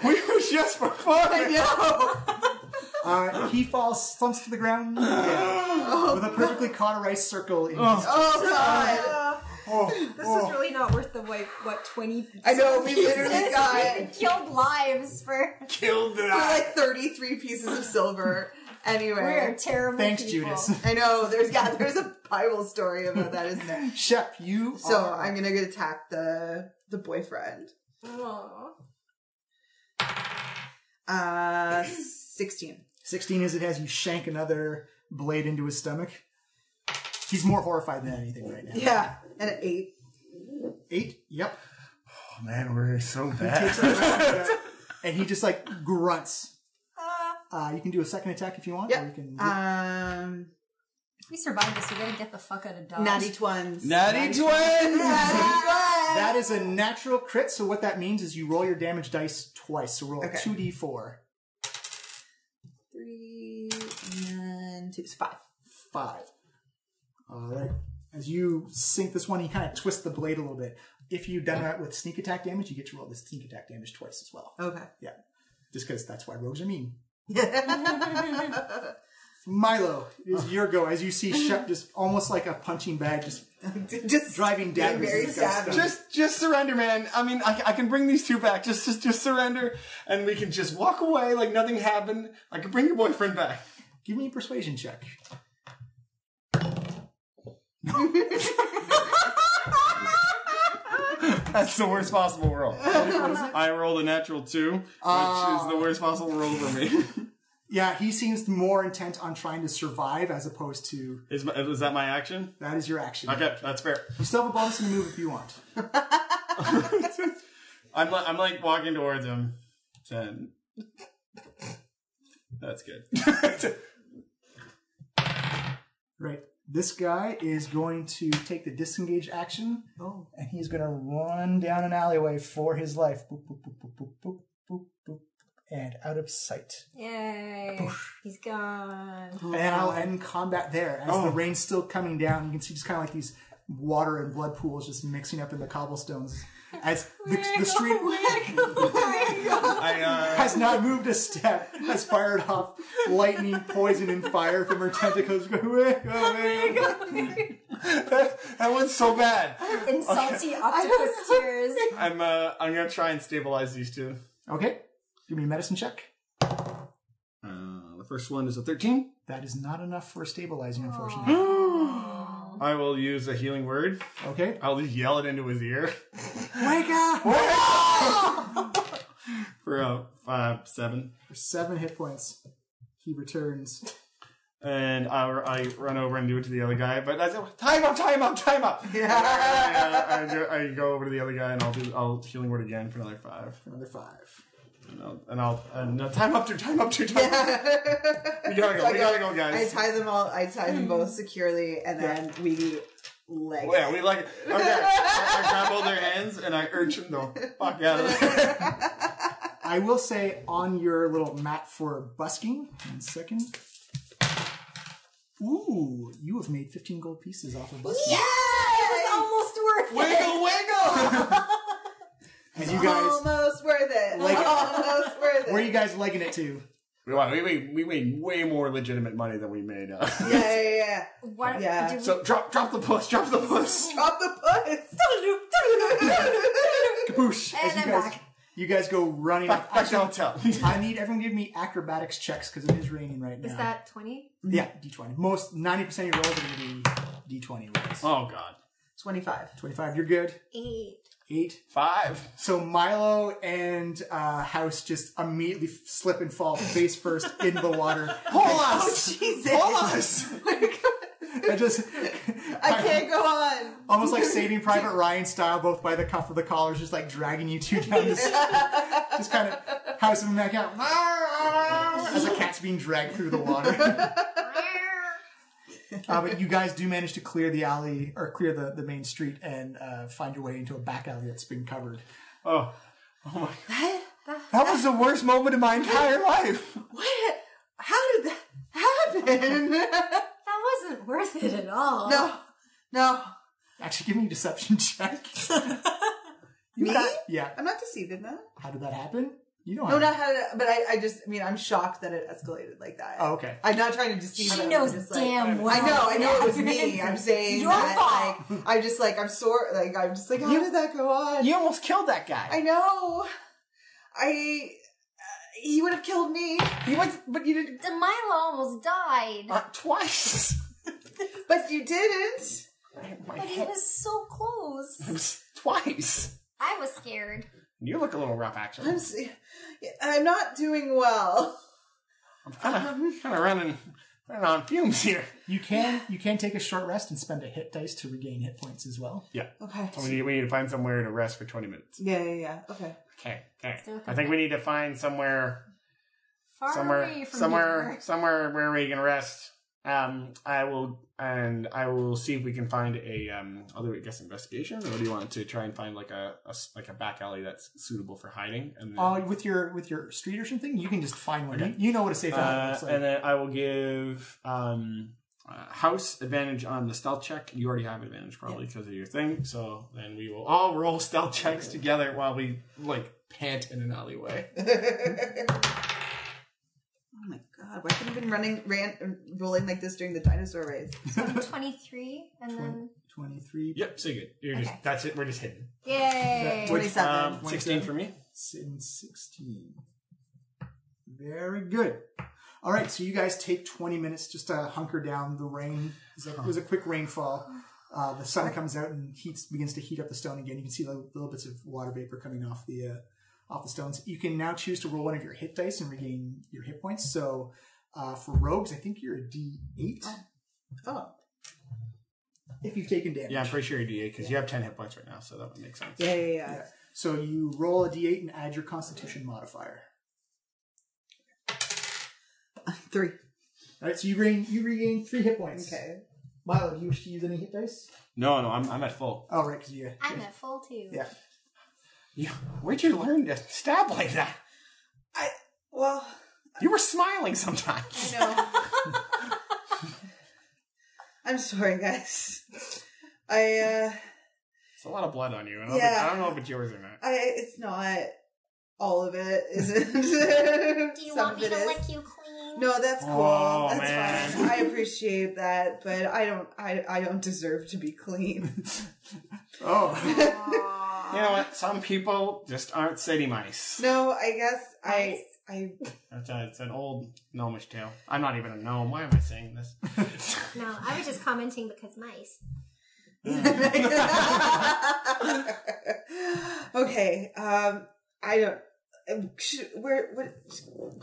Speaker 2: we were just for fun.
Speaker 1: Uh, he falls, slumps to the ground yeah, with a perfectly cauterized circle in his.
Speaker 3: oh god!
Speaker 2: Oh,
Speaker 4: This is really not worth the like what twenty.
Speaker 3: I know we literally got
Speaker 4: [laughs] We killed lives for.
Speaker 2: Killed
Speaker 3: for
Speaker 2: that.
Speaker 3: like 33 pieces of silver.
Speaker 4: We're
Speaker 3: Anyway,
Speaker 4: terrible.
Speaker 1: Thanks,
Speaker 4: people.
Speaker 1: Judas.
Speaker 4: [laughs]
Speaker 3: I know there's yeah [laughs] there's a Bible story about that, isn't there?
Speaker 1: [laughs] Shep, you.
Speaker 3: So
Speaker 1: [laughs] are-
Speaker 3: I'm gonna get attack the the boyfriend.
Speaker 4: Aw.
Speaker 3: Uh, 16.
Speaker 1: 16 as it has, you shank another blade into his stomach. He's more horrified than anything right now.
Speaker 3: Yeah, and an eight.
Speaker 1: Eight? Yep.
Speaker 2: Oh, man, we're so bad.
Speaker 1: Takes a round, uh, [laughs] and he just like grunts. Uh, you can do a second attack if you want, or you
Speaker 3: Yep.
Speaker 1: can.
Speaker 3: Um,
Speaker 4: If we survive this, we gotta get the fuck out of Dodge.
Speaker 3: natty
Speaker 2: [laughs]
Speaker 3: twins.
Speaker 2: Natty twin.
Speaker 1: that is a natural crit, so what that means is you roll your damage dice twice. So roll
Speaker 3: Okay.
Speaker 1: 2d4.
Speaker 3: Three and two. So Five.
Speaker 1: Five. Alright. As you sink this one, you kind of twist the blade a little bit. If you've done that with sneak attack damage, you get to roll this sneak attack damage twice as well.
Speaker 3: Okay. [laughs]
Speaker 1: Yeah. Just because that's why rogues are mean. Milo, it is your go as you see Shep just almost like a punching bag, just
Speaker 3: Just
Speaker 1: driving
Speaker 3: being
Speaker 1: daggers.
Speaker 3: very
Speaker 1: into this
Speaker 3: savage.
Speaker 1: guy.
Speaker 2: Just, just surrender, man. I mean, I, I can bring these two back. Just, just, just surrender, and we can just walk away like nothing happened. I can bring your boyfriend back. [laughs]
Speaker 1: Give me a persuasion check.
Speaker 2: That's the worst possible roll. I rolled a natural two, which is the worst possible roll for me. [laughs]
Speaker 1: Yeah, he seems more intent on trying to survive as opposed to
Speaker 2: Is my, is that my action?
Speaker 1: that is your action.
Speaker 2: Okay, that's fair.
Speaker 1: You still have a bonus in the move if you want.
Speaker 2: I'm like, I'm like walking towards him. Ten. That's [laughs] good.
Speaker 1: Right. This guy is going to take the disengage action.
Speaker 3: Oh.
Speaker 1: And he's going to run down an alleyway for his life. Boop, boop, boop, boop, boop, boop, boop, boop, and out of sight.
Speaker 4: Yay! He's [laughs] gone.
Speaker 1: And I'll end combat there. As the rain's still coming down, you can see just kind of like these water and blood pools just mixing up in the cobblestones. As the, the street
Speaker 2: I, uh,
Speaker 1: has not moved a step, has fired off lightning, poison, and fire from her tentacles. [laughs] Oh
Speaker 2: that one's so bad.
Speaker 4: And salty [laughs] octopus tears.
Speaker 2: I'm uh, I'm gonna try and stabilize these two.
Speaker 1: okay, give me a medicine check.
Speaker 2: Uh, the first one is a 13.
Speaker 1: That is not enough for stabilizing,
Speaker 2: Oh.
Speaker 1: unfortunately.
Speaker 2: I will use a healing word.
Speaker 1: Okay,
Speaker 2: I'll just yell it into his ear [laughs] Oh
Speaker 1: wake up.
Speaker 2: for uh, five, seven,
Speaker 1: For seven hit points, he returns.
Speaker 2: and I, I run over and do it to the other guy. But I say, time up, time up, time up. Yeah. I, go- I go over to the other guy and I'll do I'll healing word again for another five.
Speaker 1: Another five.
Speaker 2: And I'll, and I'll and, uh, time up two, time up two, time up.
Speaker 3: we
Speaker 2: We gotta go, we gotta go, guys.
Speaker 3: I tie them all. I tie them both securely, and then we leg.
Speaker 2: Oh, Yeah, we like. Okay, I, I grab all their hands and I urge them the fuck out of there.
Speaker 1: I will say on your little mat for busking. One second. Ooh, you have made 15 gold pieces off of busking.
Speaker 4: Almost worth it.
Speaker 2: wiggle, wiggle.
Speaker 1: As you guys,
Speaker 3: almost worth it.
Speaker 1: Leg it.
Speaker 3: almost worth it.
Speaker 1: where are you guys legging it to?
Speaker 2: We, want- we, made, we made way more legitimate money than we made. Uh,
Speaker 3: yeah, yeah, yeah.
Speaker 4: What?
Speaker 3: Yeah.
Speaker 4: do we-
Speaker 2: so drop, drop the push, drop the push.
Speaker 3: Drop the puss.
Speaker 1: Boosh!
Speaker 4: And
Speaker 1: As you
Speaker 4: I'm
Speaker 1: guys,
Speaker 4: back.
Speaker 1: you guys go running.
Speaker 2: Back, back to hotel.
Speaker 1: I need everyone give me acrobatics checks because it is raining right now.
Speaker 4: Is that twenty?
Speaker 1: yeah, d20. Most 90% of your rolls are going to be d20 rolls.
Speaker 2: Oh God,
Speaker 3: [laughs] Twenty-five.
Speaker 1: 25, you're good.
Speaker 4: Eight.
Speaker 1: Eight.
Speaker 2: five.
Speaker 1: So Milo and uh, House just immediately slip and fall face first into the water.
Speaker 4: [laughs]
Speaker 2: Pull us,
Speaker 3: Jesus.
Speaker 2: pull us.
Speaker 1: I just
Speaker 3: I can't go on.
Speaker 1: almost [laughs] like Saving Private Ryan style, both by the cuff of the collar, just like dragging you [laughs] two down the street. just kind of house them back [laughs] out as the cat's being dragged through the [laughs] water. Uh, but you guys do manage to clear the alley or clear the, the main street and uh, find your way into a back alley that's been covered.
Speaker 7: Oh,
Speaker 1: [laughs] That was the worst moment of my entire life.
Speaker 3: What? How did that happen?
Speaker 6: That wasn't worth it at all.
Speaker 3: [laughs] no, no.
Speaker 1: Actually, give me a deception check. [laughs]
Speaker 3: Me?
Speaker 1: Yeah.
Speaker 3: I'm not deceived in that.
Speaker 1: How did that happen? You don't
Speaker 3: No,
Speaker 1: have
Speaker 3: not how. to- But I, I just, I mean, I'm shocked that it escalated like that.
Speaker 1: Oh, okay.
Speaker 3: I'm not trying to deceive.
Speaker 6: She
Speaker 3: them,
Speaker 6: knows
Speaker 3: I'm just like-
Speaker 6: damn well.
Speaker 3: I know, I know it was
Speaker 6: that
Speaker 3: [laughs] me. I'm saying
Speaker 6: Your
Speaker 3: that, like, I'm just like, I'm sore, like, I'm just like, how did that go on?
Speaker 1: You almost killed that guy.
Speaker 3: I know. I, uh, he would have killed me.
Speaker 1: He went, but you did
Speaker 4: The Milo almost died,
Speaker 1: uh, twice. [laughs]
Speaker 3: But you didn't.
Speaker 1: My
Speaker 4: but he
Speaker 1: head
Speaker 4: was so close.
Speaker 1: was twice.
Speaker 4: I was scared.
Speaker 2: You look a little rough, actually.
Speaker 3: I'm, s- I'm not doing well.
Speaker 2: I'm kind of kind of running running on fumes here.
Speaker 1: You can you can take a short rest and spend a hit dice to regain hit points as well.
Speaker 3: Okay.
Speaker 2: So we need, we need to find somewhere to rest for 20 minutes.
Speaker 3: Yeah, yeah, yeah. Okay.
Speaker 2: Okay, okay. I think we need to find somewhere
Speaker 6: Far away
Speaker 2: somewhere
Speaker 6: from
Speaker 2: somewhere [laughs]
Speaker 6: here. [laughs]
Speaker 2: somewhere where we can rest. Um, I will and I will see if we can find a um. I'll do I guess investigation. Or do you want to try and find like a, a s- like a back alley that's suitable for hiding? And then,
Speaker 1: Uh, with your with your street or something, you can just find one. You, you know what a safe alley
Speaker 2: uh,
Speaker 1: looks like.
Speaker 2: and then I will give um uh, house advantage on the stealth check. You already have advantage probably because of your thing. So then we will all roll stealth checks together while we like pant in an alleyway.
Speaker 3: Oh my god, why couldn't I have been running, ran, rolling like this during the dinosaur race?
Speaker 4: Twenty three, and then
Speaker 1: Twenty three.
Speaker 2: Yep, so good. You're just
Speaker 4: Okay.
Speaker 2: that's it. We're just hidden.
Speaker 4: yay!
Speaker 1: Which,
Speaker 3: 27.
Speaker 2: Um, Sixteen for me.
Speaker 1: and 16. Very good. All right, so you guys take 20 minutes just to hunker down. The rain is a, was a quick rainfall. Uh, the sun comes out and heats begins to heat up the stone again. You can see little, little bits of water vapor coming off the uh, off the stones. You can now choose to roll one of your hit dice and regain your hit points. So uh, for rogues, I think you're a D8
Speaker 3: oh.
Speaker 1: if you've taken damage.
Speaker 2: Yeah, I'm pretty sure you're D8 because you have 10 hit points right now, so that would make sense.
Speaker 3: Yeah, yeah, yeah.
Speaker 1: Uh, So you roll a D8 and add your Constitution modifier.
Speaker 3: Three.
Speaker 1: All right, so you regain you regain three hit points.
Speaker 3: Okay.
Speaker 1: Milo, do you wish to use any hit dice?
Speaker 2: No, no, I'm, I'm at full.
Speaker 1: Oh, right, because you.
Speaker 4: I'm at full too.
Speaker 1: Yeah.
Speaker 2: Yeah. Where'd you learn to stab like that?
Speaker 3: I, well,
Speaker 2: You were smiling sometimes.
Speaker 3: I know.
Speaker 2: [laughs]
Speaker 3: I'm sorry, guys. I, uh,
Speaker 2: It's a lot of blood on you. And I, don't
Speaker 3: Yeah.
Speaker 2: think, I don't know if it's yours or not.
Speaker 3: I, it's not all of it, isn't.
Speaker 4: Do you
Speaker 3: Some
Speaker 4: want
Speaker 3: of
Speaker 4: me
Speaker 3: it
Speaker 4: to
Speaker 3: is.
Speaker 4: lick you clean?
Speaker 3: No, that's cool.
Speaker 2: Oh,
Speaker 3: that's
Speaker 2: man.
Speaker 3: fine. I appreciate that, but I don't. I, I don't deserve to be clean.
Speaker 2: [laughs]
Speaker 1: Oh.
Speaker 2: You know what? Some people just aren't city mice.
Speaker 3: No, I guess I. I
Speaker 2: That's a, it's an old gnomish tale. I'm not even a gnome. Why am I saying this? [laughs]
Speaker 4: no, I was just commenting because mice.
Speaker 3: [laughs] okay. Um, I don't. um, should- Where? What?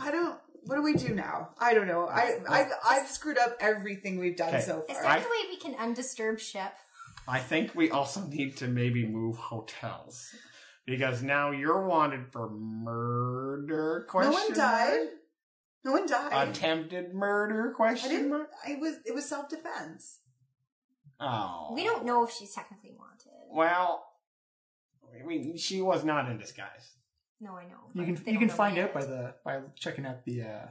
Speaker 3: I don't. What do we do now? I don't know. I I I've screwed up everything we've done
Speaker 2: Okay.
Speaker 3: so
Speaker 4: Is
Speaker 3: far.
Speaker 4: there
Speaker 2: Alright.
Speaker 4: any way we can undisturb ship?
Speaker 2: I think we also need to maybe move hotels. Because now you're wanted for murder
Speaker 3: no
Speaker 2: question
Speaker 3: one died.
Speaker 2: mark?
Speaker 3: No one died.
Speaker 2: Attempted murder
Speaker 3: I
Speaker 2: question
Speaker 3: didn't.
Speaker 2: mark?
Speaker 3: I was. It was self defense.
Speaker 2: Oh.
Speaker 4: We don't know if she's technically wanted.
Speaker 2: Well, I mean, she was not in disguise.
Speaker 4: No, I know.
Speaker 1: you
Speaker 4: but
Speaker 1: can
Speaker 4: they
Speaker 1: you can
Speaker 4: don't know
Speaker 1: find
Speaker 4: yet.
Speaker 1: out by the by checking out the. Uh,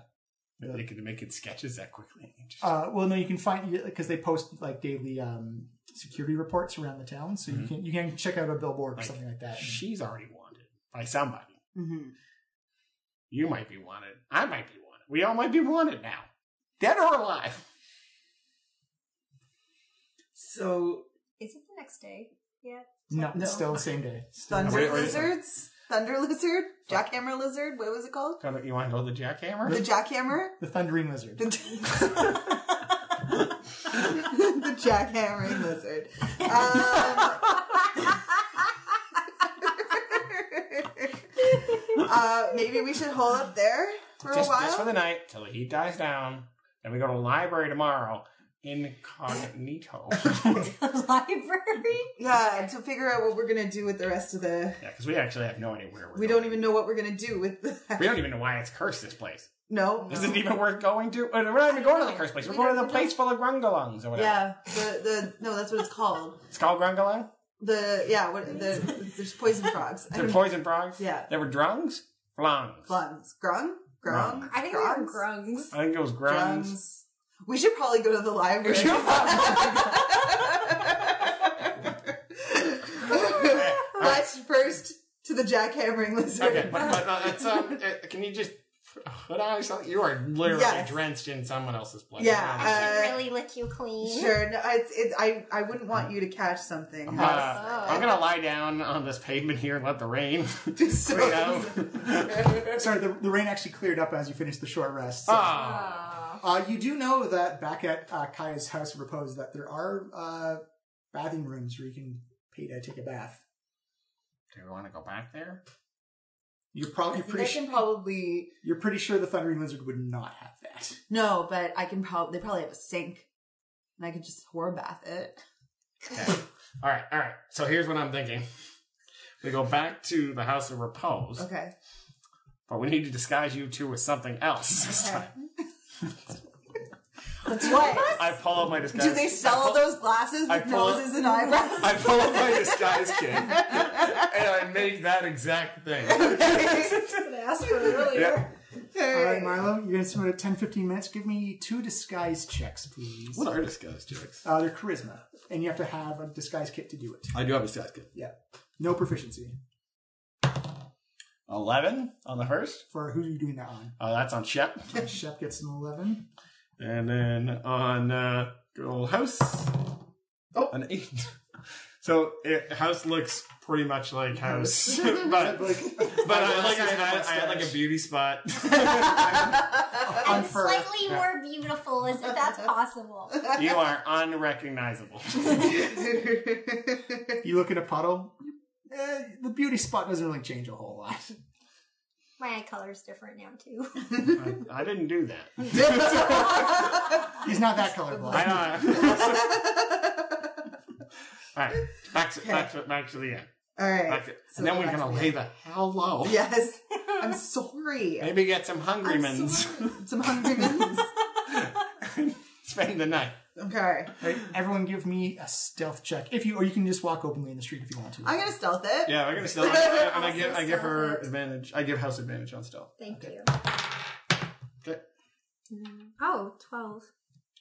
Speaker 2: But They could make it sketches that quickly.
Speaker 1: uh, well, no, you can find because they post like daily um, security reports around the town, so you can you can check out a billboard or
Speaker 2: Like,
Speaker 1: something like that.
Speaker 2: She's already wanted by somebody.
Speaker 3: Mm-hmm.
Speaker 2: You might be wanted. I might be wanted. We all might be wanted now, dead or alive.
Speaker 3: So
Speaker 4: Is it the next day? Yeah.
Speaker 1: no,
Speaker 3: No.
Speaker 4: [laughs]
Speaker 1: still the same day. Still
Speaker 3: thunder
Speaker 2: Wait, wait.
Speaker 3: lizards, thunder lizard, jackhammer lizard. What was it called?
Speaker 2: Kind of- You want to go to the jackhammer?
Speaker 3: The jackhammer.
Speaker 1: the thundering lizard.
Speaker 3: The, [laughs] the jackhammering lizard. Um, [laughs] uh, maybe we should hold up there for
Speaker 2: just,
Speaker 3: a while.
Speaker 2: just for the night till the heat dies down. Then we go to the library tomorrow
Speaker 3: [laughs]
Speaker 2: incognito.
Speaker 4: library.
Speaker 3: Yeah, to figure out what we're gonna do with the rest of the.
Speaker 2: yeah, because we actually have no idea where we're
Speaker 3: We
Speaker 2: going.
Speaker 3: don't even know what we're gonna do with the. [laughs]
Speaker 2: We don't even know why it's cursed, this place.
Speaker 3: No.
Speaker 2: Is it even worth going to? Uh, We're not even going to the cursed place. We're
Speaker 3: We
Speaker 2: going to
Speaker 3: don't
Speaker 2: the place full of grungalungs or whatever.
Speaker 3: Yeah. The the no, that's what it's called.
Speaker 2: It's called grungalung?
Speaker 3: The yeah, what the there's poison frogs. I
Speaker 2: They're
Speaker 3: don't-
Speaker 2: poison frogs?
Speaker 3: Mm. Yeah.
Speaker 2: They were drungs? Flungs.
Speaker 3: Flungs. Grung? Grung?
Speaker 4: I think we were grungs.
Speaker 2: I think it was grungs.
Speaker 3: Grungs. We should probably go to the library. Let's first to the jackhammering
Speaker 2: [laughs]
Speaker 3: lizard.
Speaker 2: Okay, but, but uh, it's,
Speaker 3: [laughs]
Speaker 2: um, uh, can you just put on something? You are literally
Speaker 3: Yes.
Speaker 2: drenched in someone else's blood.
Speaker 3: Yeah,
Speaker 6: She
Speaker 3: Uh,
Speaker 6: really licked you clean.
Speaker 3: Sure. No, it's, it, I, I wouldn't want you to catch something.
Speaker 2: Uh, I'm gonna lie down on this pavement here and let the rain.
Speaker 3: [laughs]
Speaker 2: [laughs]
Speaker 3: So-
Speaker 2: you
Speaker 3: [laughs]
Speaker 2: know?
Speaker 1: Sorry, the, the rain actually cleared up as you finished the short rest. so-
Speaker 2: Ah.
Speaker 1: Uh, you do know that back at uh, Kaya's house of repose that there are uh, bathing rooms where you can pay to take a bath.
Speaker 2: Do we want to go back there?
Speaker 1: You're probably you're pretty
Speaker 3: they
Speaker 1: su-
Speaker 3: can probably
Speaker 1: you're pretty sure the thundering lizard would not have that.
Speaker 3: no, but I can probably they probably have a sink, and I can just whore bath it.
Speaker 2: Okay. all right, all right. So here's what I'm thinking. We go back to the house of repose,
Speaker 3: Okay.
Speaker 2: but we need to disguise you two with something else this
Speaker 3: Okay.
Speaker 2: time.
Speaker 3: What?
Speaker 2: I pull up my disguise.
Speaker 3: Do they sell those glasses
Speaker 2: I
Speaker 3: with
Speaker 2: pull it-
Speaker 3: noses and eyebrows?
Speaker 2: I pull up my disguise kit and I make that exact thing. Yeah.
Speaker 1: All right, Milo, you're gonna spend about 10, 15 minutes. Give me two disguise checks, please.
Speaker 2: What are disguise tricks?
Speaker 1: Uh, they're charisma, and you have to have a disguise kit to do it.
Speaker 2: I do have a disguise kit.
Speaker 1: Yeah, no proficiency
Speaker 2: Eleven on the first.
Speaker 1: for who are you doing that on?
Speaker 2: Oh, that's on Shep.
Speaker 1: Shep gets an eleven.
Speaker 2: And then on uh, good old house, oh, an eight. So it, house looks pretty much like house, [laughs]
Speaker 1: Like
Speaker 2: but but I, like I had, I had like a beauty spot.
Speaker 1: on
Speaker 6: I'm
Speaker 1: fur.
Speaker 6: slightly more beautiful, as if
Speaker 4: [laughs]
Speaker 6: that's possible.
Speaker 2: you are unrecognizable.
Speaker 1: You look in a puddle. Eh, the beauty spot doesn't really change a whole lot.
Speaker 6: My eye color's different now too.
Speaker 2: I, I didn't do that.
Speaker 1: He's not that colorblind.
Speaker 2: I [laughs] know. All right, back to, back to back to the end.
Speaker 3: All right.
Speaker 2: Back to,
Speaker 3: So
Speaker 2: and then we're
Speaker 3: back to
Speaker 2: gonna
Speaker 3: the
Speaker 2: lay the hell low.
Speaker 3: Yes. I'm
Speaker 1: [laughs]
Speaker 3: sorry.
Speaker 2: Maybe get some hungry
Speaker 3: I'm
Speaker 2: mens.
Speaker 3: sorry. Some hungry mins.
Speaker 2: [laughs] Spend the night.
Speaker 3: Okay.
Speaker 1: Right, everyone, give me a stealth check if you, or you can just walk openly in the street if you want to.
Speaker 3: I'm gonna stealth it.
Speaker 2: Yeah, we're gonna [laughs] steal. And I give I give her advantage. I give house advantage on stealth.
Speaker 6: Thank you.
Speaker 2: Okay.
Speaker 4: Mm-hmm.
Speaker 6: Oh, 12.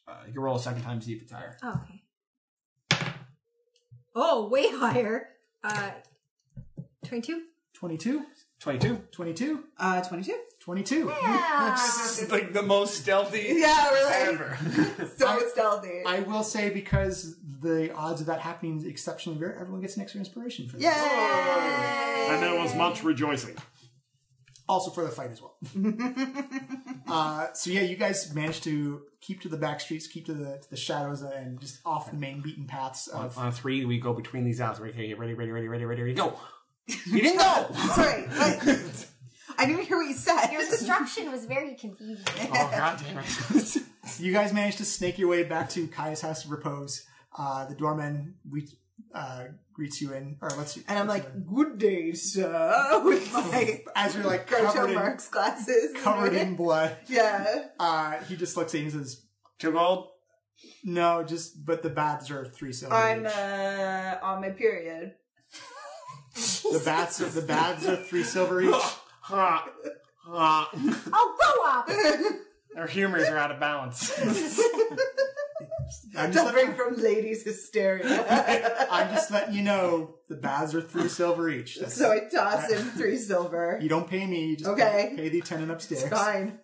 Speaker 2: Uh, you can roll a second time to see if it's higher.
Speaker 6: Oh, okay. Oh, way higher. Uh, 22?
Speaker 1: 22,
Speaker 2: 22.
Speaker 1: 22,
Speaker 3: Uh, 22.
Speaker 1: 22.
Speaker 2: It's like the most stealthy
Speaker 3: Yeah, we're like
Speaker 2: ever.
Speaker 3: so stealthy.
Speaker 1: I will say because the odds of that happening is exceptionally rare, everyone gets an extra inspiration for that. Oh.
Speaker 2: [laughs]
Speaker 3: Yay!
Speaker 2: and there was much rejoicing.
Speaker 1: Also for the fight
Speaker 3: [laughs]
Speaker 1: as well. uh, so yeah, you guys managed to keep to the back streets, keep to the, to the shadows, and just off the main beaten paths of
Speaker 2: On three, we go between these houses. Okay, ready, ready, ready, ready, ready, ready, go. We didn't go.
Speaker 3: Sorry,
Speaker 1: [laughs]
Speaker 3: but I didn't hear what you said.
Speaker 6: Your instruction was very confusing.
Speaker 2: [laughs] Oh god damn it!
Speaker 1: You guys managed to snake your way back to Kaya's house of repose. Uh, the doorman we, uh, greets you in, or lets you.
Speaker 3: And I'm like, good day, sir, with my
Speaker 1: as you're like covered
Speaker 3: Groucho
Speaker 1: in,
Speaker 3: Marx glasses.
Speaker 1: covered in blood,
Speaker 3: [laughs] Yeah.
Speaker 1: uh, he just looks at you and says,
Speaker 2: Too gold.
Speaker 1: "No, just but the baths are three silver.
Speaker 3: I'm
Speaker 1: each.
Speaker 3: uh, on my period.
Speaker 1: The baths are the baths are three silver each.
Speaker 2: Ha. Ha.
Speaker 6: Oh, grow up!
Speaker 3: [laughs]
Speaker 2: Our humors are out of [laughs] balance.
Speaker 1: I'm just, let,
Speaker 3: Don't bring from
Speaker 1: [laughs]
Speaker 3: ladies hysteria.
Speaker 1: I'm just letting you know the baths are three silver each. That's-
Speaker 3: so I toss him three silver.
Speaker 1: you don't pay me. You just
Speaker 3: Okay.
Speaker 1: pay the tenant upstairs.
Speaker 3: Fine.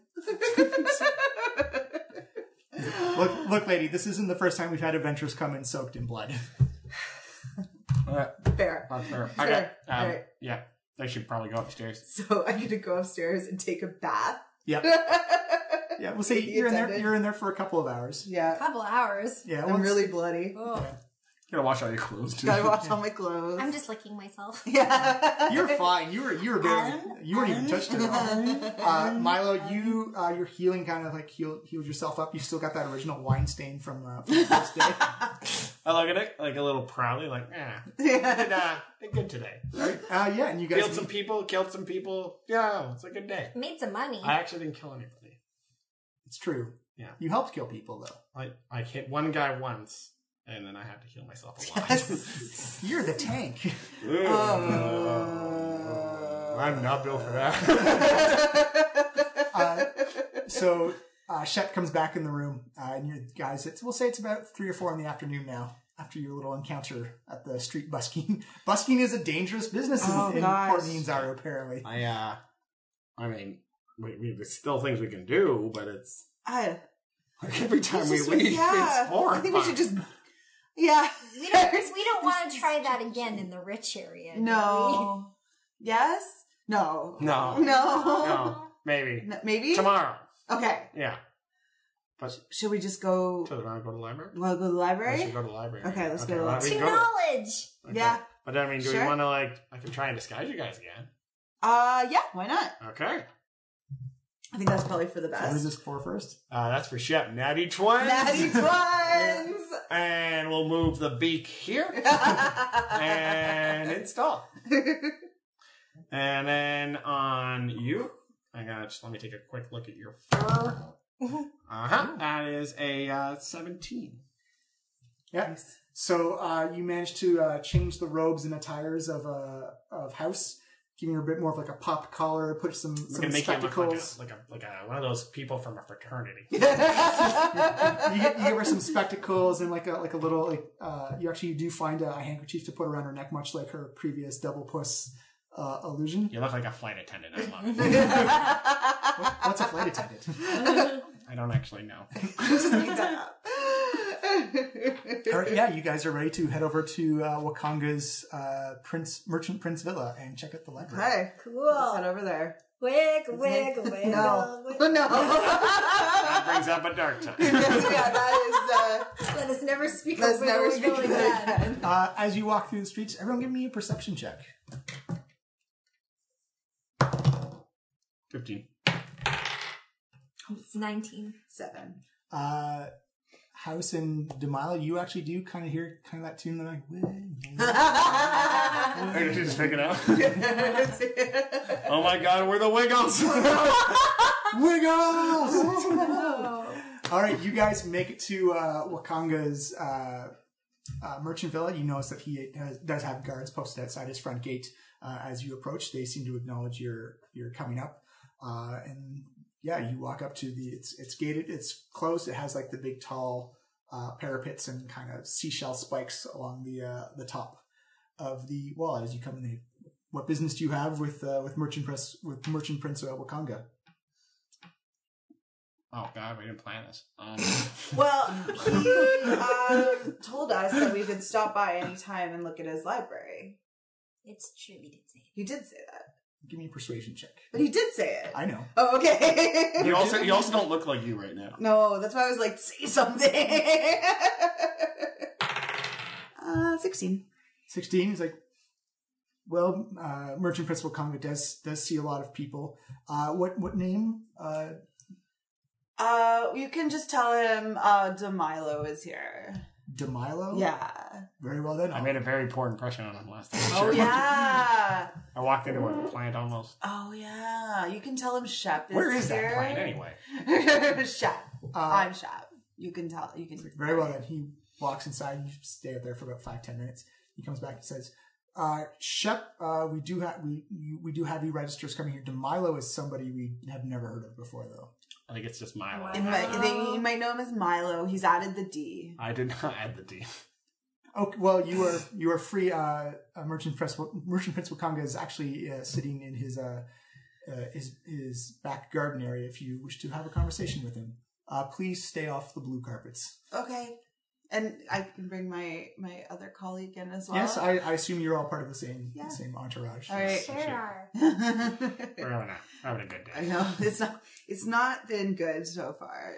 Speaker 1: Look, look, lady, this isn't the first time we've had adventurers come in soaked in blood. [laughs]
Speaker 3: Fair.
Speaker 2: Not fair.
Speaker 3: Fair.
Speaker 2: Okay. Um,
Speaker 3: Alright.
Speaker 2: Yeah, they should probably go upstairs.
Speaker 3: So I'm gonna go upstairs and take a bath. [laughs]
Speaker 1: Yep. yeah, we'll say
Speaker 3: The
Speaker 1: you're in there.
Speaker 3: attendant.
Speaker 1: You're in there for a couple of hours.
Speaker 3: Yeah.
Speaker 4: couple hours.
Speaker 1: Yeah,
Speaker 3: I'm
Speaker 1: once-
Speaker 3: really bloody.
Speaker 4: Oh,
Speaker 7: gotta wash all your clothes too.
Speaker 3: [laughs] Gotta wash all my clothes.
Speaker 6: I'm just licking myself.
Speaker 3: yeah.
Speaker 1: You're fine. You were you were barely you weren't even touched at all. Uh, Milo, you uh, your healing kind of like healed healed yourself up. You still got that original wine stain from, uh, from the first
Speaker 3: [laughs]
Speaker 1: day.
Speaker 2: [laughs] I look at it eh? like a little proudly, like, nah,
Speaker 3: [laughs] [laughs] yeah.
Speaker 2: nah, did good today.
Speaker 1: Uh, yeah, and you guys
Speaker 2: Killed some people, killed some people. Yeah, it's a good day.
Speaker 6: Made some money.
Speaker 2: I actually didn't kill anybody.
Speaker 1: it's true.
Speaker 2: Yeah.
Speaker 1: you helped kill people though.
Speaker 2: I, I hit one guy once, and then I had to heal myself a lot. [laughs] Oh.
Speaker 1: You're the tank. [laughs]
Speaker 3: Oh.
Speaker 2: I'm not built for that.
Speaker 3: [laughs]
Speaker 1: Uh, so uh, Shep comes back in the room, uh, and you guys, it's, we'll say it's about three or four in the afternoon now. After your little encounter at the street busking, [laughs] busking is a dangerous business in,
Speaker 3: Oh,
Speaker 1: in
Speaker 3: gosh.
Speaker 1: Port Nienzaro, apparently.
Speaker 2: [laughs] I, uh, I mean, we, we, there's still things we can do, but it's
Speaker 3: I,
Speaker 2: like every time
Speaker 3: it's
Speaker 2: we
Speaker 3: just-
Speaker 2: leave,
Speaker 3: yeah.
Speaker 2: it's horrifying.
Speaker 3: I think we should just. Yeah.
Speaker 6: We don't, we don't want to try that again in the rich area. do
Speaker 3: No. Yes? No.
Speaker 2: No.
Speaker 3: [laughs] No.
Speaker 2: No, maybe.
Speaker 3: No, Maybe?
Speaker 2: Tomorrow.
Speaker 3: Okay.
Speaker 2: Yeah. But
Speaker 3: Should we just go,
Speaker 2: should I go to the library?
Speaker 3: well, go to the
Speaker 2: I
Speaker 3: library?
Speaker 2: should go to the library.
Speaker 3: Okay, let's go to the
Speaker 2: well, I
Speaker 6: we?
Speaker 2: mean,
Speaker 6: [laughs] To
Speaker 2: go to-
Speaker 6: knowledge.
Speaker 2: Okay.
Speaker 3: Yeah.
Speaker 2: But I mean, do
Speaker 3: Sure.
Speaker 2: we want to like? I can try and disguise you guys again.
Speaker 3: Uh, yeah, why not?
Speaker 2: Okay.
Speaker 3: I think that's probably for the
Speaker 1: What is
Speaker 3: best.
Speaker 1: this for first?
Speaker 2: Uh, that's for Shep. Natty twins. [laughs]
Speaker 3: Natty twins!
Speaker 2: And we'll move the beak
Speaker 3: [laughs]
Speaker 2: here [laughs] and install. and then on you, I got. Just let me take a quick look at your fur.
Speaker 3: Mm-hmm.
Speaker 2: Uh huh. That is a uh, seventeen.
Speaker 1: Yeah. So uh, you managed to uh, change the robes and attires of uh, of house, giving her a bit more of like a pop collar, put some
Speaker 2: We're
Speaker 1: some
Speaker 2: gonna make you look like a,
Speaker 1: spectacles.
Speaker 2: like a like a one of those people from a fraternity.
Speaker 1: you, get, you give her some spectacles and like a like a little like uh, you actually do find a, handkerchief to put around her neck, much like her previous double puss uh, illusion.
Speaker 2: You look like a flight attendant. I love it.
Speaker 3: [laughs]
Speaker 1: What- what's a flight attendant?
Speaker 2: I don't actually know.
Speaker 3: Just make that up.
Speaker 1: [laughs] All right, yeah, you guys are ready to head over to uh, Wakanga's uh, Prince Merchant Prince Villa and check out the library.
Speaker 3: [laughs] Hey, let's head
Speaker 6: Cool.
Speaker 3: over there. [laughs]
Speaker 6: Wig, wig, wig.
Speaker 3: No.
Speaker 6: wig.
Speaker 3: no. [laughs]
Speaker 2: That brings up a dark time.
Speaker 3: yeah, that is. Uh,
Speaker 6: Let us never speak
Speaker 3: let's
Speaker 6: of
Speaker 3: never
Speaker 6: wiggle,
Speaker 3: speak of
Speaker 6: wiggle
Speaker 3: that
Speaker 6: again.
Speaker 3: again.
Speaker 1: Uh, as you walk through the streets, everyone give me a perception check.
Speaker 2: Fifteen.
Speaker 6: It's 19.
Speaker 3: Seven. [laughs]
Speaker 1: Uh, House and Demile, you actually do kind of hear kind of that tune. They're like, "Whoa."
Speaker 2: Or did you just pick it up? oh my god, we're the
Speaker 3: [laughs]
Speaker 2: Wiggles! Oh
Speaker 1: [laughs] Wiggles! [laughs] All right, you guys make it to uh, Wakanga's uh, uh, merchant villa. You notice that he has, does have guards posted outside his front gate. Uh, as you approach, they seem to acknowledge your your coming up, uh, and yeah, you walk up to the. It's it's gated. It's closed. It has like the big tall uh, parapets and kind of seashell spikes along the uh, the top of the wall as you come in. They, what business do you have with uh, with merchant press with merchant prince uh, Wakanga?
Speaker 2: oh god, we didn't plan this. Um,
Speaker 3: [laughs] Well, he um, told us that we could stop by anytime and look at his library.
Speaker 6: It's true, we did say it.
Speaker 3: He did say that,
Speaker 1: Give me a persuasion check.
Speaker 3: but he did say it.
Speaker 1: I know.
Speaker 3: Oh, okay.
Speaker 2: you also you also don't look like you right now.
Speaker 3: no, that's why I was like, say something. [laughs] uh, sixteen.
Speaker 1: 16 he's like well uh, merchant principal conga does does see a lot of people uh, what what name uh,
Speaker 3: Uh, you can just tell him uh, Demilo is here. Oh.
Speaker 1: demilo
Speaker 3: Yeah.
Speaker 1: very well done
Speaker 2: I made a very poor impression on him last time.
Speaker 3: Oh yeah.
Speaker 2: I walked into a plant almost.
Speaker 3: Oh yeah. You can tell him Shep is
Speaker 2: Where is
Speaker 3: here.
Speaker 2: that plant anyway?
Speaker 3: anyway? [laughs] Shep.
Speaker 1: uh,
Speaker 3: I'm Shep. You can tell. You can.
Speaker 1: very well done he walks inside you stay up there for about five ten minutes he comes back and says uh, Shep, uh, we do have we you, we do have you registers coming here. Demilo is somebody we have never heard of before, though.
Speaker 2: I think it's just my
Speaker 6: Wow.
Speaker 2: line.
Speaker 3: You might, they, you might know him as Milo. He's added the D.
Speaker 2: I did not add the D.
Speaker 1: Okay, well, you are you are free. Uh, uh, Merchant Prince Merchant Prince Wakanga is actually uh, sitting in his uh, uh, his his back garden area. If you wish to have a conversation with him, uh, please stay off the blue carpets.
Speaker 3: Okay. And I can bring my my other colleague in as well.
Speaker 1: yes, I, I assume you're all part of the same
Speaker 3: Yeah.
Speaker 1: same entourage.
Speaker 3: All right.
Speaker 6: Sure are.
Speaker 3: I [laughs]
Speaker 2: We're having a, having a good day.
Speaker 3: know it's not it's not been good so far.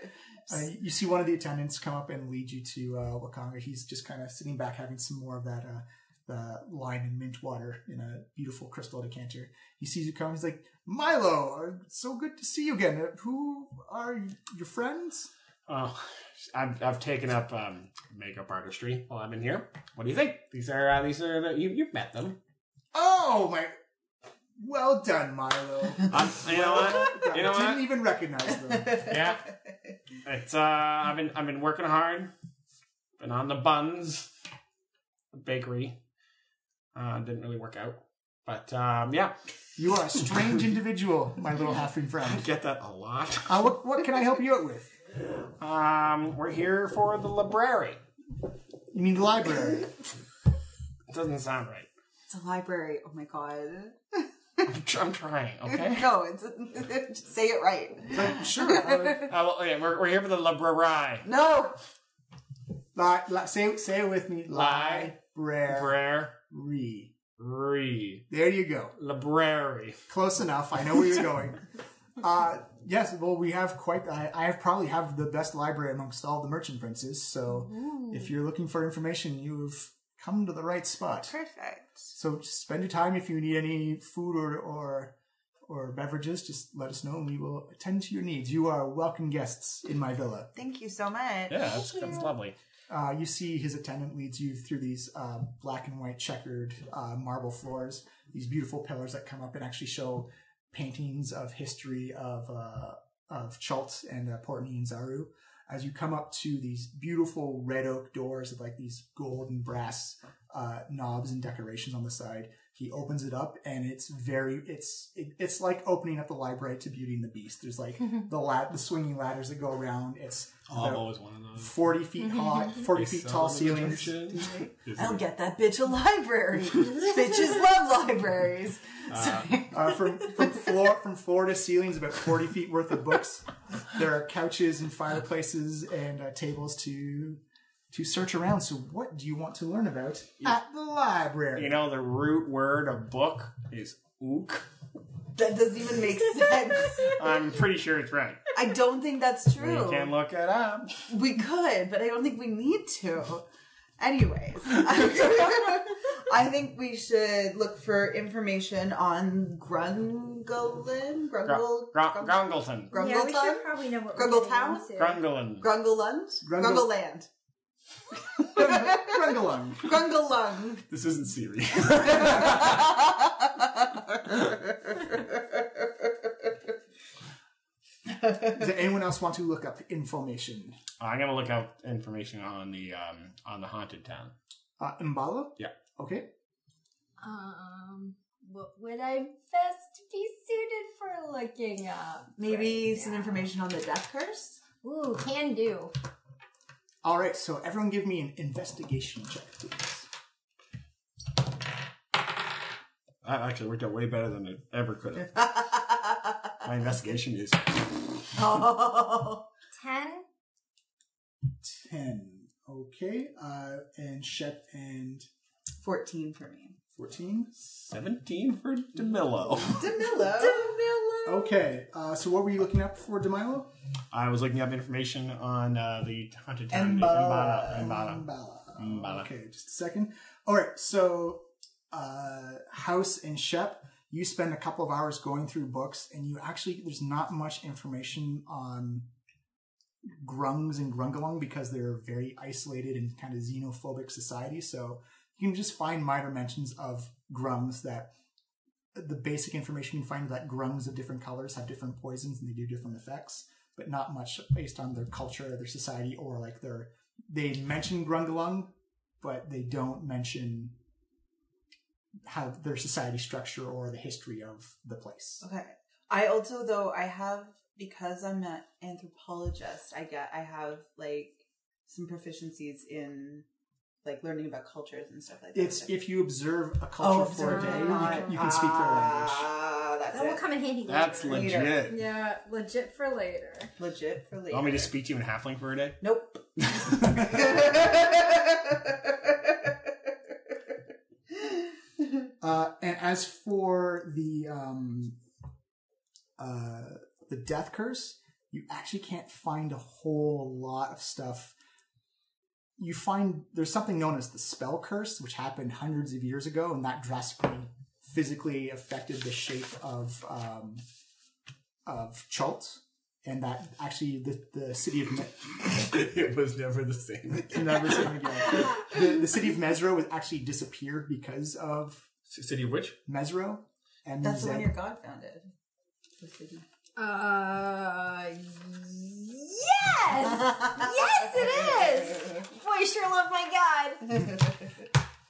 Speaker 1: Uh, you see one of the attendants come up and lead you to uh, Wakanga. He's just kind of sitting back, having some more of that uh, the lime and mint water in a beautiful crystal decanter. He sees you come. He's like, "Milo, uh, so good to see you again. Uh, Who are y- your friends?"
Speaker 2: Oh, [sighs] I've, I've taken up um, makeup artistry while I'm in here. What do you think? These are uh, these are the, you you've met them.
Speaker 1: Oh my! Well done, Milo.
Speaker 2: I'm, you know
Speaker 1: [laughs]
Speaker 2: what? You know
Speaker 1: I didn't
Speaker 2: what?
Speaker 1: even recognize them.
Speaker 2: [laughs] Yeah, it's uh, I've been I've been working hard, been on the buns, the bakery. Uh, didn't really work out, but um, yeah, [laughs]
Speaker 1: You are a strange individual, my little halfling
Speaker 2: I
Speaker 1: friend.
Speaker 2: [laughs] get that a lot.
Speaker 1: Uh, what, what can I help you out with?
Speaker 2: Um, we're here for the library.
Speaker 1: You mean the library?
Speaker 2: Doesn't sound right.
Speaker 3: It's a library. Oh my god.
Speaker 2: I'm, tr- I'm trying. Okay.
Speaker 3: [laughs]
Speaker 2: Uh,
Speaker 3: No, it's just say it right.
Speaker 1: sure. Uh,
Speaker 2: Uh, well, okay, we're, we're here for the library.
Speaker 3: No.
Speaker 1: li- li- say, say it with me.
Speaker 2: Li-
Speaker 1: Library.
Speaker 2: Library.
Speaker 1: There you go.
Speaker 2: Library.
Speaker 1: Close enough. I know where you're going. Uh, yes, well, we have quite. I, I have probably have the best library amongst all the merchant princes. So, if you're looking for information, you've come to the right spot.
Speaker 3: Perfect.
Speaker 1: So, just spend your time. If you need any food or or or beverages, just let us know, and we will attend to your needs. You are welcome guests in my villa.
Speaker 3: Thank you so much.
Speaker 2: Yeah, that's, that's lovely.
Speaker 1: Uh, you see his attendant leads you through these uh, black and white checkered uh, marble floors, these beautiful pillars that come up and actually show paintings of history of uh, of Chult and uh, Portney and Zaru. As you come up to these beautiful red oak doors with like these gold and brass uh, knobs and decorations on the side, he opens it up and it's very it's it, it's like opening up the library to Beauty and the Beast. There's like the la- the swinging ladders that go around. It's
Speaker 2: Oh, I've
Speaker 1: about-
Speaker 2: always wanted those.
Speaker 1: 40 feet high, 40 feet tall ceilings.
Speaker 3: I'll get that bitch a
Speaker 2: [laughs]
Speaker 3: library. Bitches love libraries.
Speaker 1: [laughs] Uh, from, from floor from floor to ceilings, about 40 feet worth of books. There are couches and fireplaces and uh, tables to to search around. So, what do you want to learn about at the library?
Speaker 2: You know, the root word of book is ook.
Speaker 3: That doesn't
Speaker 2: [laughs]
Speaker 3: even make sense.
Speaker 2: I'm pretty sure it's [laughs] right.
Speaker 3: I don't think that's
Speaker 2: We
Speaker 3: true.
Speaker 2: can look it up.
Speaker 3: We could, but I don't think we need to. Anyways, [laughs] I think we should look for information on Grungolin, Grungol,
Speaker 2: Gr- gr- Grungleton.
Speaker 4: Yeah,
Speaker 3: Grungleton,
Speaker 4: we should probably know what
Speaker 3: Grumble
Speaker 4: we're
Speaker 3: Town?
Speaker 4: going to.
Speaker 2: Grungleton.
Speaker 3: Grungolund,
Speaker 1: Grungol-
Speaker 3: Grungoland,
Speaker 1: Grungalung.
Speaker 3: Grungolung.
Speaker 7: This isn't Siri.
Speaker 2: [laughs]
Speaker 1: Does anyone else want to look up information?
Speaker 2: I'm gonna look up information on the um on the haunted town.
Speaker 1: Uh, Mbala?
Speaker 2: Yeah.
Speaker 1: Okay.
Speaker 4: Um, what would I best be suited for looking up?
Speaker 3: Maybe
Speaker 4: right
Speaker 3: some
Speaker 4: now?
Speaker 3: information on the death curse. [laughs]
Speaker 4: Ooh, can do.
Speaker 1: All right. So, everyone give me an investigation check, please.
Speaker 7: That actually worked out way better than it ever could have. My investigation is
Speaker 3: Oh,
Speaker 4: Ten.
Speaker 1: 10. Okay. Uh, and Shep and
Speaker 3: 14 for me.
Speaker 1: 14.
Speaker 2: Seventeen for Demillo.
Speaker 3: Danilo. Danilo.
Speaker 1: Okay, uh, so what were you looking up for, Demilo?
Speaker 2: I was looking up information on uh, the haunted town.
Speaker 3: Embala.
Speaker 2: Embala.
Speaker 1: Mbala.
Speaker 2: Mbala.
Speaker 1: Okay, just a second. All right, so uh, House and Shep, you spend a couple of hours going through books, and you actually there's not much information on Grungs and Grungalung because they're a very isolated and kind of xenophobic society. So you can just find minor mentions of Grungs that the basic information you can find that Grungs of different colors have different poisons and they do different effects, but not much based on their culture, their society, or like their. They mention Grungalung, but they don't mention how their society structure or the history of the place.
Speaker 3: Okay. I also though I have because I'm an anthropologist, I get I have like some proficiencies in like learning about cultures and stuff like that. Oh,
Speaker 1: It's if you observe a culture for a
Speaker 3: observe
Speaker 1: day, you
Speaker 3: it.
Speaker 1: can, you can speak their language.
Speaker 3: Ah, that's
Speaker 4: That will
Speaker 3: it.
Speaker 4: come in handy.
Speaker 7: that's
Speaker 4: later.
Speaker 3: Later.
Speaker 7: legit.
Speaker 6: Yeah, legit for later.
Speaker 3: legit for later.
Speaker 2: Want me to speak to you in halfling for a day?
Speaker 1: [laughs]
Speaker 3: Nope.
Speaker 2: [laughs]
Speaker 1: Uh, and as for the um, uh, the death curse, you actually can't find a whole lot of stuff. You find there's something known as the spell curse, which happened hundreds of years ago, and that drastically physically affected the shape of um, of Chult, and that actually the, the city of Me- [laughs]
Speaker 2: [laughs]
Speaker 7: it was never the same.
Speaker 1: never seen again. The, the city of Mesro was actually disappeared because of
Speaker 7: City of which?
Speaker 1: Mesro. And
Speaker 3: That's the
Speaker 1: Zed-
Speaker 3: one your god
Speaker 1: [laughs]
Speaker 3: founded. [laughs] The city.
Speaker 4: Uh, yes, yes,
Speaker 3: [laughs]
Speaker 4: it is. Boy, sure love my god.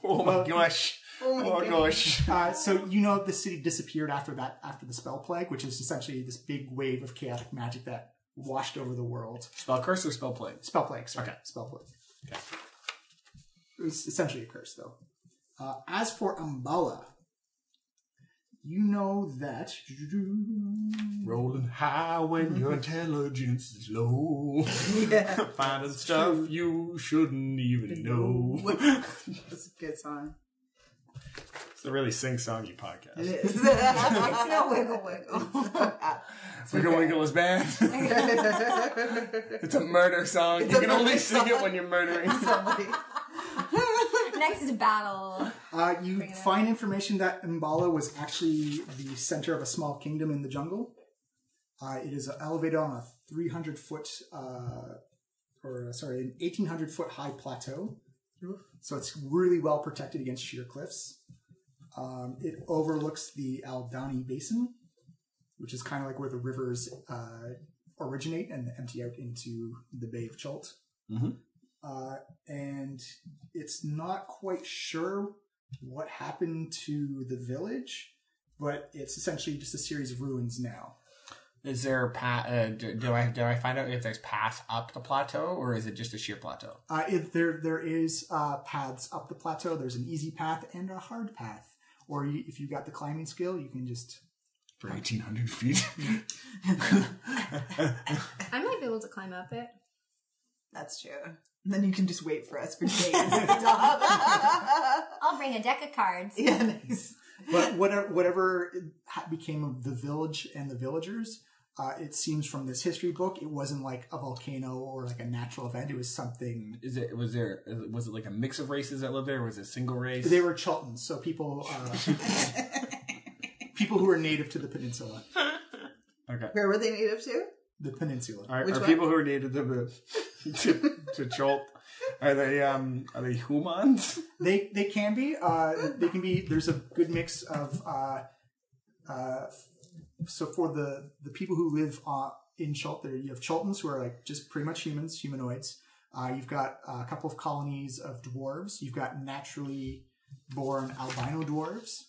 Speaker 2: Oh my gosh.
Speaker 3: Oh my
Speaker 2: Oh
Speaker 3: God.
Speaker 2: gosh.
Speaker 1: Uh, so you know the city disappeared after that, after the spell plague, which is essentially this big wave of chaotic magic that washed over the world.
Speaker 2: Spell curse or spell plague?
Speaker 1: Spell plague, sorry.
Speaker 2: Okay.
Speaker 1: Spell plague. It was essentially a curse, though. Uh, as for Umbala, you know that
Speaker 2: Rolling high when your intelligence is low. [laughs] Finding stuff you shouldn't even [laughs] know.
Speaker 3: That's a good song.
Speaker 2: It's a really sing songy podcast.
Speaker 3: It is. [laughs] it's
Speaker 4: No wiggle wiggle.
Speaker 3: Ah. [laughs]
Speaker 2: Wiggle Wiggle is [laughs] bad. it's a murder song. you can only sing it when you're [laughs] murdering.
Speaker 4: Next is battle.
Speaker 1: uh, you find information that Umbala was actually the center of a small kingdom in the jungle. Uh, it is elevated on a 300 foot, uh, or uh, sorry, an 1800 foot high plateau. So it's really well protected against sheer cliffs. Um, it overlooks the Aldani Basin, which is kind of like where the rivers uh, originate and empty out into the Bay of Chult.
Speaker 2: Mhm.
Speaker 1: Uh, and it's not quite sure what happened to the village, but it's essentially just a series of ruins now.
Speaker 2: Is there a path? Uh, do, do I do I find out if there's path up the plateau or is it just a sheer plateau?
Speaker 1: Uh, if there there is uh, paths up the plateau. There's an easy path and a hard path. Or you, if you got the climbing skill, you can just
Speaker 2: For eighteen hundred feet. [laughs]
Speaker 6: I might be able to climb up it.
Speaker 3: That's true. And then you can just wait for us [laughs] for days. [laughs] yeah,
Speaker 4: I'll bring a deck of cards.
Speaker 3: nice.
Speaker 1: but whatever whatever ha- became of the village and the villagers, uh, it seems from this history book, it wasn't like a volcano or like a natural event. It was something.
Speaker 2: is it was there was it like a mix of races that lived there? Or was it a single race?
Speaker 1: They were Chultans, so people uh, people who were native to the peninsula,
Speaker 2: okay.
Speaker 3: Where were they native to?
Speaker 1: the peninsula.
Speaker 2: Are,
Speaker 3: Which
Speaker 2: are
Speaker 3: one?
Speaker 2: people who are native to the to, to Chult are they um are they humans?
Speaker 1: They they can be. Uh, they can be. There's a good mix of. Uh, uh, so for the the people who live uh, in Chult, there you have Chultans who are like just pretty much humans, humanoids. Uh, you've got a couple of colonies of dwarves. You've got naturally born albino dwarves.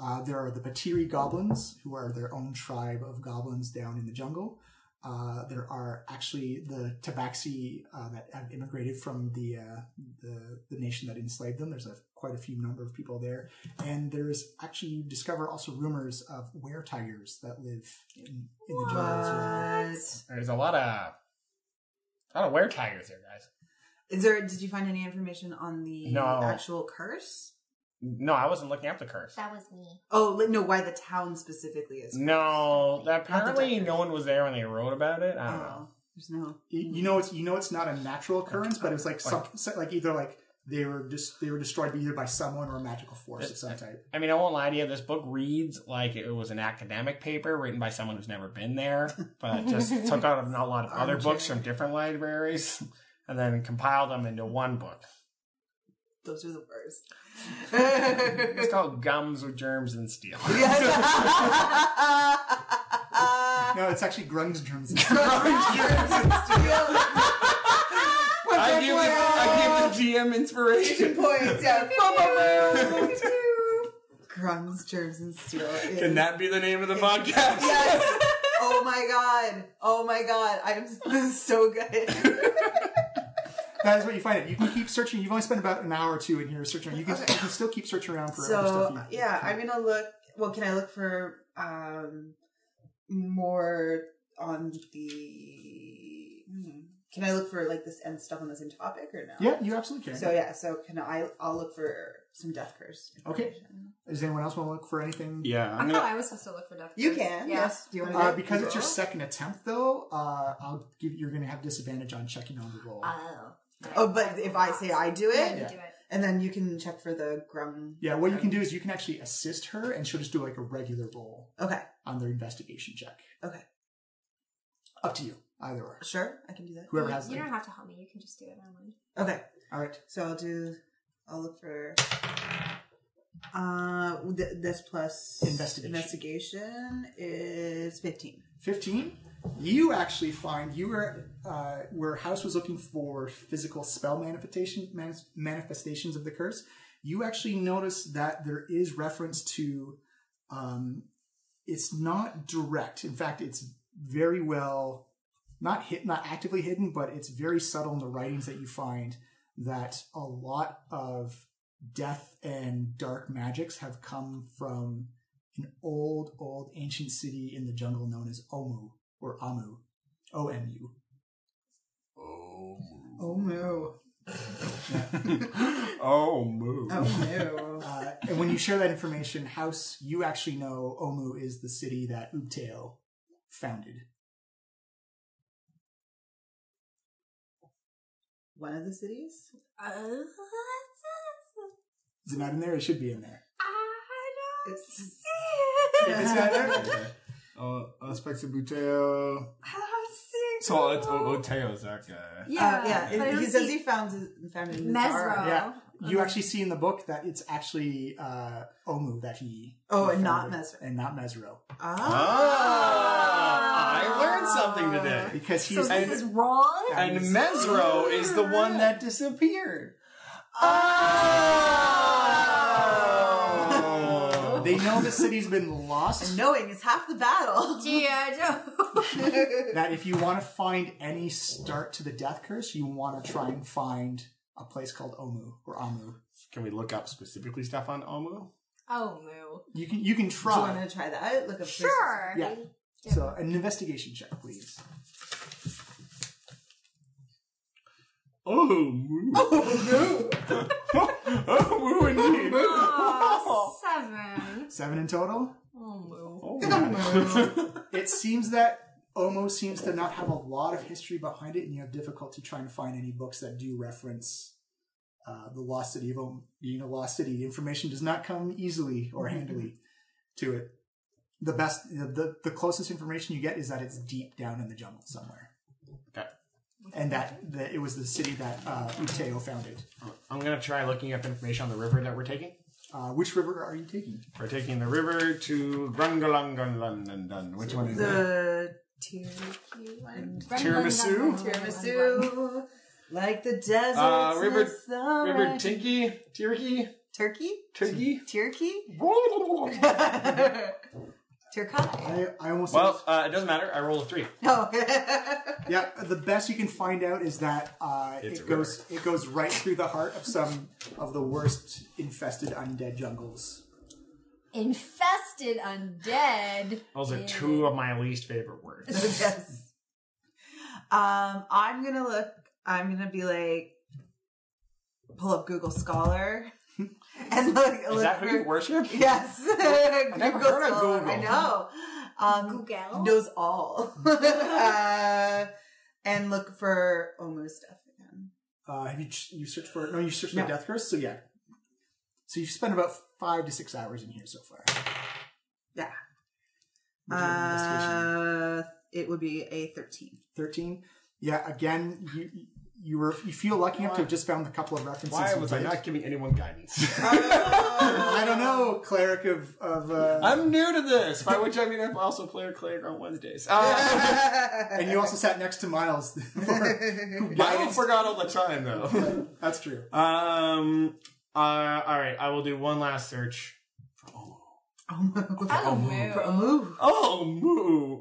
Speaker 1: Uh, there are the Batiri goblins, who are their own tribe of goblins down in the jungle. Uh, there are actually the Tabaxi uh, that have immigrated from the, uh, the the nation that enslaved them. There's a, quite a few number of people there, and there's actually you discover also rumors of were tigers that live in, in the jungle as well.
Speaker 3: What?
Speaker 2: There's a lot of a lot of wear tigers there, guys.
Speaker 3: Is there? Did you find any information on the
Speaker 2: No.
Speaker 3: actual curse?
Speaker 2: No, I wasn't looking up the curse.
Speaker 4: That was me.
Speaker 3: Oh li- no, why the town specifically is?
Speaker 2: No, that
Speaker 3: Not the
Speaker 2: apparently
Speaker 3: doctors.
Speaker 2: no one was there when they wrote about it. I don't know.
Speaker 3: Oh, there's no.
Speaker 1: You you know it's you know it's not a natural occurrence, but it's like some, like either like they were just they were destroyed either by someone or a magical force of some type.
Speaker 2: I mean, I won't lie to you. This book reads like it was an academic paper written by someone who's never been there, but just [laughs] took out a lot of other books from different libraries [laughs] and then compiled them into one book.
Speaker 3: Those are the worst.
Speaker 2: [laughs]
Speaker 3: [laughs]
Speaker 2: It's called Gums with Germs and Steel.
Speaker 1: No, it's actually Grun's germs.
Speaker 2: [laughs]
Speaker 1: [laughs]
Speaker 2: I give, the, I give the GM
Speaker 1: [laughs]
Speaker 2: inspiration. [laughs]
Speaker 3: points. Yeah. Crumbs, germs, and steel. It
Speaker 7: Can
Speaker 3: is-
Speaker 7: that be the name of the podcast?
Speaker 3: Yes. [laughs] Oh my god. Oh my god. I'm [laughs] this is
Speaker 1: [laughs]
Speaker 3: so good.
Speaker 1: That is what you find it. You can keep searching. You've only spent about an hour or two in here searching. You can, you can still keep searching around for other stuff.
Speaker 3: so
Speaker 1: you-
Speaker 3: yeah, I'm gonna look. Well, can I look for um more on the? hmm. Can I look for like this and stuff on the same topic or no?
Speaker 1: yeah, you absolutely can.
Speaker 3: So yeah, so can I? I'll look for some death curse.
Speaker 1: Okay.
Speaker 3: information.
Speaker 1: Does anyone else want to look for anything?
Speaker 2: Yeah, I'm [laughs]
Speaker 4: I thought
Speaker 2: gonna.
Speaker 4: Oh, I was supposed to look for death.
Speaker 3: You
Speaker 4: curse.
Speaker 3: can.
Speaker 4: Yeah.
Speaker 3: Yes. Do you want to?
Speaker 1: Uh, because it's your second attempt, though, uh, I'll give you're going to have disadvantage on checking on the roll.
Speaker 4: Oh.
Speaker 3: Oh, but if I say I do
Speaker 4: Yeah,
Speaker 3: it,
Speaker 4: you
Speaker 1: Yeah.
Speaker 4: do it.
Speaker 3: and then you can check for the grum.
Speaker 1: yeah, what you can do is you can actually assist her, and she'll just do like a regular roll
Speaker 3: Okay.
Speaker 1: on their investigation check.
Speaker 3: Okay.
Speaker 1: Up to you, either or.
Speaker 3: Sure. I can do that.
Speaker 1: Whoever
Speaker 4: You-
Speaker 1: has
Speaker 4: You
Speaker 1: it.
Speaker 4: don't have to help me. You can just do it. Never mind.
Speaker 3: Okay.
Speaker 1: All right.
Speaker 3: So I'll do. I'll look for. Uh, th- this plus
Speaker 1: Investigation.
Speaker 3: investigation is fifteen.
Speaker 1: 15 you actually find you were uh, where house was looking for physical spell manifestation man, manifestations of the curse you actually notice that there is reference to um, it's not direct in fact it's very well not hit not actively hidden but it's very subtle in the writings that you find that a lot of death and dark magics have come from an old, old ancient city in the jungle known as Omu or Amu, O M U.
Speaker 3: Oh no!
Speaker 2: Oh, move.
Speaker 3: Oh
Speaker 1: Uh, and when you share that information, House, you actually know Omu is the city that Ubteo founded.
Speaker 3: One of the cities.
Speaker 4: Uh,
Speaker 1: Is it not in there? It should be in there.
Speaker 4: I don't
Speaker 3: It's-
Speaker 4: see
Speaker 1: If it's not there,
Speaker 2: Uh, aspects of Buteo.
Speaker 4: I don't see
Speaker 2: So it's O- Oteo's that guy.
Speaker 4: Yeah,
Speaker 3: Uh, yeah.
Speaker 4: but I
Speaker 3: It,
Speaker 4: don't
Speaker 3: he says he
Speaker 4: see
Speaker 3: found his found it in
Speaker 4: Mesro.
Speaker 3: Zara.
Speaker 1: yeah.
Speaker 3: Uh-huh.
Speaker 1: You actually see in the book that it's actually uh, Omu that he.
Speaker 3: Oh,
Speaker 1: founded,
Speaker 3: and not Mesro.
Speaker 1: And not Mesro.
Speaker 2: Ah, I learned something today.
Speaker 1: Because
Speaker 4: So
Speaker 1: he's.
Speaker 4: this is wrong.
Speaker 2: And Mesro is the one that disappeared. Oh!
Speaker 1: they know
Speaker 3: [laughs]
Speaker 1: the city's been lost.
Speaker 3: Knowing is half the
Speaker 4: [laughs]
Speaker 3: battle.
Speaker 4: G.I. Joe.
Speaker 1: that if you want to find any start to the death curse, you want to try and find a place called Omu or Amu.
Speaker 2: [laughs] Can we look up specifically stuff on Omu?
Speaker 4: [laughs] Oh, moo.
Speaker 1: You can you can
Speaker 3: Do you
Speaker 1: try.
Speaker 3: want to try that? Look up places.
Speaker 4: Sure.
Speaker 1: Yeah. So an investigation check, please.
Speaker 2: Oh, [laughs] moo. Oh, moo indeed.
Speaker 4: Aw, seven.
Speaker 1: Seven in total.
Speaker 4: Oh, moo.
Speaker 2: Oh, my.
Speaker 1: It seems that Omu seems to not have a lot of history behind it, and you have difficulty trying to find any books that do reference uh, the lost city of Omu. Being a lost city, the information does not come easily or handily to it. The best, the, the, the closest information you get is that it's deep down in the jungle somewhere.
Speaker 2: Okay.
Speaker 1: And that, that it was the city that uh, Uteo founded.
Speaker 2: I'm gonna try looking up information on the river that we're taking.
Speaker 1: Uh, which river are you taking?
Speaker 2: We're taking the river to Grungalungalungalun. Which one is it?
Speaker 3: [laughs] The Tiramisu one.
Speaker 2: Tiramisu?
Speaker 3: Tiramisu. Like the desert.
Speaker 2: Uh, River- River
Speaker 3: River
Speaker 2: Tinky? Tiriki?
Speaker 3: Turkey?
Speaker 2: Turkey?
Speaker 3: Turkey?
Speaker 2: [laughs] well,
Speaker 3: Turkai.
Speaker 1: I, I almost
Speaker 2: uh, it doesn't matter. I rolled a three.
Speaker 3: No. [laughs]
Speaker 1: Yeah, the best you can find out is that uh,
Speaker 2: It's
Speaker 1: it
Speaker 2: a river.
Speaker 1: goes it goes right through the heart of some of the worst infested undead jungles.
Speaker 4: Infested undead.
Speaker 2: Those are two of my least favorite words.
Speaker 3: yes. Um, I'm gonna look. I'm gonna be like, pull up Google Scholar [laughs] and look.
Speaker 2: Is that who you worship? [laughs]
Speaker 3: Yes.
Speaker 2: never
Speaker 3: Google
Speaker 2: heard of
Speaker 3: Scholar.
Speaker 2: Google.
Speaker 3: I know. Um,
Speaker 4: Google.
Speaker 3: knows all. [laughs] uh, and look for Omu stuff again.
Speaker 1: Uh, have you ch- you searched for no you searched
Speaker 3: No.
Speaker 1: for death curse? So yeah, so you've spent about five to six hours in here so far.
Speaker 3: Yeah.
Speaker 1: Would you do an investigation?
Speaker 3: Uh, it would be a 13.
Speaker 1: Thirteen. Yeah, again you you were you feel lucky enough to have just found a couple of references.
Speaker 2: Why
Speaker 1: you
Speaker 2: was I
Speaker 1: did.
Speaker 2: not giving anyone guidance?
Speaker 1: [laughs] I don't know, cleric of of. Uh,
Speaker 2: [laughs] I'm new to this, by which I mean I also play a cleric on Wednesdays. [laughs] Uh,
Speaker 3: [laughs]
Speaker 1: and you also sat next to Miles. [laughs] for
Speaker 2: I
Speaker 1: guidance.
Speaker 2: forgot all the time, [laughs] though.
Speaker 1: That's true.
Speaker 2: um, uh, all right, I will do one last search.
Speaker 3: [laughs]
Speaker 4: Oh,
Speaker 3: For
Speaker 4: moo.
Speaker 3: Omu.
Speaker 2: Oh, moo.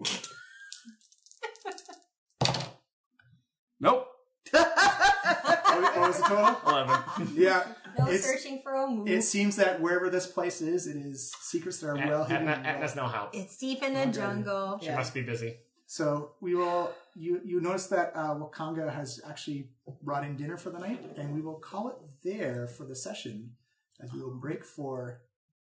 Speaker 2: nope.
Speaker 1: What what was the
Speaker 2: [laughs]
Speaker 1: total?
Speaker 2: 11.
Speaker 1: Yeah.
Speaker 4: No
Speaker 1: It's-
Speaker 4: searching for a moo.
Speaker 1: It seems that wherever this place is, it is secrets that are well hidden.
Speaker 2: Etna,
Speaker 1: and well-
Speaker 2: Etna's eh, no help.
Speaker 4: It's deep in the jungle.
Speaker 2: She must be busy.
Speaker 1: So we will. You you notice that uh, Wakanga has actually brought in dinner for the night, and we will call it there for the session. as we will break for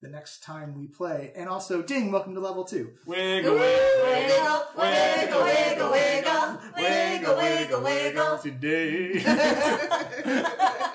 Speaker 1: the next time we play. And also, ding, welcome to level two.
Speaker 2: Wiggle, wiggle,
Speaker 4: wiggle, wiggle, wiggle,
Speaker 2: [laughs] wiggle, wiggle, wiggle today.